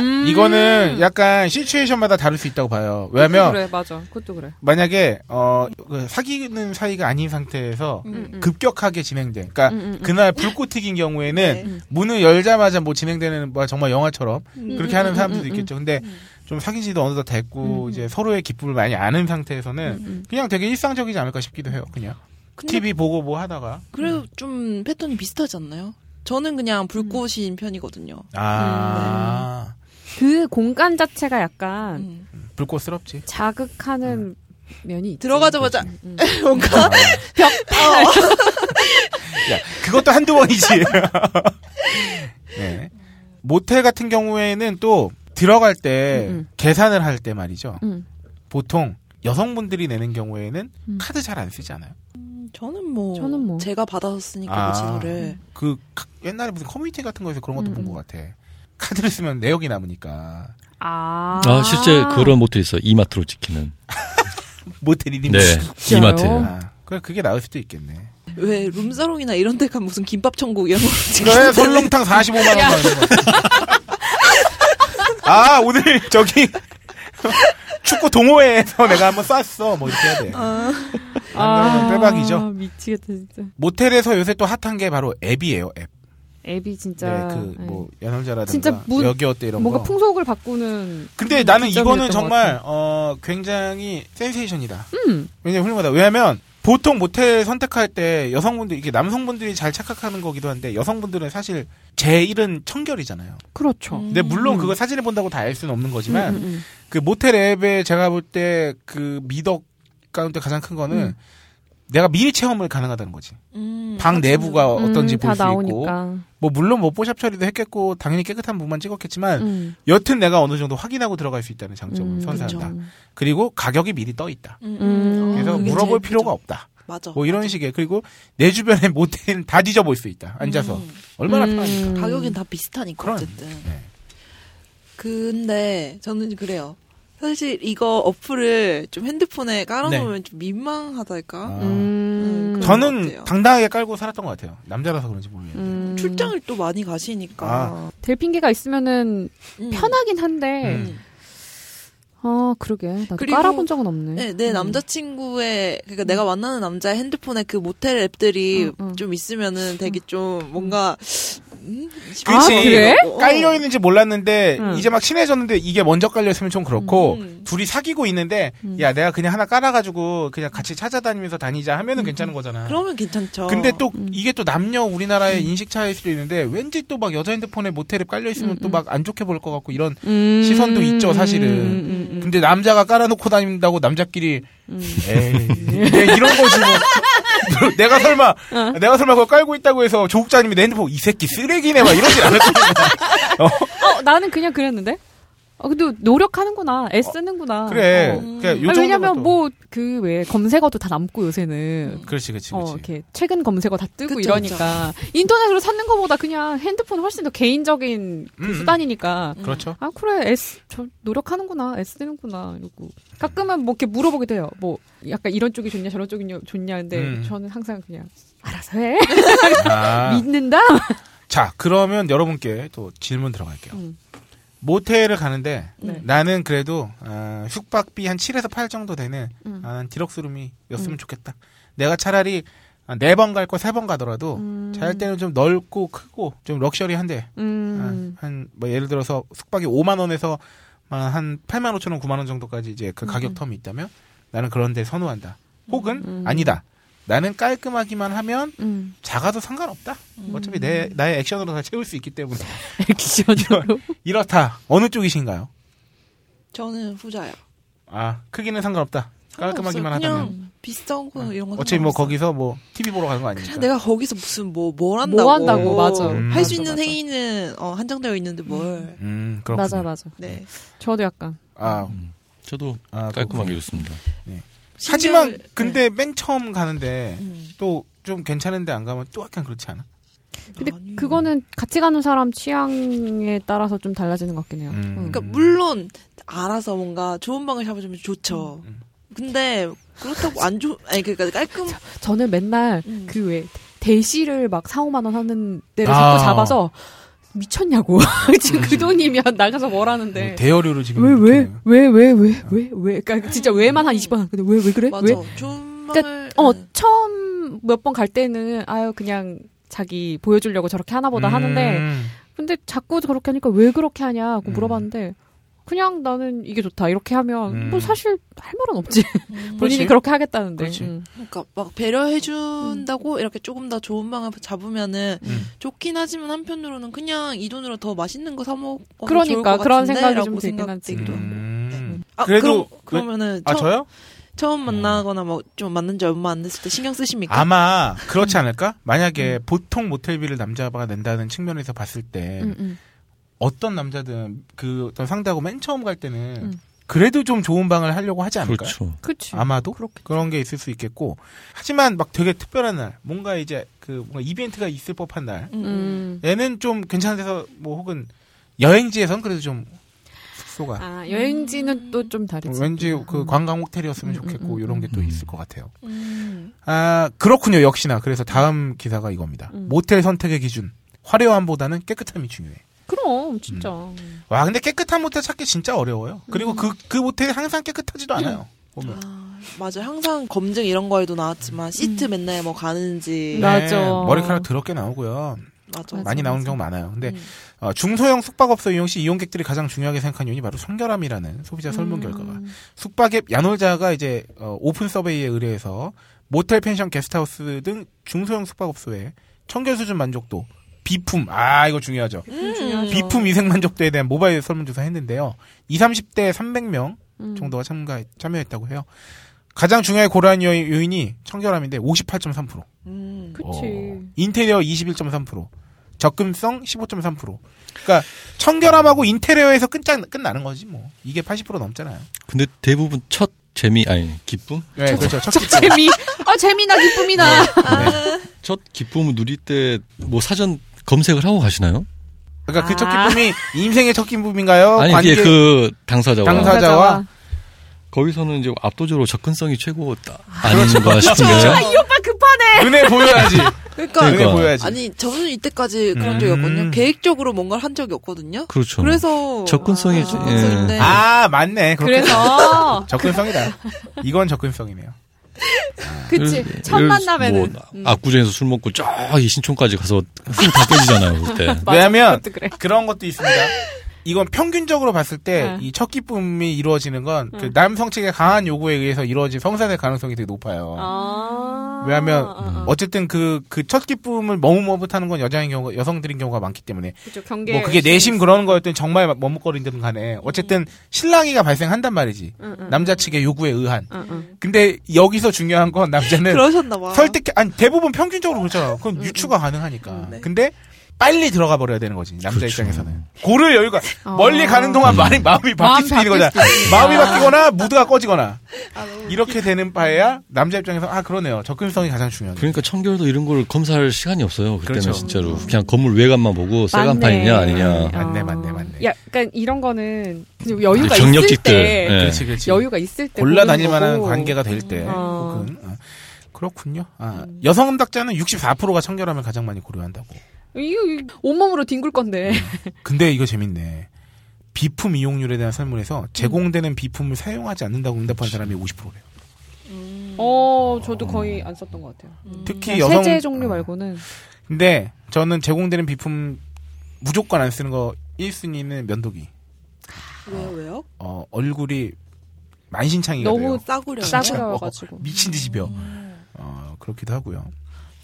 Speaker 6: 음.
Speaker 5: 이거는 약간 시츄에이션마다 다를 수 있다고 봐요. 왜냐면
Speaker 6: 그래 맞아. 그것도 그래.
Speaker 5: 만약에 어, 그 사귀는 사이가 아닌 상태에서
Speaker 6: 음, 음.
Speaker 5: 급격하게 진행된. 그러니까
Speaker 6: 음, 음, 음.
Speaker 5: 그날 불꽃 튀긴
Speaker 4: 네.
Speaker 5: 경우에는
Speaker 4: 음.
Speaker 5: 문을 열자마자 뭐 진행되는 뭐 정말 영화처럼 그렇게
Speaker 6: 음,
Speaker 5: 하는
Speaker 6: 음,
Speaker 5: 사람들도
Speaker 6: 음, 음.
Speaker 5: 있겠죠. 근데 좀 사귄 지도 어느덧 됐고
Speaker 6: 음.
Speaker 5: 이제 서로의 기쁨을 많이 아는 상태에서는 그냥 되게 일상적이지 않을까 싶기도 해요. 그냥
Speaker 4: 근데
Speaker 5: TV 보고 뭐 하다가
Speaker 4: 그래도 좀 패턴이 비슷하지 않나요? 저는 그냥 불꽃인 편이거든요.
Speaker 5: 아
Speaker 6: 그 공간 자체가 약간
Speaker 4: 음.
Speaker 5: 불꽃스럽지.
Speaker 6: 자극하는 면이 있지.
Speaker 4: 들어가자마자
Speaker 6: 음.
Speaker 4: 뭔가
Speaker 5: 야, 그것도 한두 번이지. 네. 모텔 같은 경우에는 또 들어갈 때
Speaker 6: 음, 음.
Speaker 5: 계산을 할 때 말이죠.
Speaker 6: 음.
Speaker 5: 보통 여성분들이 내는 경우에는
Speaker 6: 음.
Speaker 5: 카드 잘 안 쓰지 않아요?
Speaker 4: 저는 뭐
Speaker 6: 저는 뭐.
Speaker 4: 제가 받아서 쓰니까
Speaker 5: 아.
Speaker 4: 그 지도를
Speaker 5: 그 카- 옛날에 무슨 커뮤니티 같은 거에서 그런 것도
Speaker 6: 음,
Speaker 5: 본
Speaker 6: 음.
Speaker 5: 것 같아. 카드를 쓰면 내역이 남으니까
Speaker 6: 아.
Speaker 1: 아 실제 그런 모텔 있어 요 이마트로 찍히는.
Speaker 5: 모텔이
Speaker 1: 네 이마트.
Speaker 5: 아, 그래 그게 나을 수도 있겠네.
Speaker 4: 왜 룸사롱이나 이런 데 가면 무슨 김밥 뭐. 천국 이런 거
Speaker 5: 그래 설렁탕 45만 원 하는 거. 아 오늘 저기 축구 동호회에서 내가 한번 쐈어 뭐 이렇게 해야 돼. 안 그러면 빼박이죠.
Speaker 6: 아, 미치겠다 진짜.
Speaker 5: 모텔에서 요새 또 핫한 게 바로 앱이에요. 앱.
Speaker 6: 앱이 진짜.
Speaker 5: 네, 그
Speaker 6: 네.
Speaker 5: 뭐 연월자라든가
Speaker 6: 진짜 문-
Speaker 5: 여기 어때 이런
Speaker 6: 뭔가
Speaker 5: 거.
Speaker 6: 풍속을 바꾸는.
Speaker 5: 근데 나는
Speaker 6: 기점이었던
Speaker 5: 이거는
Speaker 6: 것
Speaker 5: 정말
Speaker 6: 같아요.
Speaker 5: 어 굉장히 센세이션이다.
Speaker 6: 음.
Speaker 5: 왜냐면 훌륭하다. 왜냐면 보통 모텔 선택할 때 여성분들 이게 남성분들이 잘 착각하는 거기도 한데 여성분들은 사실 제일은 청결이잖아요.
Speaker 6: 그렇죠.
Speaker 5: 근데 물론
Speaker 6: 음.
Speaker 5: 그거 사진을 본다고 다 알 수는 없는 거지만
Speaker 6: 음, 음,
Speaker 5: 그 모텔 앱에 제가 볼 때 그 미덕 가운데 가장 큰 거는
Speaker 6: 음.
Speaker 5: 내가 미리 체험을 가능하다는 거지.
Speaker 4: 음.
Speaker 5: 방 내부가
Speaker 6: 음.
Speaker 5: 어떤지
Speaker 6: 음,
Speaker 5: 볼 수
Speaker 6: 다
Speaker 5: 있고.
Speaker 6: 나오니까.
Speaker 5: 뭐 물론 뭐 뽀샵 처리도 했겠고 당연히 깨끗한 부분만 찍었겠지만
Speaker 6: 음.
Speaker 5: 여튼 내가 어느 정도 확인하고 들어갈 수 있다는 장점을
Speaker 6: 음,
Speaker 5: 선사한다.
Speaker 6: 그쵸.
Speaker 5: 그리고 가격이 미리 떠 있다.
Speaker 6: 음.
Speaker 5: 그래서
Speaker 6: 그게
Speaker 5: 물어볼 필요가 없다.
Speaker 4: 맞아.
Speaker 5: 뭐 이런 식의 그리고 내 주변에 모텔 다 뒤져볼 수 있다. 앉아서
Speaker 4: 음.
Speaker 5: 얼마나
Speaker 6: 음.
Speaker 5: 편하니까.
Speaker 4: 가격은 다 비슷하니까
Speaker 5: 그럼.
Speaker 4: 어쨌든.
Speaker 5: 네.
Speaker 4: 근데 저는 그래요. 사실 이거 어플을 좀 핸드폰에 깔아놓으면 좀 민망하달까?
Speaker 5: 네. 아.
Speaker 6: 음.
Speaker 4: 음, 그런 것
Speaker 5: 저는
Speaker 4: 같아요.
Speaker 5: 당당하게 깔고 살았던 것 같아요. 남자라서 그런지 모르겠는데.
Speaker 6: 음.
Speaker 4: 출장을 또 많이 가시니까
Speaker 5: 아.
Speaker 6: 될 핑계가 있으면은
Speaker 4: 음.
Speaker 6: 편하긴 한데.
Speaker 5: 음.
Speaker 6: 아 그러게. 나도
Speaker 4: 그리고-
Speaker 6: 깔아본 적은 없네.
Speaker 4: 네, 내
Speaker 6: 음.
Speaker 4: 남자친구의 그러니까 내가 만나는 남자의 핸드폰에 그 모텔 앱들이
Speaker 6: 음, 음.
Speaker 4: 좀 있으면은 되게 좀 뭔가 음?
Speaker 5: 그치.
Speaker 6: 아, 그래?
Speaker 4: 어.
Speaker 5: 깔려 있는지 몰랐는데
Speaker 6: 음.
Speaker 5: 이제 막 친해졌는데 이게 먼저 깔려 있으면 좀 그렇고
Speaker 4: 음.
Speaker 5: 둘이 사귀고 있는데
Speaker 6: 음.
Speaker 5: 야 내가 그냥 하나 깔아가지고 그냥 같이 찾아다니면서 다니자 하면은 괜찮은 거잖아.
Speaker 4: 음. 그러면 괜찮죠.
Speaker 5: 근데 또
Speaker 6: 음.
Speaker 5: 이게 또 남녀 우리나라의 인식 차이일 수도 있는데 왠지 또 막 여자 핸드폰에 모텔에 깔려 있으면
Speaker 6: 음,
Speaker 5: 또 막 안 좋게 보일 것 같고 이런.
Speaker 6: 음.
Speaker 5: 시선도 있죠, 사실은.
Speaker 6: 음, 음,
Speaker 5: 근데 남자가 깔아놓고 다닌다고 남자끼리
Speaker 6: 음.
Speaker 5: 에이 네, 이런 거지 뭐. 내가 설마
Speaker 6: 어.
Speaker 5: 내가 설마 그거 깔고 있다고 해서 조국장님이 내 핸드폰 이 새끼 쓰레기네 막 이러진 않을 거야.
Speaker 6: 어 나는 그냥 그랬는데. 아, 근데 노력하는구나. 애쓰는구나.
Speaker 5: 어, 그래.
Speaker 6: 어.
Speaker 5: 그러니까 요
Speaker 6: 아니,
Speaker 5: 정도
Speaker 6: 왜냐면 뭐 그 왜 검색어도 다 남고 요새는
Speaker 5: 그렇지, 음. 그렇지,
Speaker 6: 어,
Speaker 5: 그렇지.
Speaker 6: 이렇게 최근 검색어 다 뜨고
Speaker 4: 그쵸,
Speaker 6: 이러니까 인터넷으로 찾는 것보다 그냥 핸드폰 훨씬 더 개인적인 그
Speaker 5: 음, 음.
Speaker 6: 수단이니까
Speaker 5: 그렇죠.
Speaker 6: 아 그래 애쓰 저 노력하는구나 애쓰는구나 이러고 가끔은 뭐 이렇게 물어보게 돼요 뭐 약간 이런 쪽이 좋냐 저런 쪽이 좋냐 근데
Speaker 5: 음.
Speaker 6: 저는 항상 그냥 알아서 해
Speaker 5: 아.
Speaker 6: 믿는다
Speaker 5: 자, 그러면 여러분께 또 질문 들어갈게요.
Speaker 6: 음.
Speaker 5: 모텔을 가는데
Speaker 6: 네.
Speaker 5: 나는 그래도 아, 숙박비 한 7에서 8 정도 되는
Speaker 6: 음.
Speaker 5: 아, 난 디럭스룸이었으면 좋겠다. 내가 차라리 네 번 갈 거 세 번 가더라도 잘 때는 좀 넓고 크고 좀 럭셔리한데 아,
Speaker 6: 음.
Speaker 5: 한 뭐 예를 들어서 숙박이 5만 원에서 막한 8만 5천 원, 9만 원 정도까지 이제 그 가격
Speaker 6: 음.
Speaker 5: 텀이 있다면 나는 그런 데 선호한다. 혹은 아니다. 나는 깔끔하기만 하면
Speaker 6: 음.
Speaker 5: 작아도 상관없다.
Speaker 4: 음.
Speaker 5: 어차피 내 나의 액션으로 다 채울 수 있기 때문에
Speaker 6: 액션으로
Speaker 5: 이렇다. 어느 쪽이신가요?
Speaker 4: 저는 후자예요.
Speaker 5: 아 크기는 상관없다. 깔끔하기만
Speaker 4: 상관없어요.
Speaker 5: 하다면
Speaker 4: 그냥 비싼 거 이런 거
Speaker 5: 어차피
Speaker 4: 상관없어요.
Speaker 5: 뭐 거기서 뭐 TV 보러 가는 거 아니니까.
Speaker 4: 그냥 내가 거기서 무슨 뭐 뭘 한다고
Speaker 6: 뭐 한다고, 맞아.
Speaker 5: 음,
Speaker 4: 할 수
Speaker 5: 맞아,
Speaker 4: 있는
Speaker 5: 맞아.
Speaker 4: 행위는 어, 한정되어 있는데 뭘
Speaker 5: 음 그렇군요.
Speaker 6: 맞아 맞아
Speaker 4: 네.
Speaker 6: 저도 약간
Speaker 5: 아,
Speaker 1: 저도
Speaker 5: 아,
Speaker 1: 깔끔하게
Speaker 5: 그렇군요.
Speaker 1: 좋습니다.
Speaker 5: 하지만
Speaker 4: 신경을- 네.
Speaker 5: 근데 맨 처음 가는데
Speaker 4: 음.
Speaker 5: 또 좀 괜찮은데 안 가면 또 약간 그렇지 않아?
Speaker 6: 근데
Speaker 4: 네. 아니요.
Speaker 6: 그거는 같이 가는 사람 취향에 따라서 좀 달라지는 것 같긴 해요
Speaker 5: 음.
Speaker 6: 음.
Speaker 4: 그러니까 물론 알아서 뭔가 좋은 방을 잡아주면 좋죠.
Speaker 5: 음,
Speaker 4: 근데 그렇다고 안 좋, 아니 그러니까 깔끔.
Speaker 6: 저는 맨날
Speaker 4: 음.
Speaker 6: 그 왜 대시를 막 4, 5만 원 하는 데를
Speaker 5: 아. 음.
Speaker 6: 자꾸 잡아서 미쳤냐고. 지금 그 돈이면 나가서 뭘
Speaker 4: 네.
Speaker 6: 하는데.
Speaker 5: 어, 뭐 대여료를 지금
Speaker 6: 왜 왜
Speaker 5: 이렇게
Speaker 6: 왜 왜 왜 왜 왜 왜 그러니까 진짜 왜만 한 20만 원. 근데 왜 왜 그래?
Speaker 4: 맞아.
Speaker 6: 왜?
Speaker 4: 좋은
Speaker 6: 그러니까,
Speaker 4: 방을.
Speaker 6: 어,
Speaker 4: 음.
Speaker 6: 처음 몇 번 갈 때는 아유 그냥 자기 보여주려고 저렇게 하나 보다 하는데
Speaker 5: 음.
Speaker 6: 근데 자꾸 저렇게 하니까 왜 그렇게 하냐고
Speaker 5: 음.
Speaker 6: 물어봤는데 그냥 나는 이게 좋다 이렇게 하면
Speaker 5: 음.
Speaker 6: 뭐 사실 할 말은 없지
Speaker 4: 음.
Speaker 5: 그렇지.
Speaker 6: 본인이 그렇게 하겠다는데
Speaker 5: 그렇지.
Speaker 6: 음.
Speaker 4: 그러니까 막 배려해 준다고 이렇게 조금 더 좋은 방을 잡으면은
Speaker 5: 음.
Speaker 4: 좋긴 하지만 한편으로는 그냥 이 돈으로 더 맛있는 거 사 먹고 좋을
Speaker 6: 그러니까
Speaker 4: 것
Speaker 6: 그런
Speaker 4: 같은데?
Speaker 6: 생각이 좀
Speaker 4: 라고
Speaker 6: 들긴
Speaker 4: 생각
Speaker 6: 하지.
Speaker 4: 들기도 하고.
Speaker 5: 음.
Speaker 4: 아,
Speaker 5: 그래도
Speaker 4: 그럼, 그러면은
Speaker 5: 아
Speaker 4: 처,
Speaker 5: 저요?
Speaker 4: 처음 만나거나 뭐 좀 만난 지 얼마 안 됐을 때 신경 쓰십니까? 음.
Speaker 5: 아마 그렇지 않을까? 만약에 보통 모텔비를 남자가 낸다는 측면에서 봤을 때
Speaker 6: 음, 음.
Speaker 5: 어떤 남자든 그 어떤 상대하고 맨 처음 갈 때는
Speaker 6: 음.
Speaker 5: 그래도 좀 좋은 방을 하려고 하지 않을까? 요
Speaker 1: 그렇죠.
Speaker 6: 그치.
Speaker 5: 아마도 그런게 있을 수 있겠고 하지만 막 되게 특별한 날 뭔가 이제 그 뭔가 이벤트가 있을 법한 날
Speaker 4: 음, 음.
Speaker 6: 음.
Speaker 5: 얘는 좀 괜찮은 데서 뭐 혹은 여행지에선 그래도 좀 숙소가
Speaker 6: 아, 여행지는 또 좀 다르지.
Speaker 5: 왠지 그 관광 호텔이었으면
Speaker 6: 음, 음,
Speaker 5: 좋겠고
Speaker 6: 음,
Speaker 5: 이런 게 또
Speaker 1: 음.
Speaker 5: 있을 것 같아요.
Speaker 4: 음.
Speaker 5: 아 그렇군요 역시나 그래서 다음 기사가 이겁니다.
Speaker 6: 음.
Speaker 5: 모텔 선택의 기준 화려함보다는 깨끗함이 중요해.
Speaker 6: 그럼 진짜.
Speaker 5: 와 근데 깨끗한 모텔 찾기 진짜 어려워요. 그리고
Speaker 6: 음.
Speaker 5: 그 그 모텔이 항상 깨끗하지도 않아요. 보면.
Speaker 4: 아, 맞아. 항상 검증 이런 거에도 나왔지만 시트 맨날 뭐 가는지.
Speaker 6: 나- 맞아.
Speaker 5: 네, 머리카락 더럽게 나오고요.
Speaker 4: 맞아.
Speaker 6: 맞아.
Speaker 5: 많이 나오는 경우 많아요. 근데
Speaker 4: 음.
Speaker 5: 어, 중소형 숙박업소 이용 시 이용객들이 가장 중요하게 생각한 이유는 바로 청결함이라는 소비자
Speaker 6: 음.
Speaker 5: 설문 결과가 숙박앱 야놀자가 이제 어, 오픈 서베이에 의뢰해서 모텔, 펜션, 게스트하우스 등 중소형 숙박업소의 청결 수준 만족도 비품 아 이거 중요하죠
Speaker 6: 그렇죠.
Speaker 4: 중요하죠.
Speaker 5: 비품 위생 만족도에 대한 모바일 설문조사 했는데요 20, 30대 300명
Speaker 6: 음.
Speaker 5: 정도가 참가 참여했다고 해요 가장 중요하게 고려한 요- 요인이 청결함인데 58.3%
Speaker 4: 음.
Speaker 5: 어.
Speaker 6: 그치.
Speaker 5: 인테리어 21.3%, 접근성 15.3%. 그러니까 청결함하고 인테리어에서 끝장 끝나는 거지 뭐. 이게 80% 넘잖아요.
Speaker 1: 근데 대부분 첫 재미 아니 기쁨?
Speaker 5: 네, 그렇죠.
Speaker 6: 저 재미. 아, 재미나 기쁨이나.
Speaker 5: 네.
Speaker 1: 첫 기쁨을 누릴 때 뭐 사전 검색을 하고 가시나요?
Speaker 5: 그러니까 그 첫
Speaker 6: 아.
Speaker 5: 기쁨이 인생의 첫 기쁨인가요?
Speaker 1: 아니
Speaker 5: 어, 관계-
Speaker 1: 이게 그 당사자와
Speaker 5: 당사- 당사자와
Speaker 1: 거기서는 이제 압도적으로 접근성이 최고 아닌가 싶은데요.
Speaker 4: 아,
Speaker 6: 그렇죠.
Speaker 4: 이런-
Speaker 5: 눈에 보여야지.
Speaker 4: 그러니까,
Speaker 5: 눈에
Speaker 1: 그러니까.
Speaker 5: 보여야지.
Speaker 4: 아니 저는 이때까지 그런
Speaker 5: 네, 음.
Speaker 4: 적이 없거든요. 계획적으로 뭔가를 한 적이 없거든요.
Speaker 1: 그렇죠.
Speaker 4: 그래서
Speaker 1: 접근성이
Speaker 4: 아,
Speaker 1: 좀-
Speaker 4: 접근성인데
Speaker 1: 예.
Speaker 5: 아, 맞네. 그렇게
Speaker 6: 그래서.
Speaker 5: 접근성이다. 이건 접근성이네요.
Speaker 6: 그치.
Speaker 1: 예를-
Speaker 6: 첫
Speaker 1: 예를-
Speaker 6: 만남에는.
Speaker 1: 뭐
Speaker 6: 음.
Speaker 1: 압구정에서 술 먹고 저기 신촌까지 가서 다 깨지잖아요 그때.
Speaker 6: 맞아,
Speaker 5: 왜냐면
Speaker 6: 그것도 그래.
Speaker 5: 그런 것도 있습니다. 이건 평균적으로 봤을 때
Speaker 6: 응.
Speaker 5: 이 첫 기쁨이 이루어지는 건 그 남성 측의 강한 요구에 의해서 이루어진 성사될 가능성이 되게 높아요.
Speaker 6: 아.
Speaker 5: 왜냐면
Speaker 6: 아, 아.
Speaker 5: 어쨌든 그 그 첫 기쁨을 머뭇머뭇하는 건 여자인 경우 여성들인 경우가 많기 때문에
Speaker 6: 그쵸, 경계.
Speaker 5: 뭐 그게 내심 그런 거였든 정말 머뭇거리든 간에 어쨌든 실랑이가 발생한단 말이지 남자 측의 요구에 의한
Speaker 6: 응, 응.
Speaker 5: 근데 여기서 중요한 건 남자는
Speaker 4: 그러셨나 봐.
Speaker 6: 음,
Speaker 5: 설득 아니 대부분 평균적으로 그렇잖아 그건 유추가 가능하니까
Speaker 4: 네.
Speaker 5: 근데 빨리 들어가 버려야 되는 거지 남자
Speaker 1: 그렇죠.
Speaker 5: 입장에서는 고를 여유가
Speaker 6: 어.
Speaker 5: 멀리 가는 동안 말이 마음이
Speaker 6: 마음
Speaker 5: 바뀔 수 있는
Speaker 6: 바뀔
Speaker 5: 거잖아
Speaker 6: 수 아, 있어요.
Speaker 5: 마음이 바뀌거나 무드가 꺼지거나 이렇게 되는 바에야 남자 입장에서 아 그러네요 접근성이 가장 중요한 거
Speaker 1: 그러니까 청결도 이런 걸 검사할 시간이 없어요. 그때는
Speaker 5: 그렇죠.
Speaker 1: 진짜로 그냥 건물 외관만 보고 새 간판이냐 아니냐.
Speaker 5: 맞네, 맞네, 맞네.
Speaker 6: 약간 그러니까 이런 거는 그냥 여유가
Speaker 1: 이제 경력직들.
Speaker 6: 있을 때
Speaker 1: 예.
Speaker 5: 그렇지 그렇지
Speaker 6: 여유가 있을 때
Speaker 5: 골라 다닐
Speaker 6: 고르는
Speaker 5: 만한
Speaker 6: 거고.
Speaker 5: 관계가 될 때
Speaker 6: 음. 어.
Speaker 5: 혹은 아, 그렇군요 아, 여성 음닥자는 64%가 청결함을 가장 많이 고려한다고
Speaker 6: 이거 이거 온몸으로 뒹굴 건데.
Speaker 5: 근데 이거 재밌네 비품 이용률에 대한
Speaker 6: 음.
Speaker 5: 설문에서 제공되는 비품을 사용하지 않는다고 응답한 사람이 50%래요
Speaker 6: 음. 어, 저도 거의 안 썼던 것 같아요.
Speaker 5: 특히
Speaker 6: 그냥
Speaker 5: 음. 여성
Speaker 6: 세제 종류
Speaker 5: 어.
Speaker 6: 말고는.
Speaker 5: 근데 저는 제공되는 비품 무조건 안 쓰는 거 1순위는 면도기.
Speaker 4: 왜요 왜요?
Speaker 5: 어, 얼굴이 만신창이가
Speaker 6: 너무
Speaker 5: 돼요.
Speaker 4: 싸구려.
Speaker 5: 아, 진짜. 어,
Speaker 6: 싸구려가지고. 음.
Speaker 5: 미친 듯이 벼. 어, 그렇기도 하고요.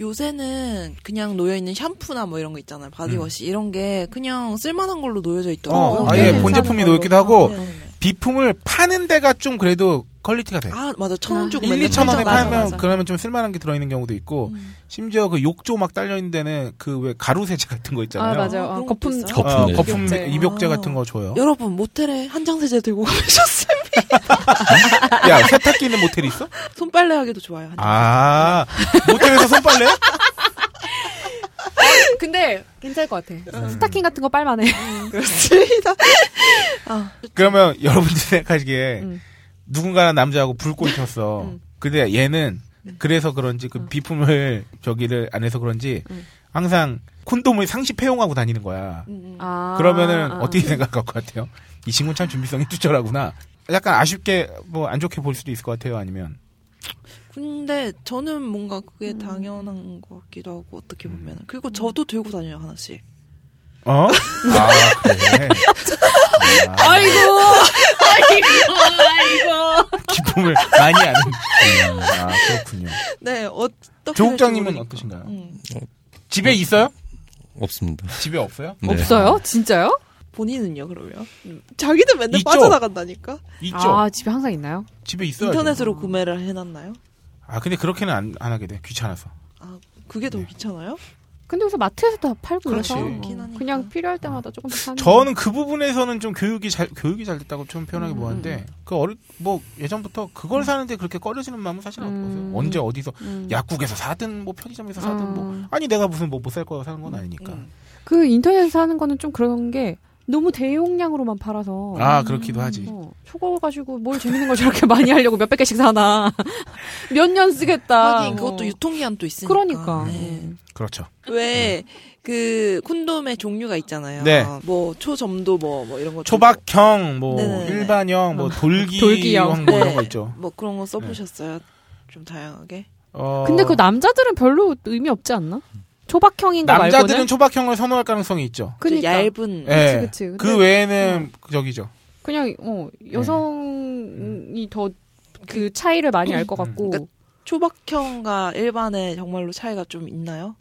Speaker 4: 요새는 그냥 놓여 있는 샴푸나 뭐 이런 거 있잖아요. 바디워시 이런 게 그냥 쓸만한 걸로 놓여져 있더라고요.
Speaker 5: 어,
Speaker 6: 아예
Speaker 4: 네.
Speaker 6: 본
Speaker 5: 제품이
Speaker 4: 괜찮은
Speaker 5: 놓여 있기도
Speaker 4: 걸로.
Speaker 5: 하고.
Speaker 4: 네, 네, 네.
Speaker 5: 비품을 파는 데가 좀 그래도 퀄리티가 돼.
Speaker 4: 아 맞아 천 원 주고
Speaker 5: 1,
Speaker 4: 맨날
Speaker 5: 2천
Speaker 4: 팔잖아.
Speaker 5: 원에 팔면
Speaker 4: 맞아, 맞아.
Speaker 5: 그러면 좀 쓸만한 게 들어있는 경우도 있고 심지어 그 욕조 막 딸려있는 데는 그 왜 가루세제 같은 거 있잖아요.
Speaker 6: 아, 맞아요. 아,
Speaker 4: 그런 것도
Speaker 6: 거품.
Speaker 4: 있어요?
Speaker 1: 거품.
Speaker 5: 어,
Speaker 1: 네.
Speaker 5: 거품
Speaker 6: 욕제.
Speaker 5: 입욕제
Speaker 4: 아.
Speaker 5: 같은 거 줘요.
Speaker 4: 여러분 모텔에 한장 세제 들고 가셨어요?
Speaker 5: 야 세탁기 있는 모텔 있어?
Speaker 4: 손빨래 하기도 좋아요. 한장.
Speaker 5: 아 모텔에서 손빨래?
Speaker 6: 근데 괜찮을 것 같아.
Speaker 5: 음.
Speaker 6: 스타킹 같은 거 빨만해.
Speaker 4: 그렇습니다.
Speaker 5: 그러면 여러분들이 생각하시기에
Speaker 6: 음.
Speaker 5: 누군가는 남자하고 불꽃이 쳤어.
Speaker 6: 음.
Speaker 5: 근데 얘는 그래서 그런지 그 비품을 저기를 안 해서 그런지
Speaker 6: 음.
Speaker 5: 항상 콘돔을 상시 폐용하고 다니는 거야.
Speaker 4: 음, 음.
Speaker 6: 아,
Speaker 5: 그러면은
Speaker 6: 아.
Speaker 5: 어떻게 생각할 것 같아요? 이 친구 참 준비성이 투철하구나. 약간 아쉽게 뭐 안 좋게 볼 수도 있을 것 같아요. 아니면
Speaker 4: 근데 저는 뭔가
Speaker 6: 음.
Speaker 4: 그게 당연한 것 같기도 하고 어떻게
Speaker 5: 음.
Speaker 4: 보면 그리고 저도 들고 다녀요 하나씩.
Speaker 5: 어? 아 그래. 아,
Speaker 6: 아이고! 아이고! 아이고!
Speaker 5: 기쁨을 많이 아는. 음, 아 그렇군요.
Speaker 4: 네 어떻게
Speaker 5: 조국장님은
Speaker 4: 될지
Speaker 5: 어떠신가요?
Speaker 4: 모르니까. 음.
Speaker 5: 집에 있어요?
Speaker 1: 없습니다.
Speaker 5: 네. 집에 없어요?
Speaker 1: 네.
Speaker 6: 없어요? 진짜요?
Speaker 4: 본인은요 그러면? 음, 자기는 맨날
Speaker 5: 있죠.
Speaker 4: 빠져나간다니까.
Speaker 5: 있죠.
Speaker 6: 아, 집에 항상 있나요?
Speaker 5: 집에 있어요.
Speaker 6: 아.
Speaker 4: 인터넷으로 구매를 해놨나요?
Speaker 5: 아 근데 그렇게는 안, 안 하게 돼 귀찮아서
Speaker 4: 아 그게
Speaker 5: 네.
Speaker 4: 더 귀찮아요?
Speaker 6: 근데 요새 마트에서 다 팔고
Speaker 5: 그렇지.
Speaker 6: 그래서
Speaker 4: 그렇긴 하니까.
Speaker 6: 그냥 필요할 때마다 조금씩 사는
Speaker 5: 저는 그 부분에서는 좀 교육이 잘 교육이 잘 됐다고 좀 표현하기
Speaker 6: 음.
Speaker 5: 뭐한데 그 어릴 뭐 예전부터 그걸 사는데 그렇게 꺼려지는 마음은 사실
Speaker 6: 음.
Speaker 5: 없어요 언제 어디서
Speaker 6: 음.
Speaker 5: 그 약국에서 사든 뭐 편의점에서 사든 뭐
Speaker 6: 음.
Speaker 5: 아니 내가 무슨 뭐 못 살 거야 사는 건 아니니까
Speaker 4: 음.
Speaker 6: 그 인터넷에서 하는 거는 좀 그런 게 너무 대용량으로만 팔아서
Speaker 5: 아 그렇기도 하지
Speaker 6: 어, 저거 가지고 뭘 재밌는 걸 저렇게 많이 하려고 몇백 개씩 사나 몇 년 쓰겠다
Speaker 4: 하긴
Speaker 6: 뭐.
Speaker 4: 그것도 유통기한 또 있으니까.
Speaker 6: 그러니까
Speaker 4: 네.
Speaker 6: 음.
Speaker 5: 그렇죠
Speaker 4: 왜 그 콘돔의 종류가 있잖아요.
Speaker 5: 네.
Speaker 4: 뭐 초점도 뭐 뭐 이런 거
Speaker 5: 초박형 뭐
Speaker 4: 네네네.
Speaker 5: 일반형 뭐 돌기
Speaker 6: 어. 돌기형.
Speaker 5: 뭐 이런
Speaker 4: 네.
Speaker 5: 거 있죠
Speaker 4: 뭐 그런 거 써보셨어요? 좀 다양하게.
Speaker 5: 어,
Speaker 6: 근데 그 남자들은 별로 의미 없지 않나? 초박형인가
Speaker 5: 남자들은
Speaker 6: 말고는 그러니까.
Speaker 5: 초박형을 선호할 가능성이 있죠
Speaker 4: 좀
Speaker 6: 그니까
Speaker 4: 얇은
Speaker 5: 예.
Speaker 6: 그치, 네. 그치.
Speaker 5: 그 외에는 저기죠
Speaker 6: 그냥 어, 여성이 더 그 차이를 많이 알 것 같고
Speaker 4: 그러니까 초박형과 일반의 정말로 차이가 좀 있나요?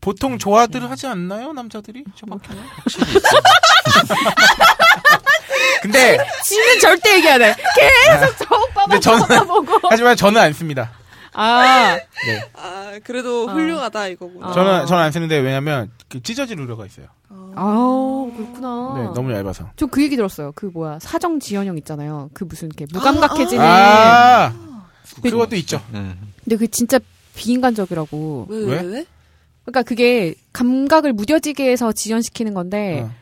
Speaker 5: 보통 좋아들 하지 않나요 남자들이 초박형을 근데
Speaker 6: 지는 절대 얘기 안 해. 계속 저 오빠만
Speaker 5: 근데 저는-
Speaker 6: 저 오빠보고
Speaker 5: 하지만 저는 안 씁니다.
Speaker 6: 아
Speaker 4: 아 그래도
Speaker 6: 아.
Speaker 4: 훌륭하다 이거구나.
Speaker 6: 아.
Speaker 5: 저는 저는 안 쓰는데 왜냐면 그 찢어질 우려가 있어요.
Speaker 6: 아우 그렇구나.
Speaker 5: 네, 너무 얇아서.
Speaker 6: 저 그 얘기 들었어요. 그 뭐야 사정 지연형 있잖아요. 그 무슨 이렇게 무감각해지는.
Speaker 5: 아 그것도 있죠.
Speaker 1: 네.
Speaker 6: 근데 그 진짜 비인간적이라고.
Speaker 4: 왜,
Speaker 5: 왜?
Speaker 4: 왜? 왜?
Speaker 6: 그러니까 그게 감각을 무뎌지게 해서 지연시키는 건데
Speaker 5: 어.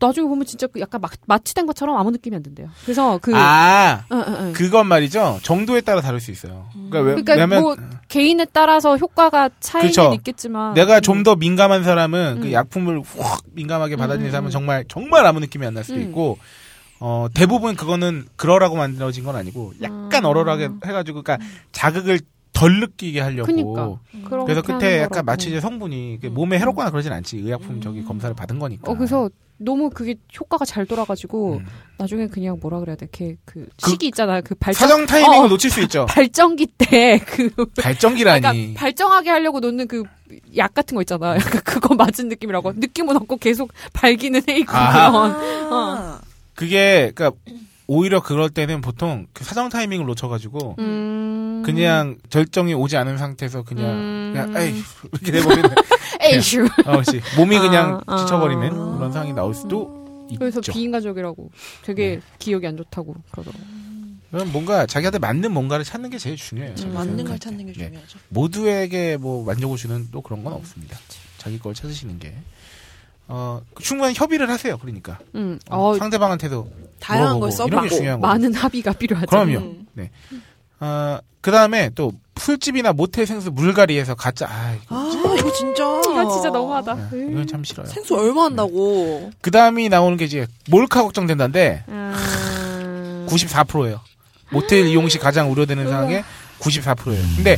Speaker 6: 나중에 보면 진짜 그 약간 막, 마취된 것처럼 아무 느낌이 안 든대요. 그래서 그
Speaker 5: 아
Speaker 6: 어, 어, 어.
Speaker 5: 그건 말이죠. 정도에 따라 다를 수 있어요. 그러니까 왜,
Speaker 6: 그러니까
Speaker 5: 냐면
Speaker 6: 뭐 개인에 따라서 효과가 차이는
Speaker 5: 그쵸.
Speaker 6: 있겠지만
Speaker 5: 내가 좀 더 민감한 사람은 그
Speaker 6: 아, 음.
Speaker 5: 약품을 확 민감하게 받아들이는
Speaker 6: 음,
Speaker 5: 사람은
Speaker 6: 음.
Speaker 5: 정말 정말 아무 느낌이 안 날 수도
Speaker 6: 음.
Speaker 5: 있고 어 대부분 그거는 그러라고 만들어진 건 아니고 약간
Speaker 6: 아.
Speaker 5: 얼얼하게 해가지고 그러니까 자극을 덜 느끼게 하려고
Speaker 6: 그니까. 그런
Speaker 5: 그래서
Speaker 6: 그러니까. 그렇게
Speaker 5: 끝에
Speaker 6: 하는
Speaker 5: 약간
Speaker 6: 거라고.
Speaker 5: 마취제 성분이 그 몸에 해롭거나 그러진 않지 의약품 저기 검사를 받은 거니까.
Speaker 6: 음. 어 그래서 너무 그게 효과가 잘 돌아가지고
Speaker 5: 음.
Speaker 6: 나중에 그냥 뭐라 그래야 돼? 걔 그
Speaker 5: 그-
Speaker 6: 시기 있잖아. 그 발전
Speaker 5: 사정 타이밍을
Speaker 6: 어, 어.
Speaker 5: 놓칠 수 있죠.
Speaker 6: 발전기 때그
Speaker 5: 발전기라니.
Speaker 6: 그러니까 발정하게 하려고 놓는 그 약 같은 거 있잖아. 약간 그거 맞은 느낌이라고. 느낌은 없고 계속 발기는 해 있고
Speaker 5: 아.
Speaker 6: 그런.
Speaker 4: 아,
Speaker 5: 그게 그러니까 오히려 그럴 때는 보통 그 사정 타이밍을 놓쳐가지고
Speaker 6: 음.
Speaker 5: 그냥 절정이 오지 않은 상태에서 그냥
Speaker 6: 음.
Speaker 5: 그냥 에이 이렇게 돼버리는
Speaker 6: 에이슈.
Speaker 5: 아, 그렇지. 몸이
Speaker 6: 아,
Speaker 5: 그냥
Speaker 6: 아.
Speaker 5: 지쳐버리는 그런 상황이 나올
Speaker 4: 음,
Speaker 5: 수도
Speaker 6: 그래서
Speaker 5: 있죠. 네.
Speaker 6: 비인간적이라고 되게 기억이 안 좋다고 그러더라고.
Speaker 5: 그럼 뭔가 자기한테 맞는 뭔가를 찾는 게 제일 중요해요.
Speaker 6: 음.
Speaker 5: 제가
Speaker 4: 맞는 걸
Speaker 5: 생각할
Speaker 4: 찾는 게
Speaker 5: 때. 네.
Speaker 4: 중요하죠.
Speaker 5: 모두에게 뭐 만족을 주는 또 그런 건 없습니다. 자기 걸 찾으시는 게. 어, 충분히 협의를 하세요. 그러니까.
Speaker 6: 음,
Speaker 5: 어,
Speaker 6: 어,
Speaker 5: 상대방한테도
Speaker 4: 다양한 걸
Speaker 5: 물어보고. 뭐, 이런 게
Speaker 4: 써보고.
Speaker 5: 중요한 거예요.
Speaker 6: 많은 합의가 필요하죠.
Speaker 5: 그럼요.
Speaker 4: 음.
Speaker 5: 네. 어, 그 다음에 또 술집이나 모텔 생수 물갈이에서 가짜, 아,
Speaker 4: 아 이거 진짜.
Speaker 6: 이건 진짜 너무하다. 음.
Speaker 5: 네, 이건 참 싫어요.
Speaker 4: 생수 얼마 한다고.
Speaker 5: 그 다음이 나오는 게 이제 몰카 걱정된다인데
Speaker 6: 아...
Speaker 5: 94%예요. 모텔 이용 시 가장 우려되는 상황에 94%예요. 근데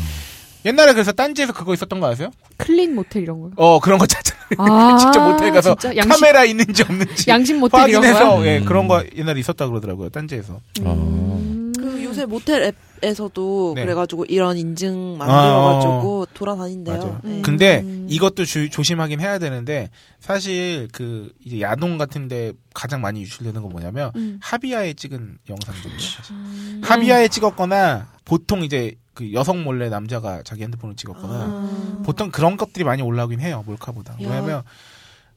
Speaker 5: 옛날에 그래서 딴지에서 그거 있었던 거 아세요?
Speaker 6: 클린 모텔 이런 거.
Speaker 5: 어 그런 거 찾아.
Speaker 6: 아,
Speaker 5: 직접 모텔 가서
Speaker 6: 진짜? 양심,
Speaker 5: 카메라 있는지 없는지
Speaker 6: 양심 모텔 이런 거야?
Speaker 5: 확인해서 예
Speaker 1: 음.
Speaker 5: 그런 거 옛날에 있었다 그러더라고요. 딴지에서.
Speaker 1: 아,
Speaker 6: 음.
Speaker 4: 그 요새 모텔 앱에서도
Speaker 5: 네.
Speaker 4: 그래가지고 이런 인증
Speaker 5: 아,
Speaker 4: 만들어가지고 돌아다닌대요.
Speaker 5: 맞아요.
Speaker 4: 네.
Speaker 5: 근데
Speaker 6: 음.
Speaker 5: 이것도 주- 조심하긴 해야 되는데 사실 그 이제 야동 같은데 가장 많이 유출되는 건 뭐냐면
Speaker 6: 음.
Speaker 5: 하비아에 찍은 영상들이에요.
Speaker 6: 그렇죠.
Speaker 5: 사실. 하비아에 찍었거나 보통 이제 그 여성 몰래 남자가 자기 핸드폰을 찍었거나
Speaker 4: 아.
Speaker 5: 보통 그런 것들이 많이 올라오긴 해요 몰카보다.
Speaker 4: 야.
Speaker 5: 왜냐하면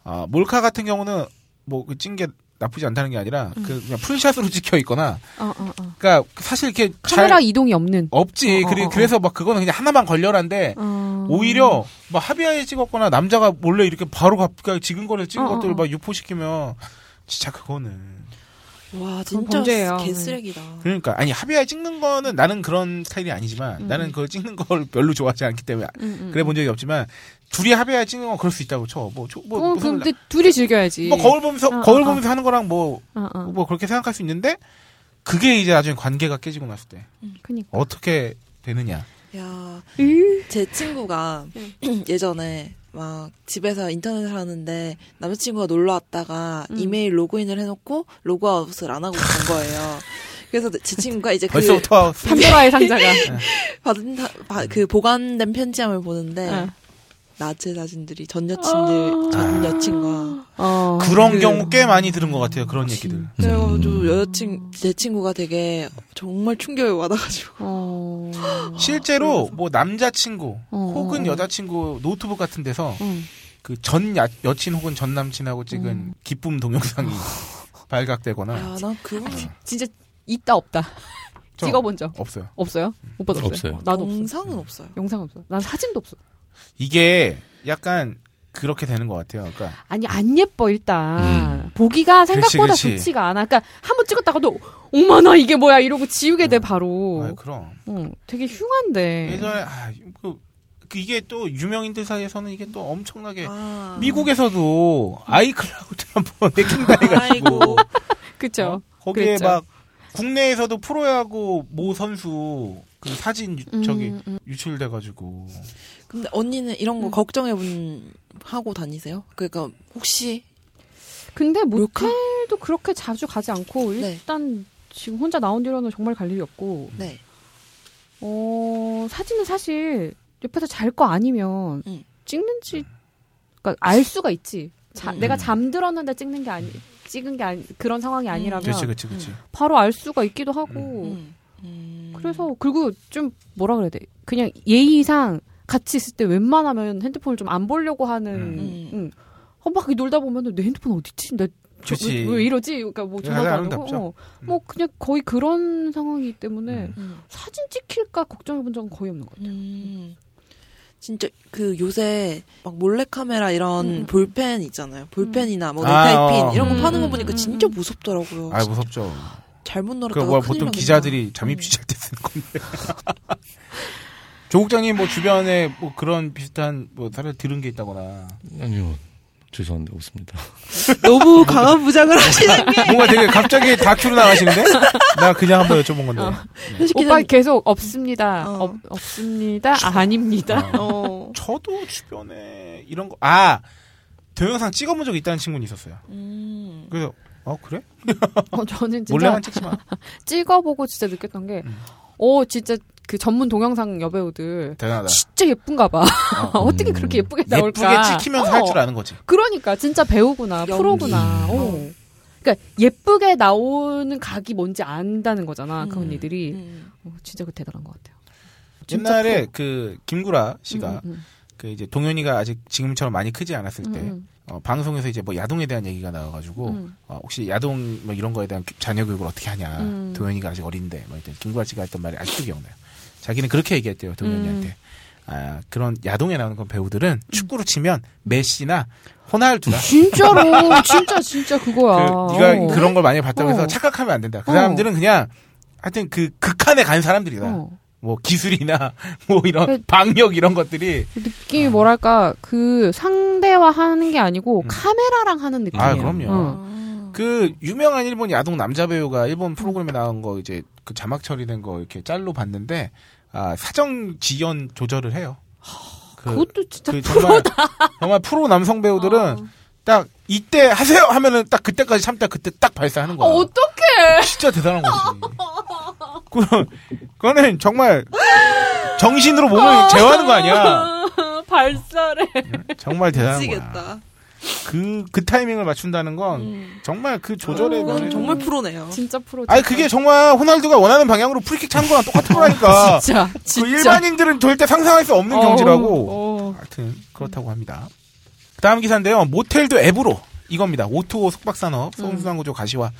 Speaker 5: 아, 몰카 같은 경우는 뭐찐게 나쁘지 않다는 게 아니라
Speaker 6: 음.
Speaker 5: 그 그냥 풀샷으로 찍혀 있거나
Speaker 6: 어, 어, 어.
Speaker 5: 그러니까 사실 이렇게 잘
Speaker 6: 카메라 이동이 없는.
Speaker 5: 없지.
Speaker 6: 어, 어,
Speaker 5: 그리,
Speaker 6: 어, 어.
Speaker 5: 그래서 막 그거는 그냥 하나만 걸려라인데
Speaker 6: 어.
Speaker 5: 오히려 막 합의하에 찍었거나 남자가 몰래 이렇게 바로 갑자기 찍은 거를 찍은
Speaker 6: 어, 어,
Speaker 5: 것들을
Speaker 6: 어.
Speaker 5: 막 유포시키면 진짜 그거는
Speaker 4: 와 진짜
Speaker 6: 범죄예요.
Speaker 4: 개쓰레기다.
Speaker 5: 그러니까 아니 합의하에 찍는 거는 나는 그런 스타일이 아니지만 나는 그걸 찍는 걸 별로 좋아하지 않기 때문에
Speaker 6: 음, 음.
Speaker 5: 그래 본 적이 없지만 둘이 합의하에 찍는 건 그럴 수 있다고 쳐. 뭐, 저- 뭐,
Speaker 6: 어,
Speaker 5: 무슨
Speaker 6: 근데 둘이 즐겨야지.
Speaker 5: 뭐 거울 보면서
Speaker 6: 어,
Speaker 5: 거울
Speaker 6: 어,
Speaker 5: 보면서 하는 거랑 뭐,
Speaker 6: 어, 어.
Speaker 5: 뭐 그렇게 생각할 수 있는데 그게 이제 나중에 관계가 깨지고 났을 때
Speaker 6: 그니까.
Speaker 5: 어떻게 되느냐.
Speaker 4: 야, 제 친구가
Speaker 6: 네.
Speaker 4: 예전에 막 집에서 인터넷을 하는데 남자친구가 놀러 왔다가
Speaker 6: 음.
Speaker 4: 이메일 로그인을 해놓고 로그아웃을 안 하고 간 거예요. 그래서 제 친구가 이제 그
Speaker 5: 벌써부터
Speaker 6: 판도라의 상자가.
Speaker 4: 받은 사- 바- 그 보관된 편지함을 보는데
Speaker 5: 네.
Speaker 6: 어.
Speaker 4: 나체 사진들이 전 여친들
Speaker 6: 아.
Speaker 4: 전 여친과
Speaker 6: 어.
Speaker 5: 그런
Speaker 6: 그-
Speaker 5: 경우 꽤 많이 들은 것 같아요. 그런 얘기들. 음.
Speaker 4: 그래가지고 여자친 제 친구가 되게 정말 충격을 받아가지고
Speaker 5: 그-
Speaker 6: 어.
Speaker 5: 실제로 뭐 남자친구
Speaker 6: 어.
Speaker 5: 혹은 여자친구 노트북 같은 데서
Speaker 6: 음.
Speaker 5: 그 전 여친 혹은 전 남친하고 찍은 기쁨 동영상이
Speaker 6: 어. 아,
Speaker 5: 발각되거나
Speaker 4: 야난 그분
Speaker 6: 진짜 있다 없다.
Speaker 5: 저-
Speaker 6: 찍어본 적
Speaker 5: 없어요.
Speaker 6: 없어요? 못 받았어요?
Speaker 1: 없어요.
Speaker 6: 나도 없어.
Speaker 4: 영상은 없어요.
Speaker 6: 영상 없어. 난 사진도 없어.
Speaker 5: 이게 약간 그렇게 되는 것 같아요. 그러니까
Speaker 6: 아니 안 예뻐 일단
Speaker 1: 음.
Speaker 6: 보기가 생각보다
Speaker 5: 그치, 그치.
Speaker 6: 좋지가 않아. 그러니까 한 번 찍었다가도 오만화 이게 뭐야 이러고 지우게 돼 바로.
Speaker 5: 아, 그럼
Speaker 6: 어, 되게 흉한데.
Speaker 5: 예전에 아, 그, 그 이게 또 유명인들 사이에서는 이게 또 엄청나게
Speaker 4: 아.
Speaker 5: 미국에서도 아이클라우드 한번 내킨다
Speaker 4: 아이고.
Speaker 5: 해가지고
Speaker 6: 그쵸.
Speaker 5: 거기에
Speaker 6: 그랬죠.
Speaker 5: 막 국내에서도 프로야구 모 선수 그 사진 유-
Speaker 6: 음,
Speaker 5: 저기
Speaker 6: 음.
Speaker 5: 유출돼가지고
Speaker 4: 근데 언니는 이런 거
Speaker 5: 음.
Speaker 4: 걱정해 본 하고 다니세요? 그러니까 혹시
Speaker 6: 근데
Speaker 4: 몰카?
Speaker 6: 모텔도 그렇게 자주 가지 않고
Speaker 4: 네.
Speaker 6: 일단 지금 혼자 나온 뒤로는 정말 갈 일이 없고.
Speaker 4: 네.
Speaker 6: 어 사진은 사실 옆에서 잘 거 아니면
Speaker 4: 음.
Speaker 6: 찍는지 그러니까 알 수가 있지. 자-
Speaker 4: 음.
Speaker 6: 내가 잠들었는데 찍는 게 아니 찍은 게 아니 그런 상황이 아니라면
Speaker 5: 그렇지 그렇지 그렇지
Speaker 6: 바로 알 수가 있기도 하고.
Speaker 4: 음. 음.
Speaker 6: 그래서 그리고 좀 뭐라 그래야 돼 그냥 예의상 같이 있을 때 웬만하면 핸드폰을 좀 안 보려고 하는
Speaker 4: 음.
Speaker 6: 음. 어, 막 내돌다 보면은 내 핸드폰 어디 있지 나 저-
Speaker 5: 그치.
Speaker 6: 왜, 왜 이러지 그러니까 뭐
Speaker 5: 그게
Speaker 6: 전화도
Speaker 5: 가장
Speaker 6: 안
Speaker 5: 아름답죠.
Speaker 6: 오고 어. 뭐 그냥 거의 그런 상황이기 때문에
Speaker 5: 음.
Speaker 4: 음.
Speaker 6: 사진 찍힐까 걱정해본 적은 거의 없는 것 같아요
Speaker 4: 음. 진짜 그 요새 막 몰래 카메라 이런
Speaker 6: 음.
Speaker 4: 볼펜 있잖아요. 볼펜이나 뭐
Speaker 5: 아,
Speaker 4: 노타이핀
Speaker 5: 어.
Speaker 4: 이런 거 파는 거
Speaker 6: 음.
Speaker 4: 보니까
Speaker 6: 음.
Speaker 4: 진짜 무섭더라고요.
Speaker 5: 아 무섭죠
Speaker 4: 잘못
Speaker 5: 그
Speaker 4: 놀았다가
Speaker 5: 뭐야
Speaker 4: 큰일
Speaker 5: 보통
Speaker 4: 나겠다.
Speaker 5: 기자들이
Speaker 6: 음.
Speaker 5: 잠입 취재할 때 쓰는 건데 조국장님 뭐 주변에 뭐 그런 비슷한 뭐 사례 들은 게 있다거나
Speaker 1: 아니요. 죄송한데 없습니다.
Speaker 4: 너무 강한 부장을 하시는 게
Speaker 5: 뭔가 되게 갑자기 다큐로 나가시는데 나 그냥 한번 여쭤본 건데
Speaker 6: 어.
Speaker 4: 사실
Speaker 6: 오빠
Speaker 4: 기자님
Speaker 6: 계속 없습니다
Speaker 4: 어.
Speaker 6: 없, 없습니다 아닙니다
Speaker 4: 어.
Speaker 5: 저도 주변에 이런 거아 동영상 찍어본 적 있다는 친구는 있었어요
Speaker 4: 음.
Speaker 5: 그래서 어 그래
Speaker 6: 어, 저는 진짜
Speaker 5: 몰래만 찍지 마
Speaker 6: 찍어보고 진짜 느꼈던 게
Speaker 5: 음.
Speaker 6: 어, 진짜 그 전문 동영상 여배우들
Speaker 5: 대단하다
Speaker 6: 진짜 예쁜가 봐.
Speaker 5: 어.
Speaker 6: 어떻게 그렇게 예쁘게
Speaker 5: 예쁘게
Speaker 6: 나올까?
Speaker 5: 찍히면서
Speaker 6: 어,
Speaker 5: 할 줄 아는 음. 거지
Speaker 6: 그러니까 진짜 배우구나,
Speaker 4: 연기.
Speaker 6: 프로구나. 어. 그러니까 예쁘게 나오는 각이 뭔지 안다는 거잖아. 그
Speaker 4: 음.
Speaker 6: 언니들이
Speaker 4: 음.
Speaker 6: 어, 진짜 그 대단한 것 같아요. 진짜
Speaker 5: 옛날에 그 김구라 씨가
Speaker 6: 음, 음,
Speaker 5: 그 이제 동현이가 아직 지금처럼 많이 크지 않았을 때
Speaker 6: 음,
Speaker 5: 어, 방송에서 이제 뭐 야동에 대한 얘기가 나와가지고
Speaker 6: 음.
Speaker 5: 어, 혹시 야동 뭐 이런 거에 대한 교- 자녀 교육을 어떻게 하냐
Speaker 6: 음.
Speaker 5: 동현이가 아직 어린데 뭐 일단 김구라 씨가 했던 말이 아직도 기억나요 자기는 그렇게 얘기했대요 동현이한테
Speaker 6: 음.
Speaker 5: 아 그런 야동에 나오는 건 배우들은 축구로 치면 메시나 호날두나
Speaker 6: 음. 진짜로 진짜 진짜
Speaker 5: 네? 그,
Speaker 6: 그거야.
Speaker 5: 네가 그런 걸 많이 봤다고 해서
Speaker 6: 아, 어.
Speaker 5: 착각하면 안 된다 그
Speaker 6: 어.
Speaker 5: 사람들은 그냥 하여튼 그 극한에 간 사람들이다
Speaker 6: 어.
Speaker 5: 뭐 기술이나 뭐 이런
Speaker 6: 그-
Speaker 5: 방역 이런 것들이
Speaker 6: 느낌이 뭐랄까 그 상대와 하는 게 아니고
Speaker 5: 음.
Speaker 6: 카메라랑
Speaker 4: 음.
Speaker 6: 하는 느낌이야.
Speaker 5: 아, 그럼요.
Speaker 6: 어.
Speaker 5: 그 유명한 일본 야동 남자 배우가 일본 프로그램에 나온 거 이제 그 자막 처리된 거 이렇게 짤로 봤는데 아 사정 지연 조절을 해요. 그,
Speaker 6: 그것도 진짜 아.
Speaker 5: 그 정말 정말 프로 남성 배우들은 딱 이때 하세요 하면은 딱 그때까지 참다 그때 딱 발사하는 거야.
Speaker 6: 어, 어떡해.
Speaker 5: 진짜 대단한 거지. 그건 그거는 정말 정신으로 몸을
Speaker 6: 아.
Speaker 5: 뭐 제어하는 거 아니야.
Speaker 6: 발사래.
Speaker 5: 정말 대단한 거야.
Speaker 4: 미치겠다.
Speaker 5: 그그 타이밍을 맞춘다는 건
Speaker 6: 음.
Speaker 5: 정말 그 조절에
Speaker 4: 그건
Speaker 5: 관해서
Speaker 4: 정말 프로네요.
Speaker 6: 어? 진짜 프로.
Speaker 5: 아니 그게 정말 호날두가 원하는 방향으로 프리킥 찬 거랑 똑같은 거라니까.
Speaker 6: 진짜
Speaker 5: 그
Speaker 6: 진짜
Speaker 5: 일반인들은 절대 상상할 수 없는 경지라고.
Speaker 6: 어, 어.
Speaker 5: 하여튼 그렇다고 합니다. 다음 기사인데요. 모텔도 앱으로 이겁니다. 오토 숙박산업
Speaker 6: 음.
Speaker 5: 서울수산구조 가시화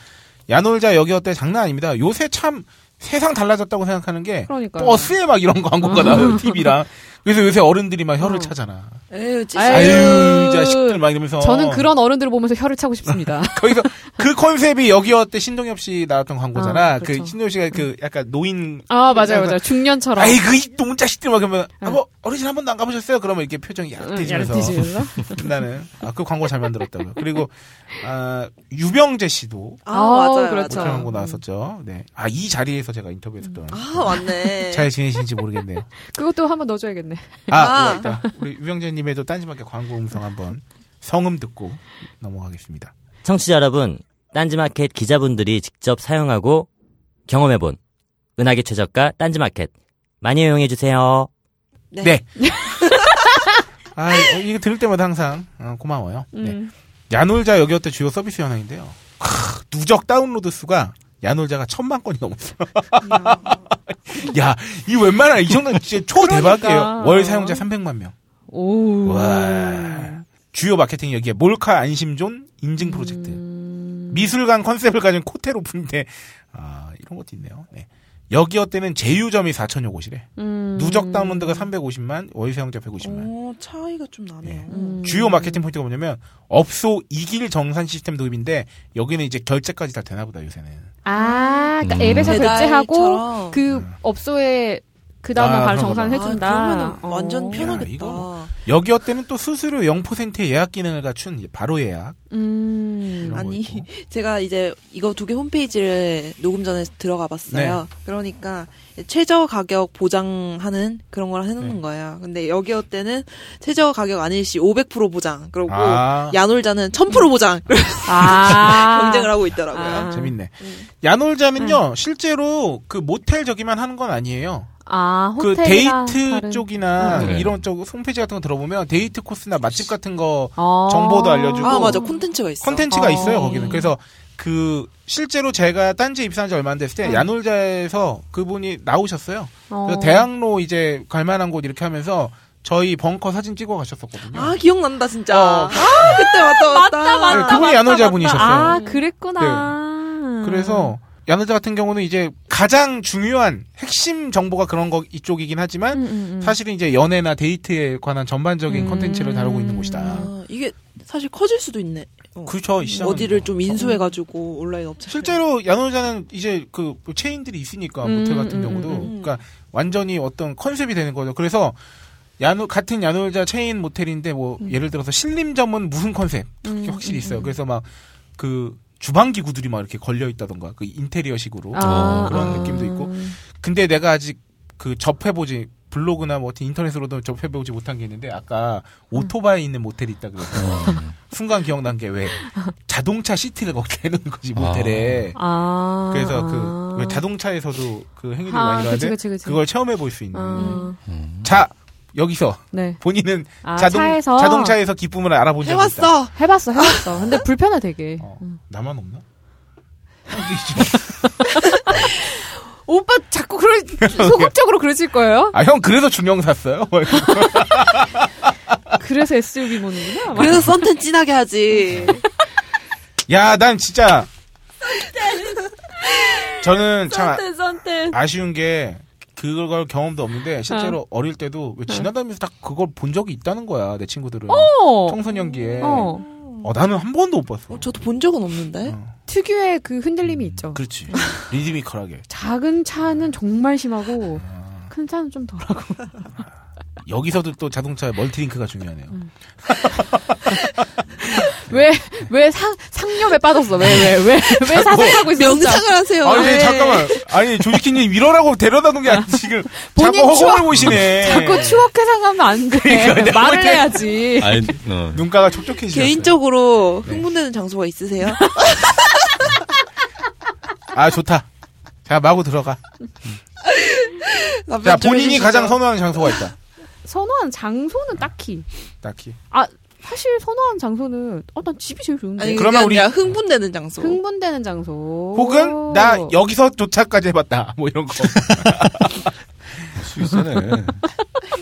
Speaker 5: 야놀자 여기 어때 장난 아닙니다. 요새 참 세상 달라졌다고 생각하는 게
Speaker 6: 그러니까요.
Speaker 5: 버스에 막 이런 광고가 나와요. TV랑. 그래서 요새 어른들이 막 혀를
Speaker 6: 어.
Speaker 5: 차잖아.
Speaker 4: 에휴,
Speaker 6: 아유.
Speaker 5: 아유 이 자식들 막 이러면서.
Speaker 6: 저는 그런 어른들을 보면서 혀를 차고 싶습니다.
Speaker 5: 거기서 그 컨셉이 여기 어때 신동엽 씨 나왔던 광고잖아.
Speaker 6: 아, 그렇죠.
Speaker 5: 그 신동엽 씨가 그 약간 노인
Speaker 6: 아 맞아요 맞아요 중년처럼.
Speaker 5: 아이 그 놈은 자식들 막 그러면
Speaker 6: 응.
Speaker 5: 아 뭐 어르신 한 번도 안 가보셨어요? 그러면 이렇게 표정이 야릇해지면서
Speaker 6: 야르티지면서
Speaker 5: 나는 아 그 광고 잘 만들었다고요. 그리고 아 유병재 씨도
Speaker 4: 아,
Speaker 6: 아우,
Speaker 4: 맞아요.
Speaker 6: 그렇죠.
Speaker 5: 모창
Speaker 4: 맞아요.
Speaker 5: 광고 나왔었죠. 네. 아 이 자리에서 제가 인터뷰했었던
Speaker 4: 아, 맞네.
Speaker 5: 잘 지내시는지 모르겠네요.
Speaker 6: 그것도 한번 넣어줘야겠네.
Speaker 5: 아,
Speaker 4: 아.
Speaker 5: 그거 있다. 우리 유병재님에도 딴지마켓 광고 음성 한번 성음 듣고 넘어가겠습니다.
Speaker 11: 청취자 여러분, 딴지마켓 기자분들이 직접 사용하고 경험해본 은하계 최저가 딴지마켓 많이 이용해주세요.
Speaker 4: 네.
Speaker 5: 네. 아 어, 이거 들을 때마다 항상 어, 고마워요. 네.
Speaker 6: 음.
Speaker 5: 야놀자 여기 어때 주요 서비스 현황인데요. 크, 누적 다운로드 수가 야놀자가 천만 건이 넘었어요. 야, 이 웬만한 이 정도 진짜 초대박이에요.
Speaker 6: 그러니까.
Speaker 5: 월 사용자 300만 명.
Speaker 6: 오.
Speaker 5: 와. 주요 마케팅 여기에 몰카 안심존 인증 프로젝트.
Speaker 4: 음.
Speaker 5: 미술관 컨셉을 가진 코테로 분대. 아, 이런 것도 있네요. 네. 여기 어때는 제휴점이 4천여 곳이래.
Speaker 6: 음.
Speaker 5: 누적 다운로드가 350만, 월 사용자 150만.
Speaker 4: 오, 어, 차이가 좀 나네요.
Speaker 6: 음.
Speaker 5: 주요 마케팅 포인트가 뭐냐면 업소 이길 정산 시스템 도입인데 여기는 이제 결제까지 다 되나 보다 요새는.
Speaker 6: 아, 그러니까
Speaker 1: 음.
Speaker 6: 앱에서 결제하고
Speaker 4: 배달처럼.
Speaker 6: 그
Speaker 5: 음.
Speaker 6: 업소에 그 다음에
Speaker 5: 아,
Speaker 6: 바로
Speaker 5: 그런가
Speaker 6: 정산을
Speaker 5: 봐.
Speaker 6: 해준다.
Speaker 4: 아, 그러면
Speaker 6: 어.
Speaker 4: 완전
Speaker 5: 야,
Speaker 4: 편하겠다.
Speaker 5: 이거 여기 어때는 또 수수료 0% 예약 기능을 갖춘 바로 예약.
Speaker 6: 음.
Speaker 5: 이런 거
Speaker 4: 아니.
Speaker 5: 있고.
Speaker 4: 제가 이제 이거 두 개 홈페이지를 녹음 전에 들어가 봤어요.
Speaker 6: 네.
Speaker 4: 그러니까 최저 가격 보장하는 그런 걸 해놓는
Speaker 5: 네.
Speaker 4: 거예요. 근데 여기 어때는 최저 가격 아닐 시 500% 보장. 그러고
Speaker 5: 아.
Speaker 4: 야놀자는 1000%
Speaker 6: 음.
Speaker 4: 보장.
Speaker 6: 아.
Speaker 4: 경쟁을 하고 있더라고요.
Speaker 6: 아. 음.
Speaker 5: 재밌네. 야놀자는요 실제로 그 모텔 저기만 하는 건 아니에요.
Speaker 6: 아,
Speaker 5: 그
Speaker 6: 호텔이나
Speaker 5: 데이트
Speaker 6: 다른- 음.
Speaker 5: 쪽이나
Speaker 1: 네.
Speaker 5: 이런 쪽 홈페이지 같은 거 들어보면 데이트 코스나 맛집 같은 거
Speaker 6: 어.
Speaker 5: 정보도 알려주고.
Speaker 4: 아, 맞아. 콘텐츠가 있어.
Speaker 5: 컨텐츠가
Speaker 6: 어.
Speaker 5: 있어요 거기는. 그래서 그 실제로 제가 딴지 입사한 지 얼마 안 됐을 때 야놀자에서 그분이 나오셨어요.
Speaker 6: 음. 어.
Speaker 5: 그래서 대학로 이제 갈만한 곳 이렇게 하면서 저희 벙커 사진 찍어 가셨었거든요.
Speaker 4: 아, 기억난다, 진짜.
Speaker 5: 어.
Speaker 4: 아, 그때 맞다, 맞다.
Speaker 5: 맞다. 그분이 야놀자 분이셨어요. 네.
Speaker 6: 아, 그랬구나.
Speaker 5: 그래서 야놀자 같은 경우는 이제 가장 중요한 핵심 정보가 그런 거 이쪽이긴 하지만
Speaker 6: 음, 음, 음.
Speaker 5: 사실은 이제 연애나 데이트에 관한 전반적인
Speaker 6: 음.
Speaker 5: 컨텐츠를 다루고 있는
Speaker 6: 그
Speaker 5: 곳이다.
Speaker 4: 아, 이게 사실 커질 수도 있네. 어.
Speaker 5: 그렇죠. 이 시장은
Speaker 4: 어디를
Speaker 5: 뭐.
Speaker 4: 좀 인수해가지고 온라인 업체.
Speaker 5: 실제로 야놀자는 이제 그 체인들이 있으니까
Speaker 6: 음,
Speaker 5: 모텔 같은
Speaker 6: 음,
Speaker 5: 경우도
Speaker 6: 음,
Speaker 4: 음.
Speaker 5: 그러니까 완전히 어떤 컨셉이 되는 거죠. 그래서 야놀 같은 야놀자 체인 모텔인데 뭐 예를 들어서 신림점은 무슨 컨셉
Speaker 6: 음,
Speaker 5: 이게 확실히
Speaker 6: 음,
Speaker 5: 있어요.
Speaker 6: 음.
Speaker 5: 그래서 막 그 주방 기구들이 막 이렇게 걸려 있다던가 그 인테리어식으로
Speaker 6: 아,
Speaker 5: 그런
Speaker 6: 아.
Speaker 5: 느낌도 있고 근데 내가 아직 그 접해보지 블로그나 뭐 어떤 인터넷으로도 접해보지 못한 게 있는데 아까 오토바이 있는 모텔이 있다 그래서 순간 기억난 게 왜 자동차 시트를 걷게 해놓은 거지
Speaker 1: 아.
Speaker 5: 모텔에
Speaker 6: 아.
Speaker 5: 그래서
Speaker 6: 아.
Speaker 5: 그, 왜 자동차에서도 그 행위를
Speaker 6: 아,
Speaker 5: 많이
Speaker 6: 그치,
Speaker 5: 하는데
Speaker 6: 그치, 그치.
Speaker 5: 그걸 체험해 볼 수 있는.
Speaker 6: 아,
Speaker 1: 음.
Speaker 5: 자, 여기서
Speaker 6: 네.
Speaker 5: 본인은
Speaker 6: 아,
Speaker 5: 자동,
Speaker 6: 차에서
Speaker 5: 자동차에서 기쁨을 알아본 적이 있다.
Speaker 4: 해왔어.
Speaker 6: 해봤어, 해봤어. 근데 불편해 되게.
Speaker 5: 어, 나만 없나?
Speaker 6: 오빠 자꾸 그런 소극적으로 그러실 거예요?
Speaker 5: 아, 형 그래서 중형 샀어요?
Speaker 6: 그래서 SUV 모는구나.
Speaker 4: 그래서 썬텐 진하게 하지.
Speaker 5: 음. 야, 난 진짜 저는 참
Speaker 6: 썬텐, 썬텐.
Speaker 5: 아쉬운 게 그걸 경험도 없는데 실제로 어. 릴 때도 왜 지나다니면서 딱 그걸 본 적이 있다는 거야 내 친구들은
Speaker 6: 어.
Speaker 5: 청소년기에
Speaker 6: 어.
Speaker 5: 어, 나는 한 번도 못 봤어.
Speaker 4: 저도 본 적은 없는데.
Speaker 5: 음.
Speaker 6: 특유의 그 흔들림이 있죠.
Speaker 5: 그렇지. 리드미컬하게.
Speaker 6: 작은 차는 정말 심하고 큰 차는 좀 덜하고.
Speaker 5: 여기서도 또 자동차의 멀티링크가 중요하네요.
Speaker 6: 왜 왜 상 상념에 빠졌어? 왜 왜 왜 왜 사색하고 있어? 진짜?
Speaker 4: 명상을 하세요. 네.
Speaker 5: 아니 네,
Speaker 4: 왜.
Speaker 5: 잠깐만. 아니 조지키님 이러라고 데려다 놓은 게 아니 지금 자꾸
Speaker 6: 본인
Speaker 5: 허공을
Speaker 6: 추억-
Speaker 5: 보시네.
Speaker 6: 자꾸 추억 회상하면 안 돼.
Speaker 5: 그러니까 내가
Speaker 6: 말을
Speaker 5: 볼 때-
Speaker 6: 해야지.
Speaker 1: 아니, 어.
Speaker 5: 눈가가 촉촉해지셨어요.
Speaker 4: 개인적으로
Speaker 5: 네.
Speaker 4: 흥분되는 장소가 있으세요?
Speaker 5: 아 좋다. 자 마구 들어가.
Speaker 4: 답변
Speaker 5: 자
Speaker 4: 좀
Speaker 5: 본인이
Speaker 4: 해주시죠.
Speaker 5: 가장 선호하는 장소가 있다.
Speaker 6: 선호한 장소는 딱히 아,
Speaker 5: 딱히.
Speaker 6: 사실 선호한 장소는 아, 어난 집이 제일 좋은데.
Speaker 4: 아니, 그러면
Speaker 5: 그러면 우리-
Speaker 4: 우리 흥분되는 장소.
Speaker 6: 흥분되는 장소.
Speaker 5: 혹은 나 여기서 조차까지 해봤다. 뭐 이런 거.
Speaker 1: 수 있어네.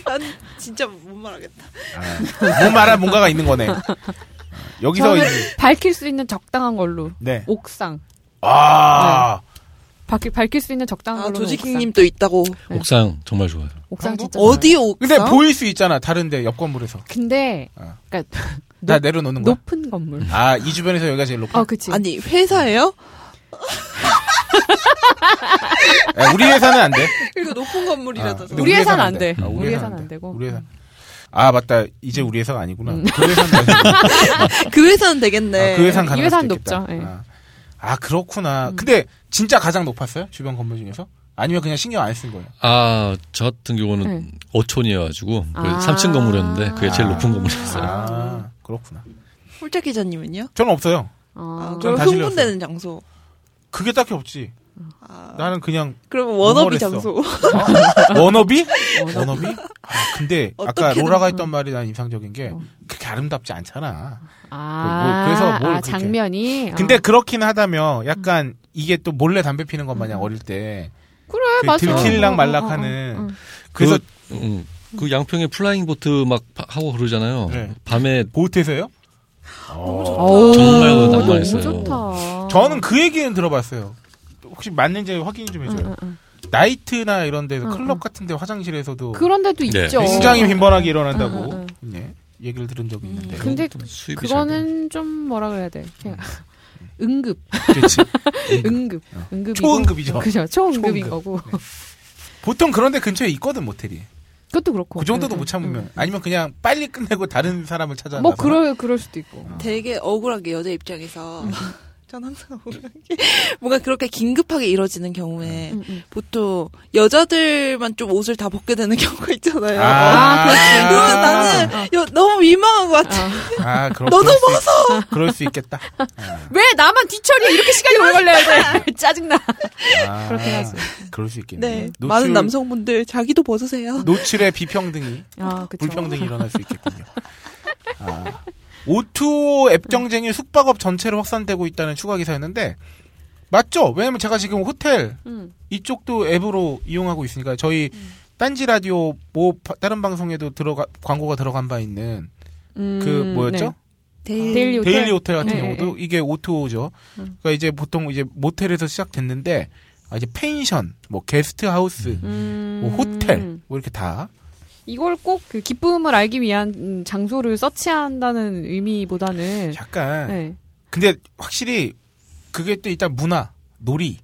Speaker 4: 난 진짜 못 말하겠다.
Speaker 5: 아, 못 말한 뭔가가 있는 거네. 여기서
Speaker 6: 저는
Speaker 5: 이제-
Speaker 6: 밝힐 수 있는 적당한 걸로
Speaker 5: 네.
Speaker 6: 옥상.
Speaker 5: 아
Speaker 6: 네. 밝히, 밝힐 수 있는 적당한
Speaker 4: 아,
Speaker 6: 걸로
Speaker 4: 조지킹님 또 있다고.
Speaker 1: 옥상 정말 좋아요.
Speaker 6: 옥상, 옥상 진짜.
Speaker 4: 어디 옥상?
Speaker 5: 근데 보일 수 있잖아. 다른데 옆 건물에서
Speaker 6: 근데
Speaker 5: 어.
Speaker 6: 그러니까
Speaker 5: 다
Speaker 6: 높-
Speaker 5: 내려놓는 거야.
Speaker 6: 높은 건물.
Speaker 5: 아 이 주변에서 여기가 제일 높아.
Speaker 6: 어, 그치.
Speaker 4: 아니 회사예요?
Speaker 5: 야, 우리 회사는 안 돼. 어,
Speaker 4: 그리고 높은 건물이라서.
Speaker 5: 근데
Speaker 6: 우리 회사는 안 돼.
Speaker 5: 아,
Speaker 6: 우리 회사는 안 되고.
Speaker 5: 우리 회사. 아 맞다. 이제 우리 회사가 아니구나.
Speaker 6: 음.
Speaker 5: 그 회사는 안 돼.
Speaker 4: 그 회사는 되겠네.
Speaker 5: 아, 그 회사는
Speaker 6: 이
Speaker 5: 가능할
Speaker 6: 회사는
Speaker 5: 수도 있겠다.
Speaker 6: 높죠, 음. 예.
Speaker 5: 아. 아, 그렇구나. 근데 진짜 가장 높았어요? 주변 건물 중에서? 아니면 그냥 신경 안 쓴 거예요?
Speaker 1: 아, 저 같은
Speaker 6: 네.
Speaker 1: 경우는 오촌이어가지고
Speaker 6: 아.
Speaker 1: 3층 건물이었는데 그게 제일
Speaker 5: 아.
Speaker 1: 높은 건물이었어요.
Speaker 5: 아 그렇구나.
Speaker 4: 홀짝 기자님은요?
Speaker 5: 저는 없어요.
Speaker 6: 아,
Speaker 4: 아, 그럼
Speaker 5: 다 질렸어요.
Speaker 4: 흥분되는 장소.
Speaker 5: 그게 딱히 없지.
Speaker 4: 아,
Speaker 5: 나는 그냥
Speaker 4: 그러면 워너비
Speaker 5: 우월했어.
Speaker 4: 장소.
Speaker 5: 워너비? 워너비? 아, 근데 아까
Speaker 4: 어떻게든-
Speaker 5: 로라가 했던 말이 난 인상적인 게
Speaker 6: 어.
Speaker 5: 그렇게 아름답지 않잖아.
Speaker 6: 아,
Speaker 5: 뭐, 그래서 뭘
Speaker 6: 아,
Speaker 5: 그렇게.
Speaker 6: 장면이.
Speaker 5: 근데
Speaker 6: 아,
Speaker 5: 그렇긴 하다며 약간 이게 또 몰래 담배 피는 것 마냥 어릴 때
Speaker 6: 그래,
Speaker 5: 그
Speaker 6: 음. 네, 맞아.
Speaker 5: 들킬랑
Speaker 6: 어,
Speaker 5: 말락하는
Speaker 6: 어, 어, 어.
Speaker 5: 그래서
Speaker 1: 그, 음, 그 양평에 플라잉 보트 막 파- 하고 그러잖아요.
Speaker 5: 네.
Speaker 1: 밤에
Speaker 5: 보트에서요?
Speaker 6: 어우,
Speaker 1: 정말
Speaker 6: 너무
Speaker 1: 낭만했어요.
Speaker 6: 좋다.
Speaker 5: 저는 그 얘기는 들어봤어요. 혹시 맞는지 확인 좀 해줘요.
Speaker 6: 응, 응.
Speaker 5: 나이트나 이런 데서
Speaker 6: 응,
Speaker 5: 클럽 같은 데 화장실에서도
Speaker 6: 음, 어. 그런 데도
Speaker 1: 네.
Speaker 6: 있죠.
Speaker 5: 굉장히 빈번하게 일어난다고
Speaker 6: 응,
Speaker 5: 예, 얘기를 들은 적이 있는데.
Speaker 6: 음, 근데
Speaker 1: 수입이 잘
Speaker 6: 그거는 좀 뭐라 그래야 돼.
Speaker 5: 음.
Speaker 6: 그냥 응급,
Speaker 5: 그렇지.
Speaker 6: 응급, 응급이고.
Speaker 5: 어. 초응급이죠.
Speaker 6: 그죠. 초응급인
Speaker 5: 초응급.
Speaker 6: 거고.
Speaker 5: 보통 그런 데 근처에 있거든 모텔이.
Speaker 6: 그것도 그렇고.
Speaker 5: 그 정도도
Speaker 6: 응,
Speaker 5: 못 참으면
Speaker 6: 응,
Speaker 5: 아니면 그냥 빨리 끝내고 다른 사람을 찾아.
Speaker 6: 응. 음. 뭐 그럴 그럴 수도 있고.
Speaker 5: 음.
Speaker 4: 되게 억울한 게 여자 입장에서. 전 항상 억울한 게 뭔가 그렇게 긴급하게 이뤄지는 경우에
Speaker 5: 음.
Speaker 6: 응, 응.
Speaker 4: 보통 여자들만 좀 옷을 다 벗게 되는 경우가 있잖아요.
Speaker 6: 아, 그렇지.
Speaker 4: 그러면 나는 여- 너무 민망한 것 같아.
Speaker 5: 아, 그렇
Speaker 4: 너도
Speaker 5: 벗어. 그럴 수 있겠다.
Speaker 6: 왜 나만 뒤처리해 이렇게 시간이 오래 걸려야 돼? 짜증나.
Speaker 5: 아,
Speaker 6: 그렇긴 하지.
Speaker 5: 그럴 수 있겠네.
Speaker 4: 네.
Speaker 5: 음. 노출-
Speaker 4: 많은 남성분들 자기도 벗으세요.
Speaker 5: 노출의 비평등이
Speaker 6: 아, 그쵸.
Speaker 5: 불평등이 일어날 수 있겠군요. 아, O2O 앱 경쟁이 숙박업 전체로 확산되고 있다는 추가 기사였는데 맞죠? 왜냐면 제가 지금 호텔
Speaker 6: 음.
Speaker 5: 이쪽도 앱으로 이용하고 있으니까 저희 딴지 라디오 뭐 바- 다른 방송에도 들어가 광고가 들어간 바 있는 그
Speaker 6: 음,
Speaker 5: 뭐였죠?
Speaker 6: 네.
Speaker 4: 아.
Speaker 6: 데일리 호텔.
Speaker 5: 데일리 호텔 같은
Speaker 6: 네, 음.
Speaker 5: 경우도 이게 O2O죠. 그러니까 이제 보통 이제 모텔에서 시작됐는데 아, 이제 펜션, 뭐 게스트 하우스,
Speaker 6: 음.
Speaker 5: 뭐 호텔 뭐 이렇게 다
Speaker 6: 이걸 꼭 그 기쁨을 알기 위한 음, 장소를 서치한다는 의미보다는
Speaker 5: 약간
Speaker 6: 네.
Speaker 5: 근데 확실히 그게 또 일단 문화, 놀이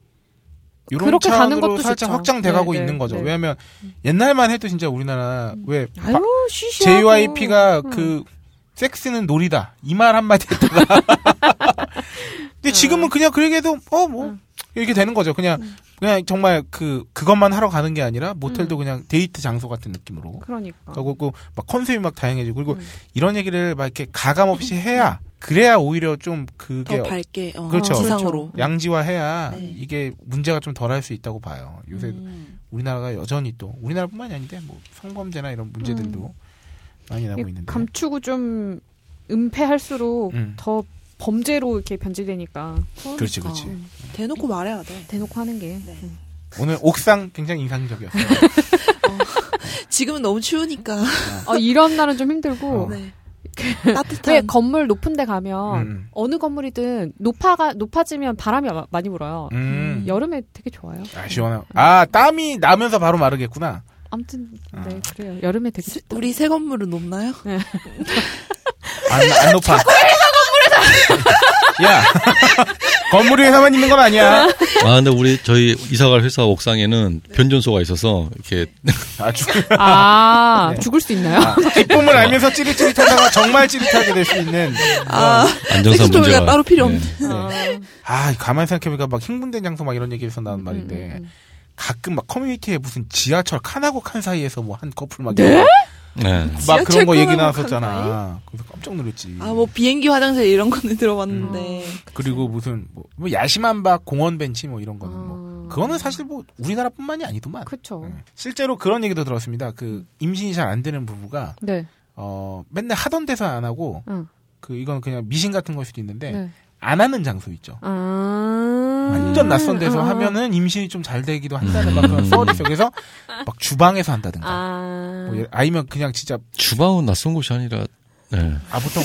Speaker 5: 이런
Speaker 6: 그렇게 가는
Speaker 5: 차원으로
Speaker 6: 것도
Speaker 5: 살짝
Speaker 6: 좋죠.
Speaker 5: 확장돼가고
Speaker 6: 네, 네,
Speaker 5: 있는 거죠.
Speaker 6: 네. 음.
Speaker 5: 왜냐하면 옛날만 해도 진짜 우리나라 왜
Speaker 6: 아유
Speaker 5: 바-
Speaker 6: 쉬쉬.
Speaker 5: JYP가 그 섹스는 놀이다 이 말 한마디 했다가 근데 지금은 그냥 그러게도 어 뭐 이렇게 되는 거죠. 그냥 그냥 정말 그 그것만 하러 가는 게 아니라 모텔도 그냥 데이트 장소 같은 느낌으로
Speaker 6: 그러니까.
Speaker 5: 그리고 막 컨셉이 막 다양해지고 그리고 이런 얘기를 막 이렇게 가감 없이 해야 그래야 오히려 좀 그게
Speaker 4: 더 밝게 어,
Speaker 5: 그렇죠.
Speaker 4: 지상으로.
Speaker 5: 양지화해야
Speaker 4: 네. 음.
Speaker 5: 이게 문제가 좀 덜할 수 있다고 봐요. 요새 우리나라가 여전히 또 우리나라뿐만이 아닌데 뭐 성범죄나 이런 문제들도 많이 나고
Speaker 6: 이게
Speaker 5: 있는데
Speaker 6: 감추고 좀 은폐할수록
Speaker 5: 음.
Speaker 6: 더 범죄로 이렇게 변질되니까
Speaker 5: 그렇지, 그렇지.
Speaker 4: 음. 대놓고 말해야 돼.
Speaker 6: 대놓고 하는 게
Speaker 5: 오늘 옥상 굉장히 인상적이었어요.
Speaker 4: 지금은 너무 추우니까. 네.
Speaker 6: 어, 이런 날은 좀
Speaker 5: 어.
Speaker 6: 힘들고.
Speaker 5: 그
Speaker 6: 왜 건물 높은 데 가면
Speaker 4: 음.
Speaker 6: 어느 건물이든 높아가 높아지면 바람이 마- 많이 불어요.
Speaker 5: 음.
Speaker 6: 여름에 되게 좋아요.
Speaker 5: 아, 시원해요. 아, 땀이 나면서 바로 마르겠구나.
Speaker 6: 아무튼 네 그래요. 여름에 되게 좋다.
Speaker 4: 우리 새 건물은 높나요?
Speaker 6: 네.
Speaker 5: 안, 안 높아. 야, 건물 회사만 있는 건 아니야.
Speaker 1: 아, 근데 우리 저희 이사갈 회사 옥상에는 변전소가 있어서 이렇게
Speaker 5: 아, 죽을,
Speaker 6: 아
Speaker 5: 네.
Speaker 6: 죽을 수 있나요?
Speaker 5: 기쁨을 알면서 찌릿찌릿하다가 정말 찌릿하게 될 수 있는. 어.
Speaker 4: 아,
Speaker 1: 안정성
Speaker 4: 섹스토이가
Speaker 1: 문제가 네.
Speaker 4: 따로 필요 없는.
Speaker 5: 아, 가만히 생각해보니까 막 흥분된 장소 막 이런 얘기에서
Speaker 4: 음,
Speaker 5: 나온 말인데. 가끔 막 커뮤니티에 무슨 지하철 칸하고 칸 사이에서 뭐 한 커플 막.
Speaker 6: 네?
Speaker 1: 네.
Speaker 5: 막 그런 거
Speaker 4: 지하철
Speaker 5: 얘기
Speaker 4: 칸하고
Speaker 5: 나왔었잖아. 그래서 깜짝 놀랐지.
Speaker 4: 아, 뭐 비행기 화장실 이런 거는
Speaker 5: 음.
Speaker 4: 들어봤는데.
Speaker 5: 그리고 무슨 뭐, 뭐 야심한 박 공원 벤치 뭐 이런 거는 뭐 그거는 사실 뭐 우리나라뿐만이 아니더만
Speaker 6: 어. 그렇죠.
Speaker 5: 실제로 그런 얘기도 들었습니다. 그 임신이 잘 안 되는 부부가
Speaker 6: 네.
Speaker 5: 어 맨날 하던 데서 안 하고
Speaker 6: 응.
Speaker 5: 그 이건 그냥 미신 같은 걸 수도 있는데
Speaker 6: 네.
Speaker 5: 안 하는 장소 있죠.
Speaker 6: 아.
Speaker 5: 완전 낯선 데서
Speaker 6: 아.
Speaker 5: 하면은 임신이 좀 잘 되기도 한다는 막 그런 썰이 있어. 그래서 막 주방에서 한다든가
Speaker 6: 아.
Speaker 5: 뭐 예를- 아니면 그냥 진짜
Speaker 1: 주방은 낯선 곳이 아니라 네.
Speaker 5: 아 보통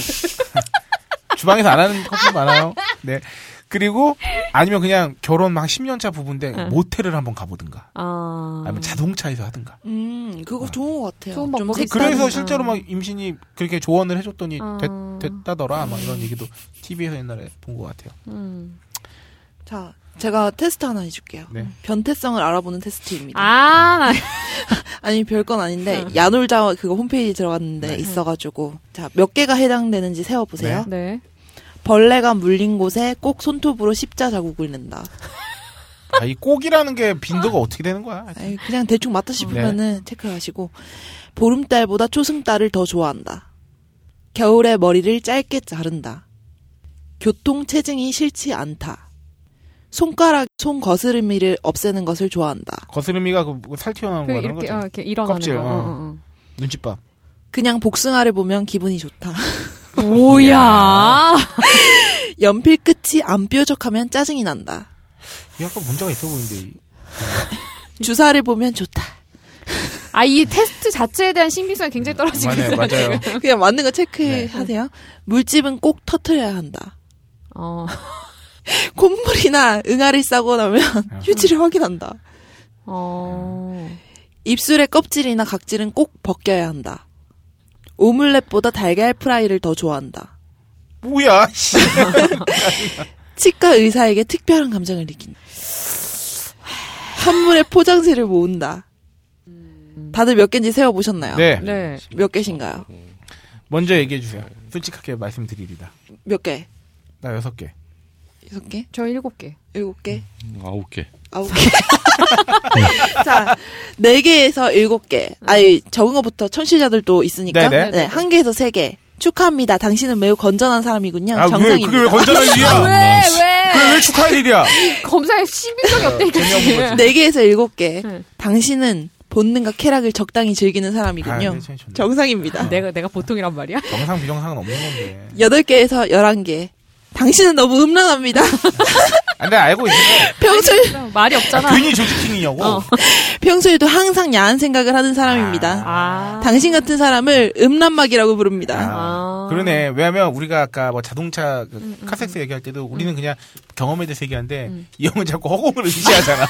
Speaker 5: 주방에서 안 하는 커플 많아요. 네. 그리고 아니면 그냥 결혼 막 10년 차 부부인데
Speaker 6: 응.
Speaker 5: 모텔을 한번 가보든가
Speaker 6: 아.
Speaker 5: 아니면 자동차에서 하든가.
Speaker 4: 음, 그거 좋은 것 같아요.
Speaker 6: 좋은
Speaker 4: 좀 색다른-
Speaker 6: 방법이
Speaker 5: 네. 그래서
Speaker 6: 비싸구나.
Speaker 5: 실제로 막 임신이 그렇게 조언을 해줬더니
Speaker 6: 아.
Speaker 5: 됐, 다더라막 이런 얘기도 TV에서 옛날에 본 것 같아요.
Speaker 6: 음.
Speaker 4: 자, 제가 테스트 하나 해줄게요.
Speaker 5: 네.
Speaker 4: 변태성을 알아보는 테스트입니다.
Speaker 6: 아, 나-
Speaker 4: 아니 별 건 아닌데 야놀자 그거 홈페이지
Speaker 5: 네.
Speaker 4: 들어갔는데 있어가지고 자 몇 개가 해당되는지 세어보세요.
Speaker 6: 네.
Speaker 4: 벌레가 물린 곳에 꼭 손톱으로 십자 자국을 낸다.
Speaker 5: 아, 이 꼭이라는 게 빈도가 어떻게 되는 거야?
Speaker 4: 아이, 그냥 대충 맞다 싶으면은 체크하시고 보름달보다 초승달을 더 좋아한다. 겨울에 머리를 짧게 자른다. 교통 체증이 싫지 않다. 손가락 손 거스름이를 없애는 것을 좋아한다.
Speaker 5: 거스름이가 그 살 튀어나오는
Speaker 6: 그
Speaker 5: 거 하는
Speaker 6: 이렇게
Speaker 5: 거죠.
Speaker 6: 어, 이렇게 일어나는
Speaker 5: 껍질,
Speaker 6: 거.
Speaker 5: 어. 눈칫밥.
Speaker 4: 그냥 복숭아를 보면 기분이 좋다.
Speaker 6: 어. 뭐야?
Speaker 4: 연필 끝이 안 뾰족하면 짜증이 난다.
Speaker 5: 이 약간 문제가 있어 보이는데. 이-
Speaker 4: 주사를 보면 좋다.
Speaker 6: 아, 이 테스트 자체에 대한 신빙성이 굉장히 떨어지고
Speaker 5: 맞아요,
Speaker 6: 있어요.
Speaker 5: 맞아요.
Speaker 4: 그냥 맞는 거 체크하세요. 물집은 꼭 터트려야 한다.
Speaker 6: 어.
Speaker 4: 콧물이나 응아를 싸고 나면 휴지를 확인한다.
Speaker 6: 어.
Speaker 5: 음.
Speaker 4: 입술의 껍질이나 각질은 꼭 벗겨야 한다. 오믈렛보다 달걀 프라이를 더 좋아한다.
Speaker 5: 뭐야? 씨.
Speaker 4: 치과 의사에게 특별한 감정을 느낀다. 한물에 포장지를 모은다. 다들 몇 개인지 세어보셨나요?
Speaker 5: 네.
Speaker 6: 네.
Speaker 4: 몇 개신가요?
Speaker 5: 먼저 얘기해 주세요. 솔직하게 말씀드리리다.
Speaker 4: 몇 개?
Speaker 5: 나 여섯 개.
Speaker 4: 여섯 개?
Speaker 6: 저 일곱 개.
Speaker 4: 일곱 개?
Speaker 1: 아홉 개.
Speaker 4: 아홉 개. 자, 네 개에서 일곱 개. 아니, 적은 것부터 청취자들도 있으니까.
Speaker 5: 네네.
Speaker 4: 네, 한 개에서 세 개. 축하합니다. 당신은 매우 건전한 사람이군요.
Speaker 5: 아, 왜,
Speaker 4: 정상입니다.
Speaker 5: 그게 왜 건전한 일이야?
Speaker 6: 네.
Speaker 1: 아, 네.
Speaker 6: 왜?
Speaker 5: 그게 왜 축하할 일이야?
Speaker 6: 그 검사에 신빙성이 없다니까.
Speaker 5: 네, 어, 재미없는
Speaker 6: 지금.
Speaker 5: 거지.
Speaker 4: 네 개에서 일곱 개.
Speaker 6: 네.
Speaker 4: 당신은 본능과 쾌락을 적당히 즐기는
Speaker 5: 아,
Speaker 4: 사람이군요.
Speaker 5: 네, 재밌었네.
Speaker 4: 정상입니다.
Speaker 6: 내가 내가 보통이란 말이야?
Speaker 5: 정상 비정상은 없는 건데.
Speaker 4: 여덟 개에서 열한 개. 당신은 너무 음란합니다.
Speaker 5: 아, 내가 알고 있는데
Speaker 4: 평소에,
Speaker 6: 말이 없잖아.
Speaker 5: 괜히 조지킹이냐고.
Speaker 6: 어.
Speaker 4: 평소에도 항상 야한 생각을 하는 사람입니다.
Speaker 6: 아.
Speaker 4: 당신 같은 사람을 음란막이라고 부릅니다.
Speaker 5: 아,
Speaker 6: 아.
Speaker 5: 그러네. 왜냐하면 우리가 아까 뭐 자동차 그 카섹스 얘기할 때도 우리는 그냥 경험에 대해서 얘기하는데 이 형은 자꾸 허공을 의지하잖아.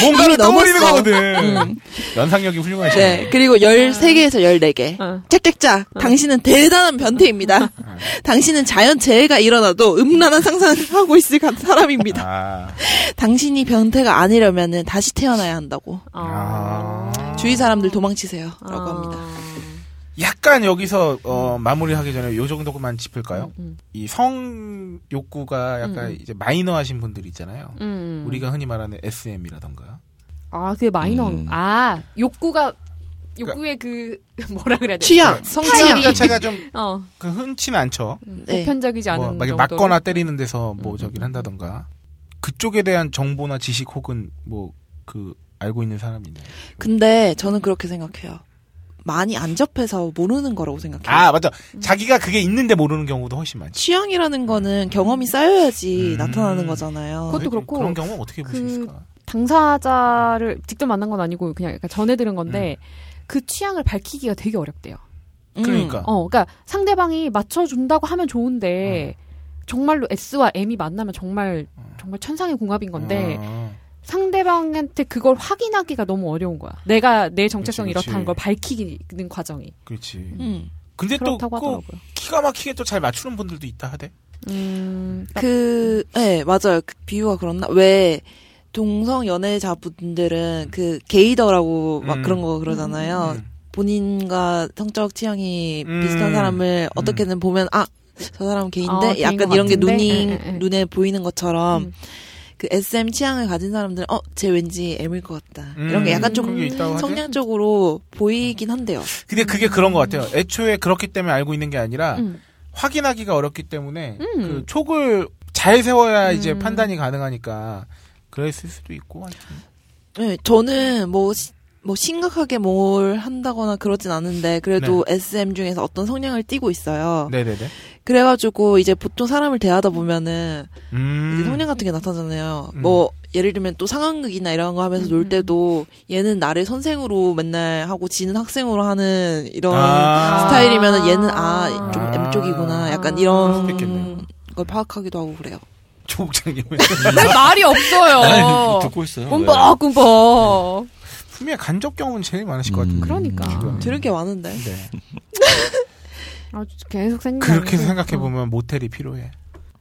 Speaker 5: 뭔가를
Speaker 4: 이미
Speaker 5: 떠올리는
Speaker 4: 넘었어.
Speaker 5: 거거든.
Speaker 4: 음.
Speaker 5: 연상력이 훌륭하시네.
Speaker 4: 네, 그리고 열세 개에서 열네 개
Speaker 6: 어.
Speaker 4: 짝짝짝. 당신은 대단한 변태입니다. 당신은 자연 재해가 일어나도 음란한 상상을 하고 있을 가- 사람입니다.
Speaker 5: 아,
Speaker 4: 당신이 변태가 아니려면은 다시 태어나야 한다고.
Speaker 5: 아.
Speaker 4: 주위 사람들 도망치세요. 라고
Speaker 6: 어.
Speaker 4: 합니다.
Speaker 5: 약간 여기서 어, 마무리하기 전에 요 정도만 짚을까요?
Speaker 6: 음,
Speaker 5: 이 성 욕구가 약간 이제 마이너하신 분들 있잖아요.
Speaker 6: 음.
Speaker 5: 우리가 흔히 말하는 SM이라던가.
Speaker 6: 아, 그게 마이너.
Speaker 1: 음.
Speaker 6: 아, 욕구가 욕구의 그 뭐라 그래야 돼?
Speaker 4: 취향,
Speaker 5: 성향
Speaker 4: 성취향.
Speaker 5: 자체가 좀
Speaker 6: 어.
Speaker 5: 그 흔치는 않죠.
Speaker 4: 네.
Speaker 6: 보편적이지 않은
Speaker 5: 뭐, 막
Speaker 6: 정도로. 음,
Speaker 5: 맞거나 때리는 데서 뭐 저기를 한다던가 그쪽에 대한 정보나 지식 혹은 뭐 그 알고 있는 사람인데
Speaker 6: 그
Speaker 4: 근데 저는 그렇게 생각해요. 많이 안 접해서 모르는 거라고 생각해요.
Speaker 5: 아 맞다
Speaker 6: 음.
Speaker 5: 자기가 그게 있는데 모르는 경우도 훨씬 많지
Speaker 4: 취향이라는 거는 경험이 쌓여야지
Speaker 5: 음.
Speaker 4: 나타나는 거잖아요.
Speaker 6: 그것도 그렇고
Speaker 5: 그런 경우는 어떻게 볼 수
Speaker 6: 그-
Speaker 5: 있을까 음.
Speaker 6: 당사자를 직접 만난 건 아니고 그냥 약간 전해 들은 건데 그 취향을 밝히기가 되게 어렵대요.
Speaker 5: 그러니까.
Speaker 6: 어, 그러니까 상대방이 맞춰준다고 하면 좋은데
Speaker 5: 음.
Speaker 6: 정말로 S와 M이 만나면 정말 정말 천상의 궁합인 건데
Speaker 5: 음. 아,
Speaker 6: 상대방한테 그걸 확인하기가 너무 어려운 거야. 내가 내 정체성이
Speaker 5: 그치, 그치.
Speaker 6: 이렇다는 걸 밝히는 과정이.
Speaker 5: 그렇지.
Speaker 6: 음.
Speaker 5: 근데 또
Speaker 6: 그렇다고
Speaker 5: 꼭
Speaker 6: 하더라고요.
Speaker 5: 기가 막히게 또 잘 맞추는 분들도 있다 하대.
Speaker 6: 음.
Speaker 4: 그, 예, 맞아요. 그 비유가 그렇나? 왜, 동성 연애자분들은 그 게이더라고 막
Speaker 5: 음.
Speaker 4: 그런 거 그러잖아요. 본인과 성적 취향이
Speaker 5: 음.
Speaker 4: 비슷한 사람을 어떻게든 보면, 아, 저 사람 게인데?
Speaker 6: 어, 게인
Speaker 4: 약간
Speaker 6: 것
Speaker 4: 이런 게
Speaker 6: 같은데?
Speaker 4: 눈이,
Speaker 6: 예, 음. 예, 예.
Speaker 4: 눈에 보이는 것처럼. 그 SM 취향을 가진 사람들은 어, 쟤 왠지 M일 것 같다. 이런 게 약간 좀
Speaker 5: 음, 그런 게 있다고 하대.
Speaker 4: 성향적으로 보이긴 한데요.
Speaker 5: 근데 그게 그런 것 같아요. 애초에 그렇기 때문에 알고 있는 게 아니라
Speaker 6: 음.
Speaker 5: 확인하기가 어렵기 때문에 그 촉을 잘 세워야 이제
Speaker 6: 음.
Speaker 5: 판단이 가능하니까 그랬을 수도 있고. 하여튼.
Speaker 4: 네, 저는 뭐, 시- 뭐 심각하게 뭘 한다거나 그러진 않은데 그래도 SM 중에서 어떤 성향을 띠고 있어요.
Speaker 5: 네. 네네네.
Speaker 4: 그래가지고 이제 보통 사람을 대하다 보면은 이제
Speaker 5: 음.
Speaker 4: 성향 같은 게 나타나잖아요.
Speaker 5: 음.
Speaker 4: 뭐 예를 들면 또 상황극이나 이런 거 하면서 놀 때도 얘는 나를 선생으로 맨날 하고 지는 학생으로 하는 이런
Speaker 5: 아.
Speaker 4: 스타일이면은 얘는 아 좀
Speaker 5: 아.
Speaker 4: M 쪽이구나 약간
Speaker 5: 그럴 수도
Speaker 4: 이런
Speaker 5: 있겠네요.
Speaker 4: 걸 파악하기도 하고 그래요.
Speaker 5: 조국장님
Speaker 6: 왜
Speaker 1: 아니,
Speaker 6: 말이 없어요.
Speaker 1: 듣고 있어요. 네.
Speaker 6: 꿈뻑 꿈뻑.
Speaker 5: 분명히 간접 경험은 제일 많으실 것
Speaker 1: 음.
Speaker 5: 같은데.
Speaker 6: 그러니까. 음.
Speaker 4: 들을 게 많은데.
Speaker 5: 네.
Speaker 6: 아주 계속 생각.
Speaker 5: 그렇게 생각해
Speaker 6: 음.
Speaker 5: 보면 모텔이 필요해.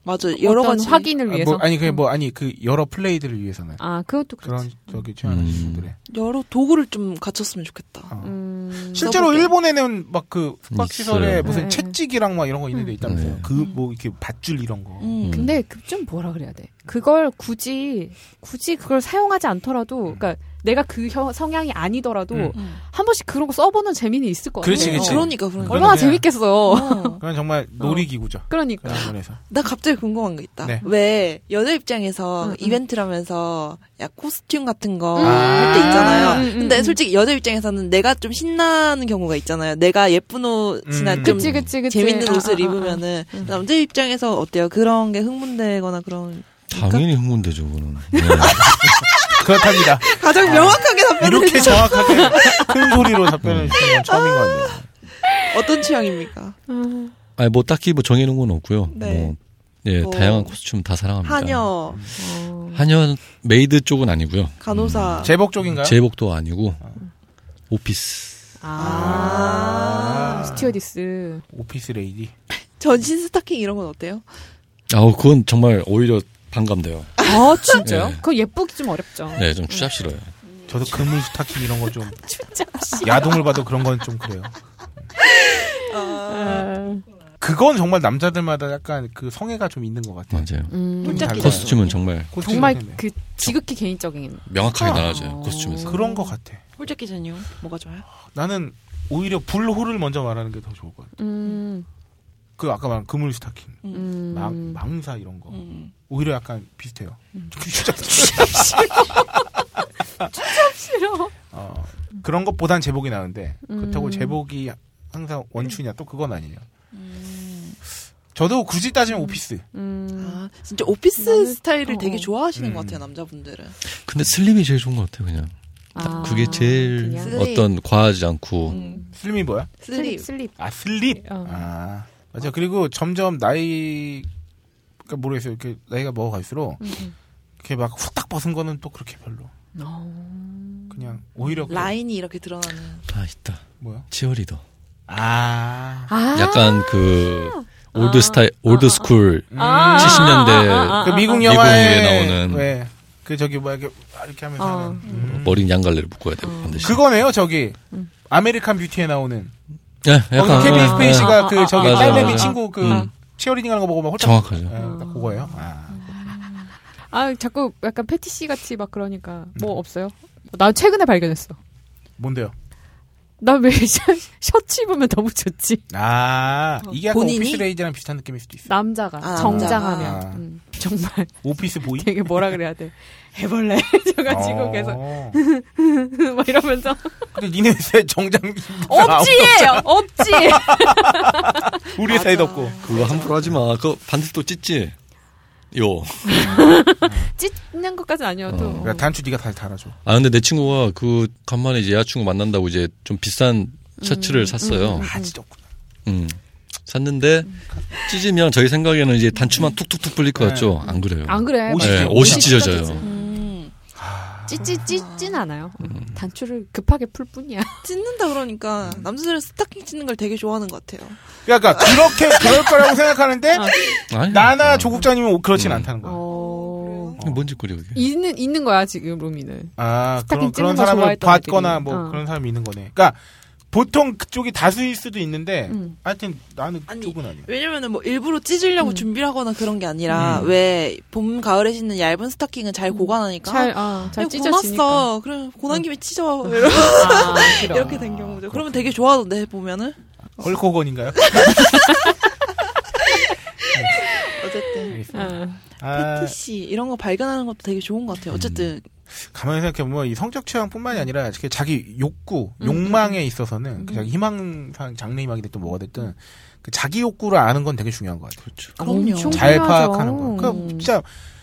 Speaker 4: 맞아 여러 가지
Speaker 6: 확인을 위해서.
Speaker 5: 아, 뭐, 아니 그게 뭐 아니 그 여러 플레이들을 위해서는
Speaker 6: 음. 아, 그것도
Speaker 5: 그런
Speaker 6: 그렇지.
Speaker 5: 저기 취향하는
Speaker 1: 음.
Speaker 5: 분들의.
Speaker 4: 여러 도구를 좀 갖췄으면 좋겠다.
Speaker 5: 어.
Speaker 6: 음.
Speaker 5: 실제로
Speaker 4: 써볼게.
Speaker 5: 일본에는 막 그 숙박 시설에
Speaker 1: 있어요.
Speaker 5: 무슨
Speaker 6: 네.
Speaker 5: 채찍이랑 막 이런 거
Speaker 6: 음.
Speaker 5: 있는 데 있다면서요.
Speaker 1: 네.
Speaker 5: 그 뭐 이렇게 밧줄 이런 거.
Speaker 4: 음.
Speaker 6: 근데 그 좀 뭐라 그래야 돼. 그걸 굳이 굳이 그걸 사용하지 않더라도, 그러니까 내가 그 혀- 성향이 아니더라도
Speaker 5: 음.
Speaker 4: 음.
Speaker 6: 한 번씩 그런 거 써보는 재미는 있을 것 같아.
Speaker 5: 그렇지, 그렇지. 음.
Speaker 4: 그러니까 그러니까.
Speaker 6: 얼마나
Speaker 5: 그냥-
Speaker 6: 재밌겠어.
Speaker 4: 어.
Speaker 5: 그건 정말 놀이기구죠.
Speaker 6: 그러니까.
Speaker 5: 그런 면에서.
Speaker 4: 나 갑자기 궁금한 거 있다.
Speaker 5: 네.
Speaker 4: 왜 여자 입장에서
Speaker 6: 응, 응.
Speaker 4: 이벤트라면서 야 코스튬 같은 거
Speaker 6: 음.
Speaker 4: 할 때 있잖아요.
Speaker 6: 음, 음,
Speaker 4: 근데
Speaker 6: 음.
Speaker 4: 솔직히 여자 입장에서는 내가 좀 신나는 경우가 있잖아요. 내가 예쁜 옷이나
Speaker 5: 음.
Speaker 4: 좀
Speaker 6: 그치, 그치, 그치.
Speaker 4: 재밌는
Speaker 6: 아,
Speaker 4: 옷을
Speaker 6: 아, 아, 아.
Speaker 4: 입으면은 남자 입장에서 어때요? 그런 게 흥분되거나 그런
Speaker 1: 당연히 흥분되죠, 그거는. 네.
Speaker 5: 그렇답니다.
Speaker 4: 가장 명확하게 답변을
Speaker 5: 이렇게
Speaker 4: 해주
Speaker 5: 정확하게 큰 소리로 답변해 주신 건 처음인 것 같네요.
Speaker 4: 어떤 취향입니까?
Speaker 1: 아니, 뭐 딱히 뭐 정해놓은 건 없고요.
Speaker 4: 네.
Speaker 1: 뭐, 예,
Speaker 4: 뭐,
Speaker 1: 다양한 코스튬 다 사랑합니다.
Speaker 4: 한여,
Speaker 1: 한여 메이드 쪽은 아니고요.
Speaker 4: 간호사.
Speaker 5: 음. 제복 쪽인가요?
Speaker 1: 제복도 아니고, 오피스.
Speaker 6: 아, 스튜어디스.
Speaker 5: 오피스 레이디.
Speaker 4: 전신 스타킹 이런 건 어때요?
Speaker 1: 아우, 그건 정말 오히려 반감돼요.
Speaker 6: 아, 진짜요?
Speaker 1: 네.
Speaker 6: 그거 예쁘기 좀 어렵죠.
Speaker 1: 네, 좀 추잡스러워요.
Speaker 5: 저도 금물 스타킹 이런 거 좀 야동을 봐도 그런 건 좀 그래요.
Speaker 6: 아,
Speaker 5: 그건 정말 남자들마다 약간 그 성애가 좀 있는 것 같아요.
Speaker 1: 맞아요.
Speaker 6: 음,
Speaker 4: 홀짝
Speaker 5: 달라요.
Speaker 1: 코스튬은 정말
Speaker 5: 코스튬
Speaker 6: 정말
Speaker 5: 때문에.
Speaker 6: 그 지극히 개인적인.
Speaker 1: 명확하게
Speaker 6: 아.
Speaker 1: 나눠져요, 코스튬에서.
Speaker 5: 그런 것 같아.
Speaker 4: 홀짝 기자님 뭐가 좋아요?
Speaker 5: 나는 오히려 불호를 먼저 말하는 게 더 좋을 것 같아.
Speaker 6: 음,
Speaker 5: 그 아까 말한 금물 스타킹,
Speaker 6: 음.
Speaker 5: 망, 망사 이런 거.
Speaker 4: 음.
Speaker 5: 오히려 약간 비슷해요. 진짜
Speaker 6: 싫어.
Speaker 5: 어, 그런 것보단 제복이 나은데
Speaker 6: 음.
Speaker 5: 그렇다고 제복이 항상 원추냐 또 그건 아니에요. 저도 굳이 따지면 오피스.
Speaker 6: 음.
Speaker 4: 아, 진짜 오피스
Speaker 6: 나는-
Speaker 4: 스타일을
Speaker 6: 어,
Speaker 4: 되게
Speaker 6: 어.
Speaker 4: 좋아하시는
Speaker 5: 음.
Speaker 4: 것 같아요, 남자분들은.
Speaker 1: 근데 슬림이 제일 좋은 것 같아요, 그냥.
Speaker 6: 아,
Speaker 1: 그게 제일
Speaker 6: 그냥.
Speaker 4: 슬림.
Speaker 1: 어떤 과하지 않고.
Speaker 4: 음.
Speaker 5: 슬림이 뭐야?
Speaker 4: 슬립.
Speaker 6: 슬립.
Speaker 5: 아 슬립.
Speaker 6: 어.
Speaker 5: 아 맞아. 그리고 점점 나이 그러니까 모르겠어요. 이렇게 나이가 먹어갈수록 이렇게 막 후딱 벗은 거는 또 그렇게 별로. 그냥 오히려 그-
Speaker 4: 라인이 이렇게 드러나는.
Speaker 1: 아, 있다.
Speaker 5: 뭐야?
Speaker 1: 치어리더.
Speaker 5: 아.
Speaker 6: 아,
Speaker 1: 약간 그, 올드 스타일, 올드 스쿨,
Speaker 6: 아,
Speaker 1: 70년대
Speaker 5: 그 미국
Speaker 1: 미국에
Speaker 5: 영화에
Speaker 1: 나오는.
Speaker 5: 왜? 그 저기 뭐야 이렇게 이렇게 하면서
Speaker 6: 어.
Speaker 5: 하는. 음.
Speaker 1: 머리는 양갈래를 묶어야 되고,
Speaker 6: 아.
Speaker 1: 반드시.
Speaker 5: 그거네요 저기 아메리칸 뷰티에 나오는
Speaker 1: 예,
Speaker 6: 어,
Speaker 5: 거기 케빈
Speaker 1: 예,
Speaker 5: 스페이시가
Speaker 6: 아,
Speaker 5: 그 저기
Speaker 1: 맞아,
Speaker 5: 딸내미
Speaker 1: 맞아.
Speaker 5: 친구 그
Speaker 1: 음.
Speaker 5: 치어리딩 하는 거 보고 막 홀짝
Speaker 1: 정확하죠.
Speaker 5: 예, 딱 그거예요. 아.
Speaker 6: 아, 자꾸 약간 패티씨 같이 막 그러니까 뭐
Speaker 5: 음.
Speaker 6: 없어요? 나 최근에 발견했어.
Speaker 5: 뭔데요?
Speaker 6: 나 왜 셔츠 입으면 너무 좋지?
Speaker 5: 아
Speaker 6: 어,
Speaker 5: 이게 약간
Speaker 4: 본인이?
Speaker 5: 오피스 레이저랑 비슷한 느낌일 수도 있어. 요
Speaker 6: 남자가
Speaker 4: 아,
Speaker 6: 정장하면
Speaker 5: 남자가.
Speaker 6: 음, 정말
Speaker 5: 오피스 보이.
Speaker 6: 되게 뭐라 그래야 돼? 해볼래? 해가지고
Speaker 5: 어.
Speaker 6: 계속 막 이러면서
Speaker 5: 근데 니네 회사에 정장 입은 사람
Speaker 6: 없지, 없지.
Speaker 5: 아무도- 우리 회사에도 없고.
Speaker 6: 그
Speaker 1: 그거 함부로 하지 마. 그거 반드시 또 찢지. 요.
Speaker 6: 찢는 것까지는 아니어도.
Speaker 1: 어.
Speaker 5: 야, 단추 네가 그러니까 다시 달아줘.
Speaker 6: 음,
Speaker 1: 아 근데 내 친구가 그 간만에 이제 여자친구 만난다고 이제 좀 비싼 셔츠를
Speaker 6: 음,
Speaker 1: 샀어요.
Speaker 6: 음,
Speaker 5: 아, 찢었구나.
Speaker 1: 음. 샀는데 찢으면 저희 생각에는 이제 단추만 툭툭툭 불릴 것 같죠. 안 그래요.
Speaker 6: 네. 안 그래.
Speaker 5: 옷이
Speaker 1: 네,
Speaker 5: 찢어져요. 아.
Speaker 1: 옷이 찢어져요.
Speaker 4: 음,
Speaker 6: 찢지 찢진 않아요.
Speaker 5: 음.
Speaker 6: 단추를 급하게 풀 뿐이야.
Speaker 4: 찢는다 그러니까
Speaker 6: 음.
Speaker 4: 남자들은 스타킹 찢는 걸 되게 좋아하는 것 같아요.
Speaker 5: 야, 그러니까 그렇게 그럴 거라고 생각하는데
Speaker 6: 음.
Speaker 1: 아니,
Speaker 5: 나나 조국장님은 옷 그렇진
Speaker 1: 음.
Speaker 5: 않다는 거야.
Speaker 6: 어.
Speaker 1: 뭔 짓거리야 그게.
Speaker 6: 있는 있는 거야 지금 루미는.
Speaker 5: 아, 그런 그런
Speaker 6: 스타킹 찢는 거
Speaker 5: 사람을
Speaker 6: 좋아했던 애들이.
Speaker 5: 봤거나 뭐
Speaker 6: 어.
Speaker 5: 그런 사람이 있는 거네. 그러니까 보통 그쪽이 다수일 수도 있는데
Speaker 6: 음.
Speaker 5: 하여튼 나는
Speaker 4: 아니,
Speaker 5: 그쪽은 아니야.
Speaker 4: 왜냐면은 뭐 일부러 찢으려고
Speaker 6: 음.
Speaker 4: 준비를 하거나 그런 게 아니라 왜 봄 가을에 신는 얇은 스타킹은 잘 고관하니까
Speaker 5: 그러니까?
Speaker 6: 음. 잘, 어, 잘
Speaker 4: 야,
Speaker 6: 찢어지니까.
Speaker 4: 고맙어. 그럼 고난 김에 찢어.
Speaker 6: 아, 그럼.
Speaker 4: 이렇게 된 경우죠. 그러면 되게 좋아하던데 보면은
Speaker 5: 헐코건인가요?
Speaker 4: 어쨌든
Speaker 6: 아,
Speaker 5: 아,
Speaker 4: 패티시 이런 거 발견하는 것도 되게 좋은 것
Speaker 6: 음.
Speaker 4: 같아요. 어쨌든
Speaker 5: 가만히 생각해보면 이 성적 취향뿐만이 아니라 이렇게 자기 욕구,
Speaker 6: 음,
Speaker 5: 욕망에 있어서는 그 자기 희망상, 장래 희망이 됐든 뭐가 됐든 그 자기 욕구를 아는 건 되게 중요한 것 같아요.
Speaker 4: 그럼요.
Speaker 6: 엄청
Speaker 5: 잘
Speaker 6: 중요하죠. 음.
Speaker 5: 파악하는 거. 그 진짜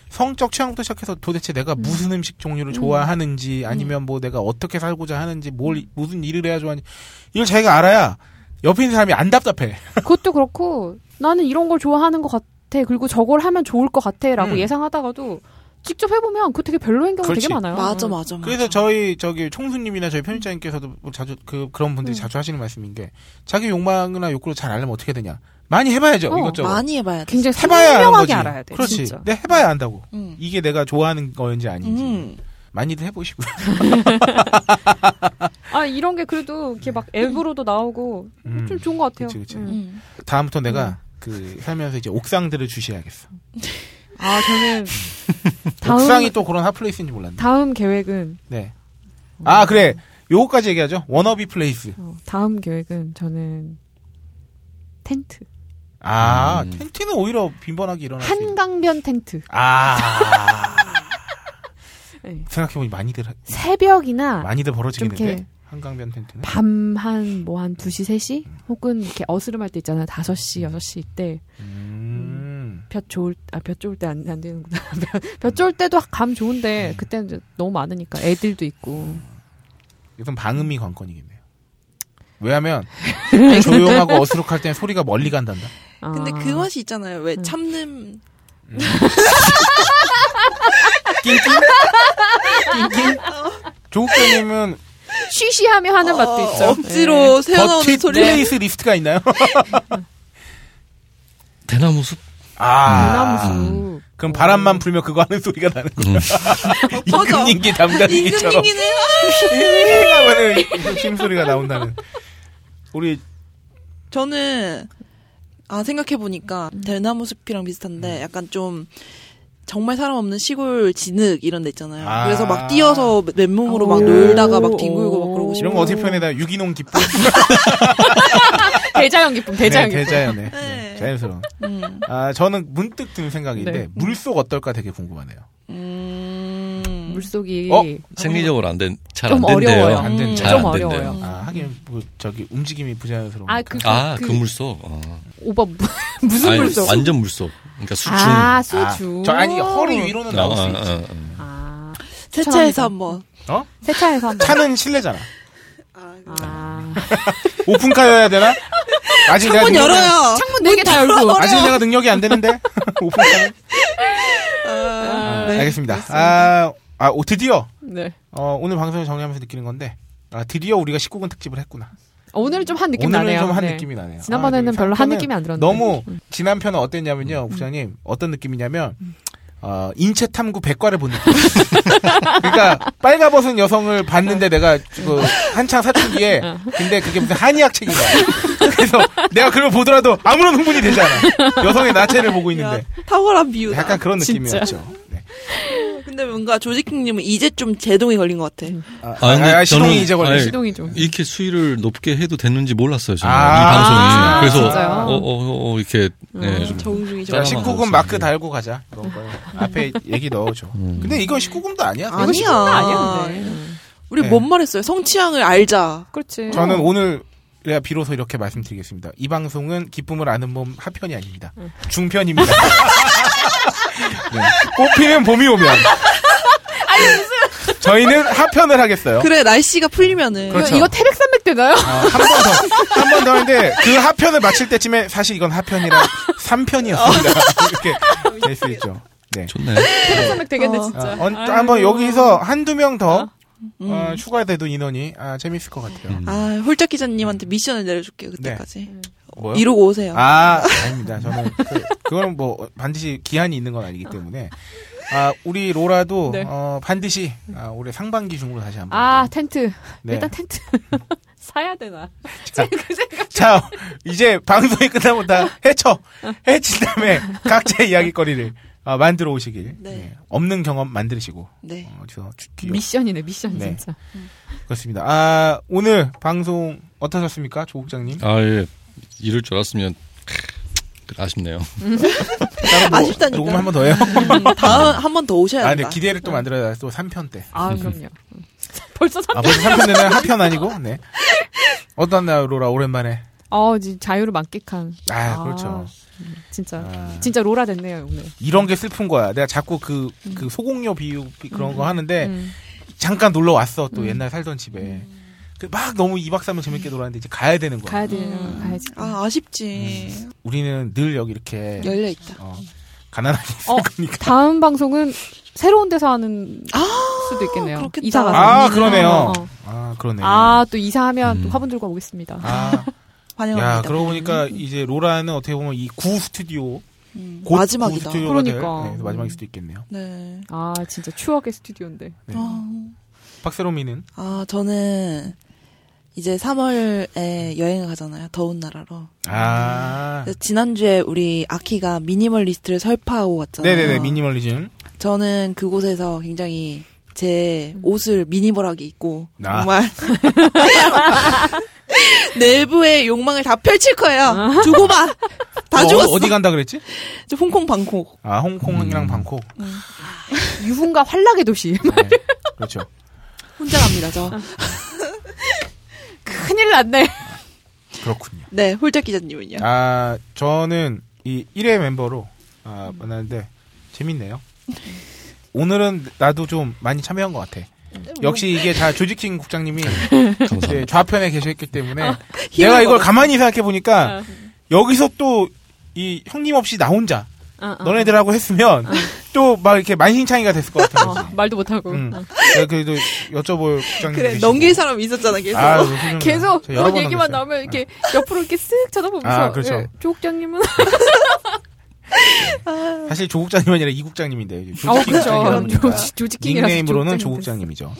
Speaker 5: 성적 취향부터 시작해서 도대체 내가 무슨 음식 종류를 좋아하는지 아니면
Speaker 6: 음.
Speaker 5: 뭐 내가 어떻게 살고자 하는지 뭘 이- 무슨 일을 해야 좋아하는지 이걸 자기가 알아야 옆에 있는 사람이 안 답답해.
Speaker 6: 아, 그것도 그렇고 나는 이런 걸 좋아하는 것 같아. 그리고 저걸 하면 좋을 것 같아라고
Speaker 5: 음.
Speaker 6: 예상하다가도 직접 해보면 그 되게 별로인 경우 가
Speaker 5: 그렇지.
Speaker 6: 되게 많아요.
Speaker 4: 맞아 맞아. 맞아.
Speaker 5: 그래서 저희 저기 총수님이나 저희 편집자님께서도 뭐 자주 그 그런
Speaker 6: 음.
Speaker 5: 분들이 자주 하시는 말씀인 게 자기 욕망이나 욕구를 잘 알려면 어떻게 되냐? 많이 해봐야죠.
Speaker 6: 어,
Speaker 5: 이것저것.
Speaker 4: 많이 해봐야 돼.
Speaker 6: 굉장히
Speaker 5: 해봐야 하는 거지.
Speaker 6: 선명하게 알아야 돼.
Speaker 5: 그렇지.
Speaker 6: 진짜.
Speaker 5: 내 해봐야 안다고.
Speaker 4: 음.
Speaker 5: 이게 내가 좋아하는 거인지 아닌지
Speaker 4: 음.
Speaker 5: 많이들 해보시고요.
Speaker 6: 아 이런 게 그래도 이렇게 막 앱으로도 나오고
Speaker 5: 음.
Speaker 6: 좀 좋은 것 같아요.
Speaker 5: 그치, 그치.
Speaker 6: 음.
Speaker 4: 음.
Speaker 5: 다음부터 내가 그 살면서 이제 옥상들을 주시해야겠어.
Speaker 6: 아 저는 다음
Speaker 5: 옥상이 또 그런 핫플레이스인지 몰랐네.
Speaker 6: 다음 계획은
Speaker 5: 네. 아 그래. 요거까지 얘기하죠. 워너비 플레이스.
Speaker 6: 어, 다음 계획은 저는 텐트
Speaker 5: 아
Speaker 1: 음.
Speaker 5: 텐트는 오히려 빈번하게 일어나지.
Speaker 6: 한강변 텐트
Speaker 5: 아
Speaker 6: 네.
Speaker 5: 생각해보니 많이들 하-
Speaker 6: 새벽이나
Speaker 5: 많이들
Speaker 6: 좀
Speaker 5: 벌어지겠는데
Speaker 6: 이렇게
Speaker 5: 한강변 텐트는.
Speaker 6: 밤 한 뭐 한 2시 3시 혹은 이렇게 어스름할 때 있잖아요. 5시 6시 이때
Speaker 5: 음.
Speaker 6: 볕 좋을 아볕 좋을 때 안 안 되는구나. 볕- 볕 좋을 때도 감 좋은데
Speaker 5: 음.
Speaker 6: 그때는 이제 너무 많으니까 애들도 있고
Speaker 5: 이건 방음이 관건이겠네요. 왜냐하면 조용하고 어수룩할 땐 소리가 멀리 간단다.
Speaker 6: 아. 음.
Speaker 4: 근데 그 맛이 있잖아요. 왜 참는
Speaker 5: 낑낑? 낑낑? 조국장님은
Speaker 6: 쉬쉬하며 하는 맛도
Speaker 4: 어,
Speaker 6: 있죠.
Speaker 4: 억지로 새어나오는
Speaker 5: 네. 버킷
Speaker 4: 소리를
Speaker 5: 플레이스 리스트가 있나요?
Speaker 1: 대나무 숲.
Speaker 5: 아.
Speaker 6: 대나무수.
Speaker 5: 그럼 바람만 불면 그거 하는 소리가 나는 거야.
Speaker 1: 음.
Speaker 4: 퍼져.
Speaker 5: 임금님기 담당이처럼.
Speaker 4: 임금님기는
Speaker 5: 하면은 심소리가 나온다는. 우리
Speaker 4: 저는 아 생각해 보니까 대나무 숲이랑
Speaker 5: 음.
Speaker 4: 비슷한데 약간 좀 정말 사람 없는 시골 진흙 이런 데 있잖아요.
Speaker 5: 아.
Speaker 4: 그래서 막 뛰어서 맨몸으로 막
Speaker 6: 오.
Speaker 4: 놀다가 막 뒹굴고 막 그러고
Speaker 5: 이런
Speaker 4: 싶어요.
Speaker 5: 거 어떻게 표현해다 유기농 기쁨.
Speaker 6: 대자연 기쁨, 대자연 기쁨.
Speaker 5: 네, 대자연에.
Speaker 4: 네.
Speaker 5: 자연스러운.
Speaker 4: 음.
Speaker 5: 아, 저는 문득 든 생각인데
Speaker 6: 네.
Speaker 5: 물속 어떨까 되게 궁금하네요.
Speaker 4: 음.
Speaker 6: 물속이
Speaker 5: 어?
Speaker 1: 생리적으로 안 된, 잘 안
Speaker 6: 좀
Speaker 1: 된대요.
Speaker 6: 어려워요. 음,
Speaker 5: 안 된대요.
Speaker 1: 잘
Speaker 6: 좀
Speaker 1: 안 된대요.
Speaker 6: 어려워요.
Speaker 5: 아, 하긴 뭐 저기 움직임이 부자연스러운.
Speaker 6: 아, 그, 그,
Speaker 1: 아,
Speaker 6: 그,
Speaker 1: 그 물속. 어.
Speaker 6: 오빠, 무- 무슨
Speaker 1: 아니,
Speaker 6: 물속?
Speaker 1: 완전 물속. 그러니까 수중.
Speaker 6: 아, 수중.
Speaker 5: 저 아니 허리 위로는
Speaker 1: 아,
Speaker 5: 나올 수
Speaker 1: 아,
Speaker 5: 있지. 어?
Speaker 1: 아, 아.
Speaker 6: 아,
Speaker 4: 세차해서 한번
Speaker 6: 세차에서 한 번.
Speaker 5: 차는 실내잖아.
Speaker 6: 네. 아.
Speaker 5: 오픈카여야 되나? 아직 내가
Speaker 4: 창문
Speaker 5: 능력이-
Speaker 4: 열어요.
Speaker 6: 창문 네개 다 열고.
Speaker 5: 아직 내가 능력이 안 되는데 오픈카.
Speaker 4: 아, 네.
Speaker 5: 알겠습니다. 아, 아, 오, 드디어
Speaker 6: 네.
Speaker 5: 어, 오늘 방송을 정리하면서 느끼는 건데. 아, 드디어 우리가 19금 특집을 했구나.
Speaker 6: 오늘은 좀 한 느낌
Speaker 5: 오늘은
Speaker 6: 나네요.
Speaker 5: 좀 한
Speaker 6: 네.
Speaker 5: 느낌이 나네요.
Speaker 6: 지난번에는
Speaker 5: 아, 네.
Speaker 6: 별로 한
Speaker 5: 상편은
Speaker 6: 느낌이 안 들었는데. 네. 음.
Speaker 5: 너무 지난 편은 어땠냐면요, 국장님 어떤 느낌이냐면 어, 인체 탐구 백과를 본 느낌. 그러니까 빨가벗은 여성을 봤는데 내가 그 한창 사춘기에
Speaker 6: 어.
Speaker 5: 근데 그게 무슨 한의학 책인 거야. 그래서 내가 그걸 보더라도 아무런 흥분이 되지 않아. 여성의 나체를 보고
Speaker 4: 야,
Speaker 5: 있는데
Speaker 4: 탁월한 비유다.
Speaker 5: 약간 그런
Speaker 6: 진짜.
Speaker 5: 느낌이었죠. 네.
Speaker 4: 어, 근데 뭔가 조지킹님은 이제 좀 제동이 걸린 것 같아.
Speaker 5: 아,
Speaker 1: 아, 근데
Speaker 5: 아, 아,
Speaker 1: 저는-
Speaker 5: 시동이 이제 걸려.
Speaker 1: 아니,
Speaker 6: 시동이 좀.
Speaker 1: 이렇게 수위를 높게 해도 됐는지 몰랐어요, 저는.
Speaker 5: 아,
Speaker 6: 아,
Speaker 1: 이 방송이. 그래서,
Speaker 6: 진짜요? 음.
Speaker 1: 어, 어, 어, 어, 이렇게, 예,
Speaker 5: 네,
Speaker 1: 좀
Speaker 4: 정중히
Speaker 5: 자,
Speaker 1: 자,
Speaker 4: 정.
Speaker 1: 시-
Speaker 5: 19금 마크 달고 가자. 이런 거 앞에 얘기 넣어줘. 근데 이건 19금도 아니야.
Speaker 4: 아니야.
Speaker 6: 아니야, 근데.
Speaker 4: 우리
Speaker 5: 네.
Speaker 4: 뭔 말했어요? 성취향을 알자.
Speaker 6: 그렇지.
Speaker 5: 저는 오늘 그래야 비로소 이렇게 말씀드리겠습니다. 이 방송은 기쁨을 아는 몸 하편이 아닙니다. 중편입니다. 네. 꽃피는 봄이 오면. 저희는 하편을 하겠어요.
Speaker 4: 그래 날씨가 풀리면은
Speaker 5: 그렇죠. 네. 이거
Speaker 6: 태백산맥 되나요?
Speaker 5: 한 번 더 하는데 그 하편을 마칠 때쯤에 사실 이건 하편이라 3편이었습니다. 이렇게 될 수 있죠. 네.
Speaker 1: 좋네요.
Speaker 6: 태백산맥 되겠네 진짜.
Speaker 5: 어, 언- 한번 여기서 한두 명 더 어, 추가돼도 인원이 아, 재밌을 것 같아요.
Speaker 4: 아 홀짝 기자님한테 미션을 내려줄게요 그때까지.
Speaker 5: 네. 뭐요?
Speaker 4: 이러고 오세요.
Speaker 5: 아, 아닙니다. 저는 그, 그건 뭐 반드시 기한이 있는 건 아니기 때문에 아, 우리 로라도
Speaker 6: 네.
Speaker 5: 어, 반드시 아, 올해 상반기 중으로 다시 한번.
Speaker 6: 아 텐트.
Speaker 5: 네.
Speaker 6: 일단 텐트 사야 되나? 그
Speaker 5: 자, 자, 이제 방송이 끝나면 다 해쳐. 해친 다음에 각자 의 이야기거리를 아, 만들어 오시길. 네. 없는 경험 만드시고.
Speaker 4: 네.
Speaker 5: 어, 어디서 죽기
Speaker 6: 미션이네 미션
Speaker 5: 네.
Speaker 6: 진짜.
Speaker 5: 그렇습니다. 아, 오늘 방송 어떠셨습니까? 조국장님?
Speaker 1: 아, 예. 이럴 줄 알았으면 아쉽네요.
Speaker 5: 따로 뭐
Speaker 4: 아쉽다니까.
Speaker 5: 녹음 한번 더 해요?
Speaker 4: 다음 한 번 더 오셔야
Speaker 5: 아,
Speaker 4: 한다.
Speaker 5: 네, 기대를 또 만들어야 또 3편 때.
Speaker 6: 아 그럼요. 벌써
Speaker 5: 아,
Speaker 6: 3편.
Speaker 5: 벌써 3편 되나요? 하편 아니고? 네. 어떠나요, 로라? 오랜만에.
Speaker 6: 어 이제 자유를 만끽한.
Speaker 5: 아, 그렇죠.
Speaker 6: 진짜
Speaker 5: 아.
Speaker 6: 진짜 로라 됐네요 오늘.
Speaker 5: 이런 게 슬픈 거야. 내가 자꾸 그, 그 소공료 비유 비- 그런 거 하는데,
Speaker 6: 음.
Speaker 5: 잠깐 놀러 왔어, 또
Speaker 6: 음.
Speaker 5: 옛날 살던 집에. 그 막 너무 2박 3일 재밌게 놀았는데, 이제 가야 되는 거야.
Speaker 6: 가야 돼요 가야지.
Speaker 4: 아 아쉽지.
Speaker 5: 음. 우리는 늘 여기 이렇게,
Speaker 4: 열려 있다.
Speaker 5: 어, 가난하게
Speaker 6: 어.
Speaker 5: 있으니까.
Speaker 6: 다음 방송은 새로운 데서 하는 수도 있겠네요.
Speaker 4: 아, 그렇겠다.
Speaker 6: 이사 가서.
Speaker 5: 아, 그러네요.
Speaker 6: 어.
Speaker 5: 아, 그러네. 음.
Speaker 6: 아, 또 이사하면 또 화분 들고 오겠습니다.
Speaker 5: 아.
Speaker 4: 환영합니다.
Speaker 5: 야, 그러고 보니까 이제 로라는 어떻게 보면 이 구 스튜디오
Speaker 4: 음,
Speaker 5: 곧
Speaker 4: 마지막이다.
Speaker 5: 구 스튜디오가 될
Speaker 6: 그러니까.
Speaker 5: 네, 마지막일 수도 있겠네요.
Speaker 4: 네.
Speaker 6: 아, 진짜 추억의 스튜디오인데.
Speaker 5: 네.
Speaker 4: 어,
Speaker 5: 박세롬이는
Speaker 4: 아 저는 이제 3월에 여행을 가잖아요. 더운 나라로.
Speaker 5: 아,
Speaker 4: 그래서 지난주에 우리 아키가 미니멀리스트를 설파하고 왔잖아요.
Speaker 5: 네네네 미니멀리즘.
Speaker 4: 저는 그곳에서 굉장히 제 옷을 미니멀하게 입고
Speaker 5: 아.
Speaker 4: 정말 내부의 욕망을 다 펼칠 거예요. 주고 봐. 다
Speaker 5: 어,
Speaker 4: 주었어.
Speaker 5: 어디 간다 그랬지?
Speaker 4: 저 홍콩 방콕.
Speaker 5: 아, 홍콩이랑
Speaker 1: 음.
Speaker 5: 방콕.
Speaker 4: 음.
Speaker 6: 유흥과 환락의 도시.
Speaker 5: 네. 그렇죠.
Speaker 4: 혼자 갑니다. 저.
Speaker 6: 큰일 났네.
Speaker 5: 그렇군요.
Speaker 4: 네, 홀짝 기자님은요.
Speaker 5: 아, 저는 이 1회 멤버로 아, 만났는데 재밌네요. 오늘은 나도 좀 많이 참여한 것 같아.
Speaker 4: 음.
Speaker 5: 역시 이게 다 조지킹 국장님이
Speaker 1: 감사합니다.
Speaker 5: 이제 좌편에 계셨기 때문에
Speaker 4: 어, 힘을
Speaker 5: 내가 이걸
Speaker 4: 받았어.
Speaker 5: 가만히 생각해 보니까
Speaker 4: 어.
Speaker 5: 여기서 또 이 형님 없이 나 혼자
Speaker 6: 아, 아.
Speaker 4: 어.
Speaker 5: 너네들하고 했으면 또 막 이렇게 만신창이가 됐을 것
Speaker 6: 어,
Speaker 5: 같아요.
Speaker 6: 말도 못하고.
Speaker 5: 응.
Speaker 6: 어.
Speaker 5: 내가 음. 네, 그래도 여쭤볼 국장님
Speaker 4: 그래,
Speaker 5: 계시고.
Speaker 4: 넘길 사람 있었잖아, 계속.
Speaker 5: 아, 그 소중해요.
Speaker 6: 계속
Speaker 5: 저 여러
Speaker 6: 그런
Speaker 5: 번 넘겼어요.
Speaker 6: 얘기만 나오면 이렇게 옆으로 이렇게 쓱 쳐다보면서.
Speaker 5: 아, 그렇죠.
Speaker 6: 예, 조국장님은.
Speaker 5: 아. 사실 조국장님 아니라 이국장님인데
Speaker 6: 어, 그렇죠.
Speaker 5: 조국장님이니까.
Speaker 6: 조지- 조지킹이라서.
Speaker 5: 닉네임으로는
Speaker 6: 조국장님
Speaker 5: 조국장님이죠.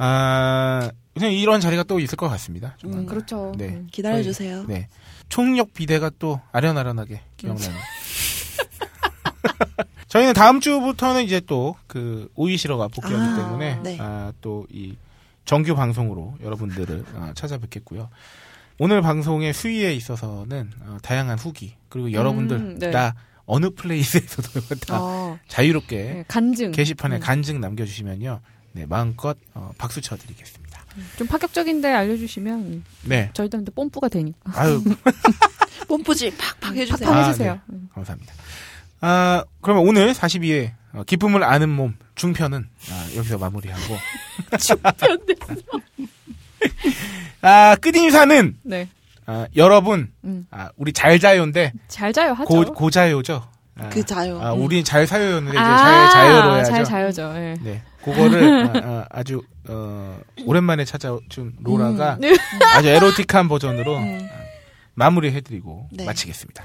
Speaker 5: 아 그냥 이런 자리가 또 있을 것 같습니다. 정말.
Speaker 4: 음,
Speaker 6: 됐어요. 그렇죠.
Speaker 5: 네.
Speaker 4: 기다려주세요.
Speaker 5: 네. 총력 비대가 또 아련아련하게 기억나는.
Speaker 6: 음.
Speaker 5: 저희는 다음 주부터는 이제 또 그 오이시러가 복귀하기
Speaker 4: 아,
Speaker 5: 때문에
Speaker 4: 네.
Speaker 5: 아, 또 이 정규 방송으로 여러분들을 아, 찾아뵙겠고요. 오늘 방송의 수위에 있어서는 어, 다양한 후기 그리고 여러분들
Speaker 6: 음, 네.
Speaker 5: 나 어느 플레이스에서도 다
Speaker 6: 어,
Speaker 5: 자유롭게
Speaker 6: 예, 간증.
Speaker 5: 게시판에
Speaker 6: 음.
Speaker 5: 간증 남겨주시면요, 네 마음껏 어, 박수 쳐드리겠습니다.
Speaker 6: 좀 파격적인데 알려주시면
Speaker 5: 네,
Speaker 6: 저희도 한테 뽐뿌가 되니까.
Speaker 5: 아유
Speaker 4: 뽐뿌지 팍팍 해주세요.
Speaker 6: 팍팍
Speaker 5: 아,
Speaker 6: 해주세요.
Speaker 5: 네.
Speaker 6: 음.
Speaker 5: 감사합니다. 아, 그러면 오늘 42회 어, 기쁨을 아는 몸 중편은 아, 여기서 마무리하고 아, 끝인사는
Speaker 6: 네.
Speaker 5: 아, 여러분
Speaker 6: 음.
Speaker 5: 아, 우리 잘 자요인데
Speaker 6: 잘 자요 하죠. 음.
Speaker 5: 고, 고자요죠. 아,
Speaker 4: 그 자요.
Speaker 5: 아, 우리 잘 사요였는데 이제 잘 자요로 해야죠.
Speaker 6: 아, 잘 자요죠. 예.
Speaker 5: 네, 그거를 아, 주 어, 오랜만에 찾아준 로라가
Speaker 6: 네. 음.
Speaker 5: 아주 에로틱한 버전으로 아, 마무리해드리고
Speaker 4: 네.
Speaker 5: 마치겠습니다.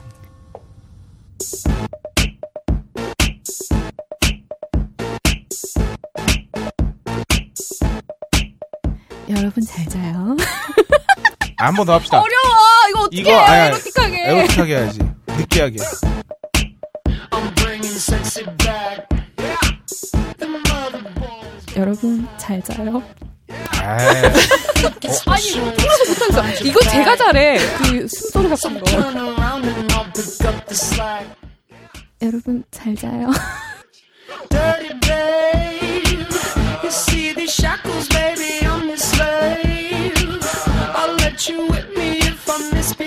Speaker 6: 여러분 잘 자요.
Speaker 5: 아, 한 번 더 합시다.
Speaker 6: 어려워. 이거 어떻게
Speaker 5: 이거
Speaker 6: 해요?
Speaker 5: 아니, 아니,
Speaker 6: 에로틱하게.
Speaker 5: 에로틱하게 해야지. 느끼하게.
Speaker 6: 여러분 잘 자요.
Speaker 5: 아,
Speaker 6: 아니 통해서 못하겠어. 이거 제가 잘해. 그 숨소리 같은 거. 여러분 잘 자요.
Speaker 12: Shackles, baby, I'm your slave. I'll let you whip me if I misbehave.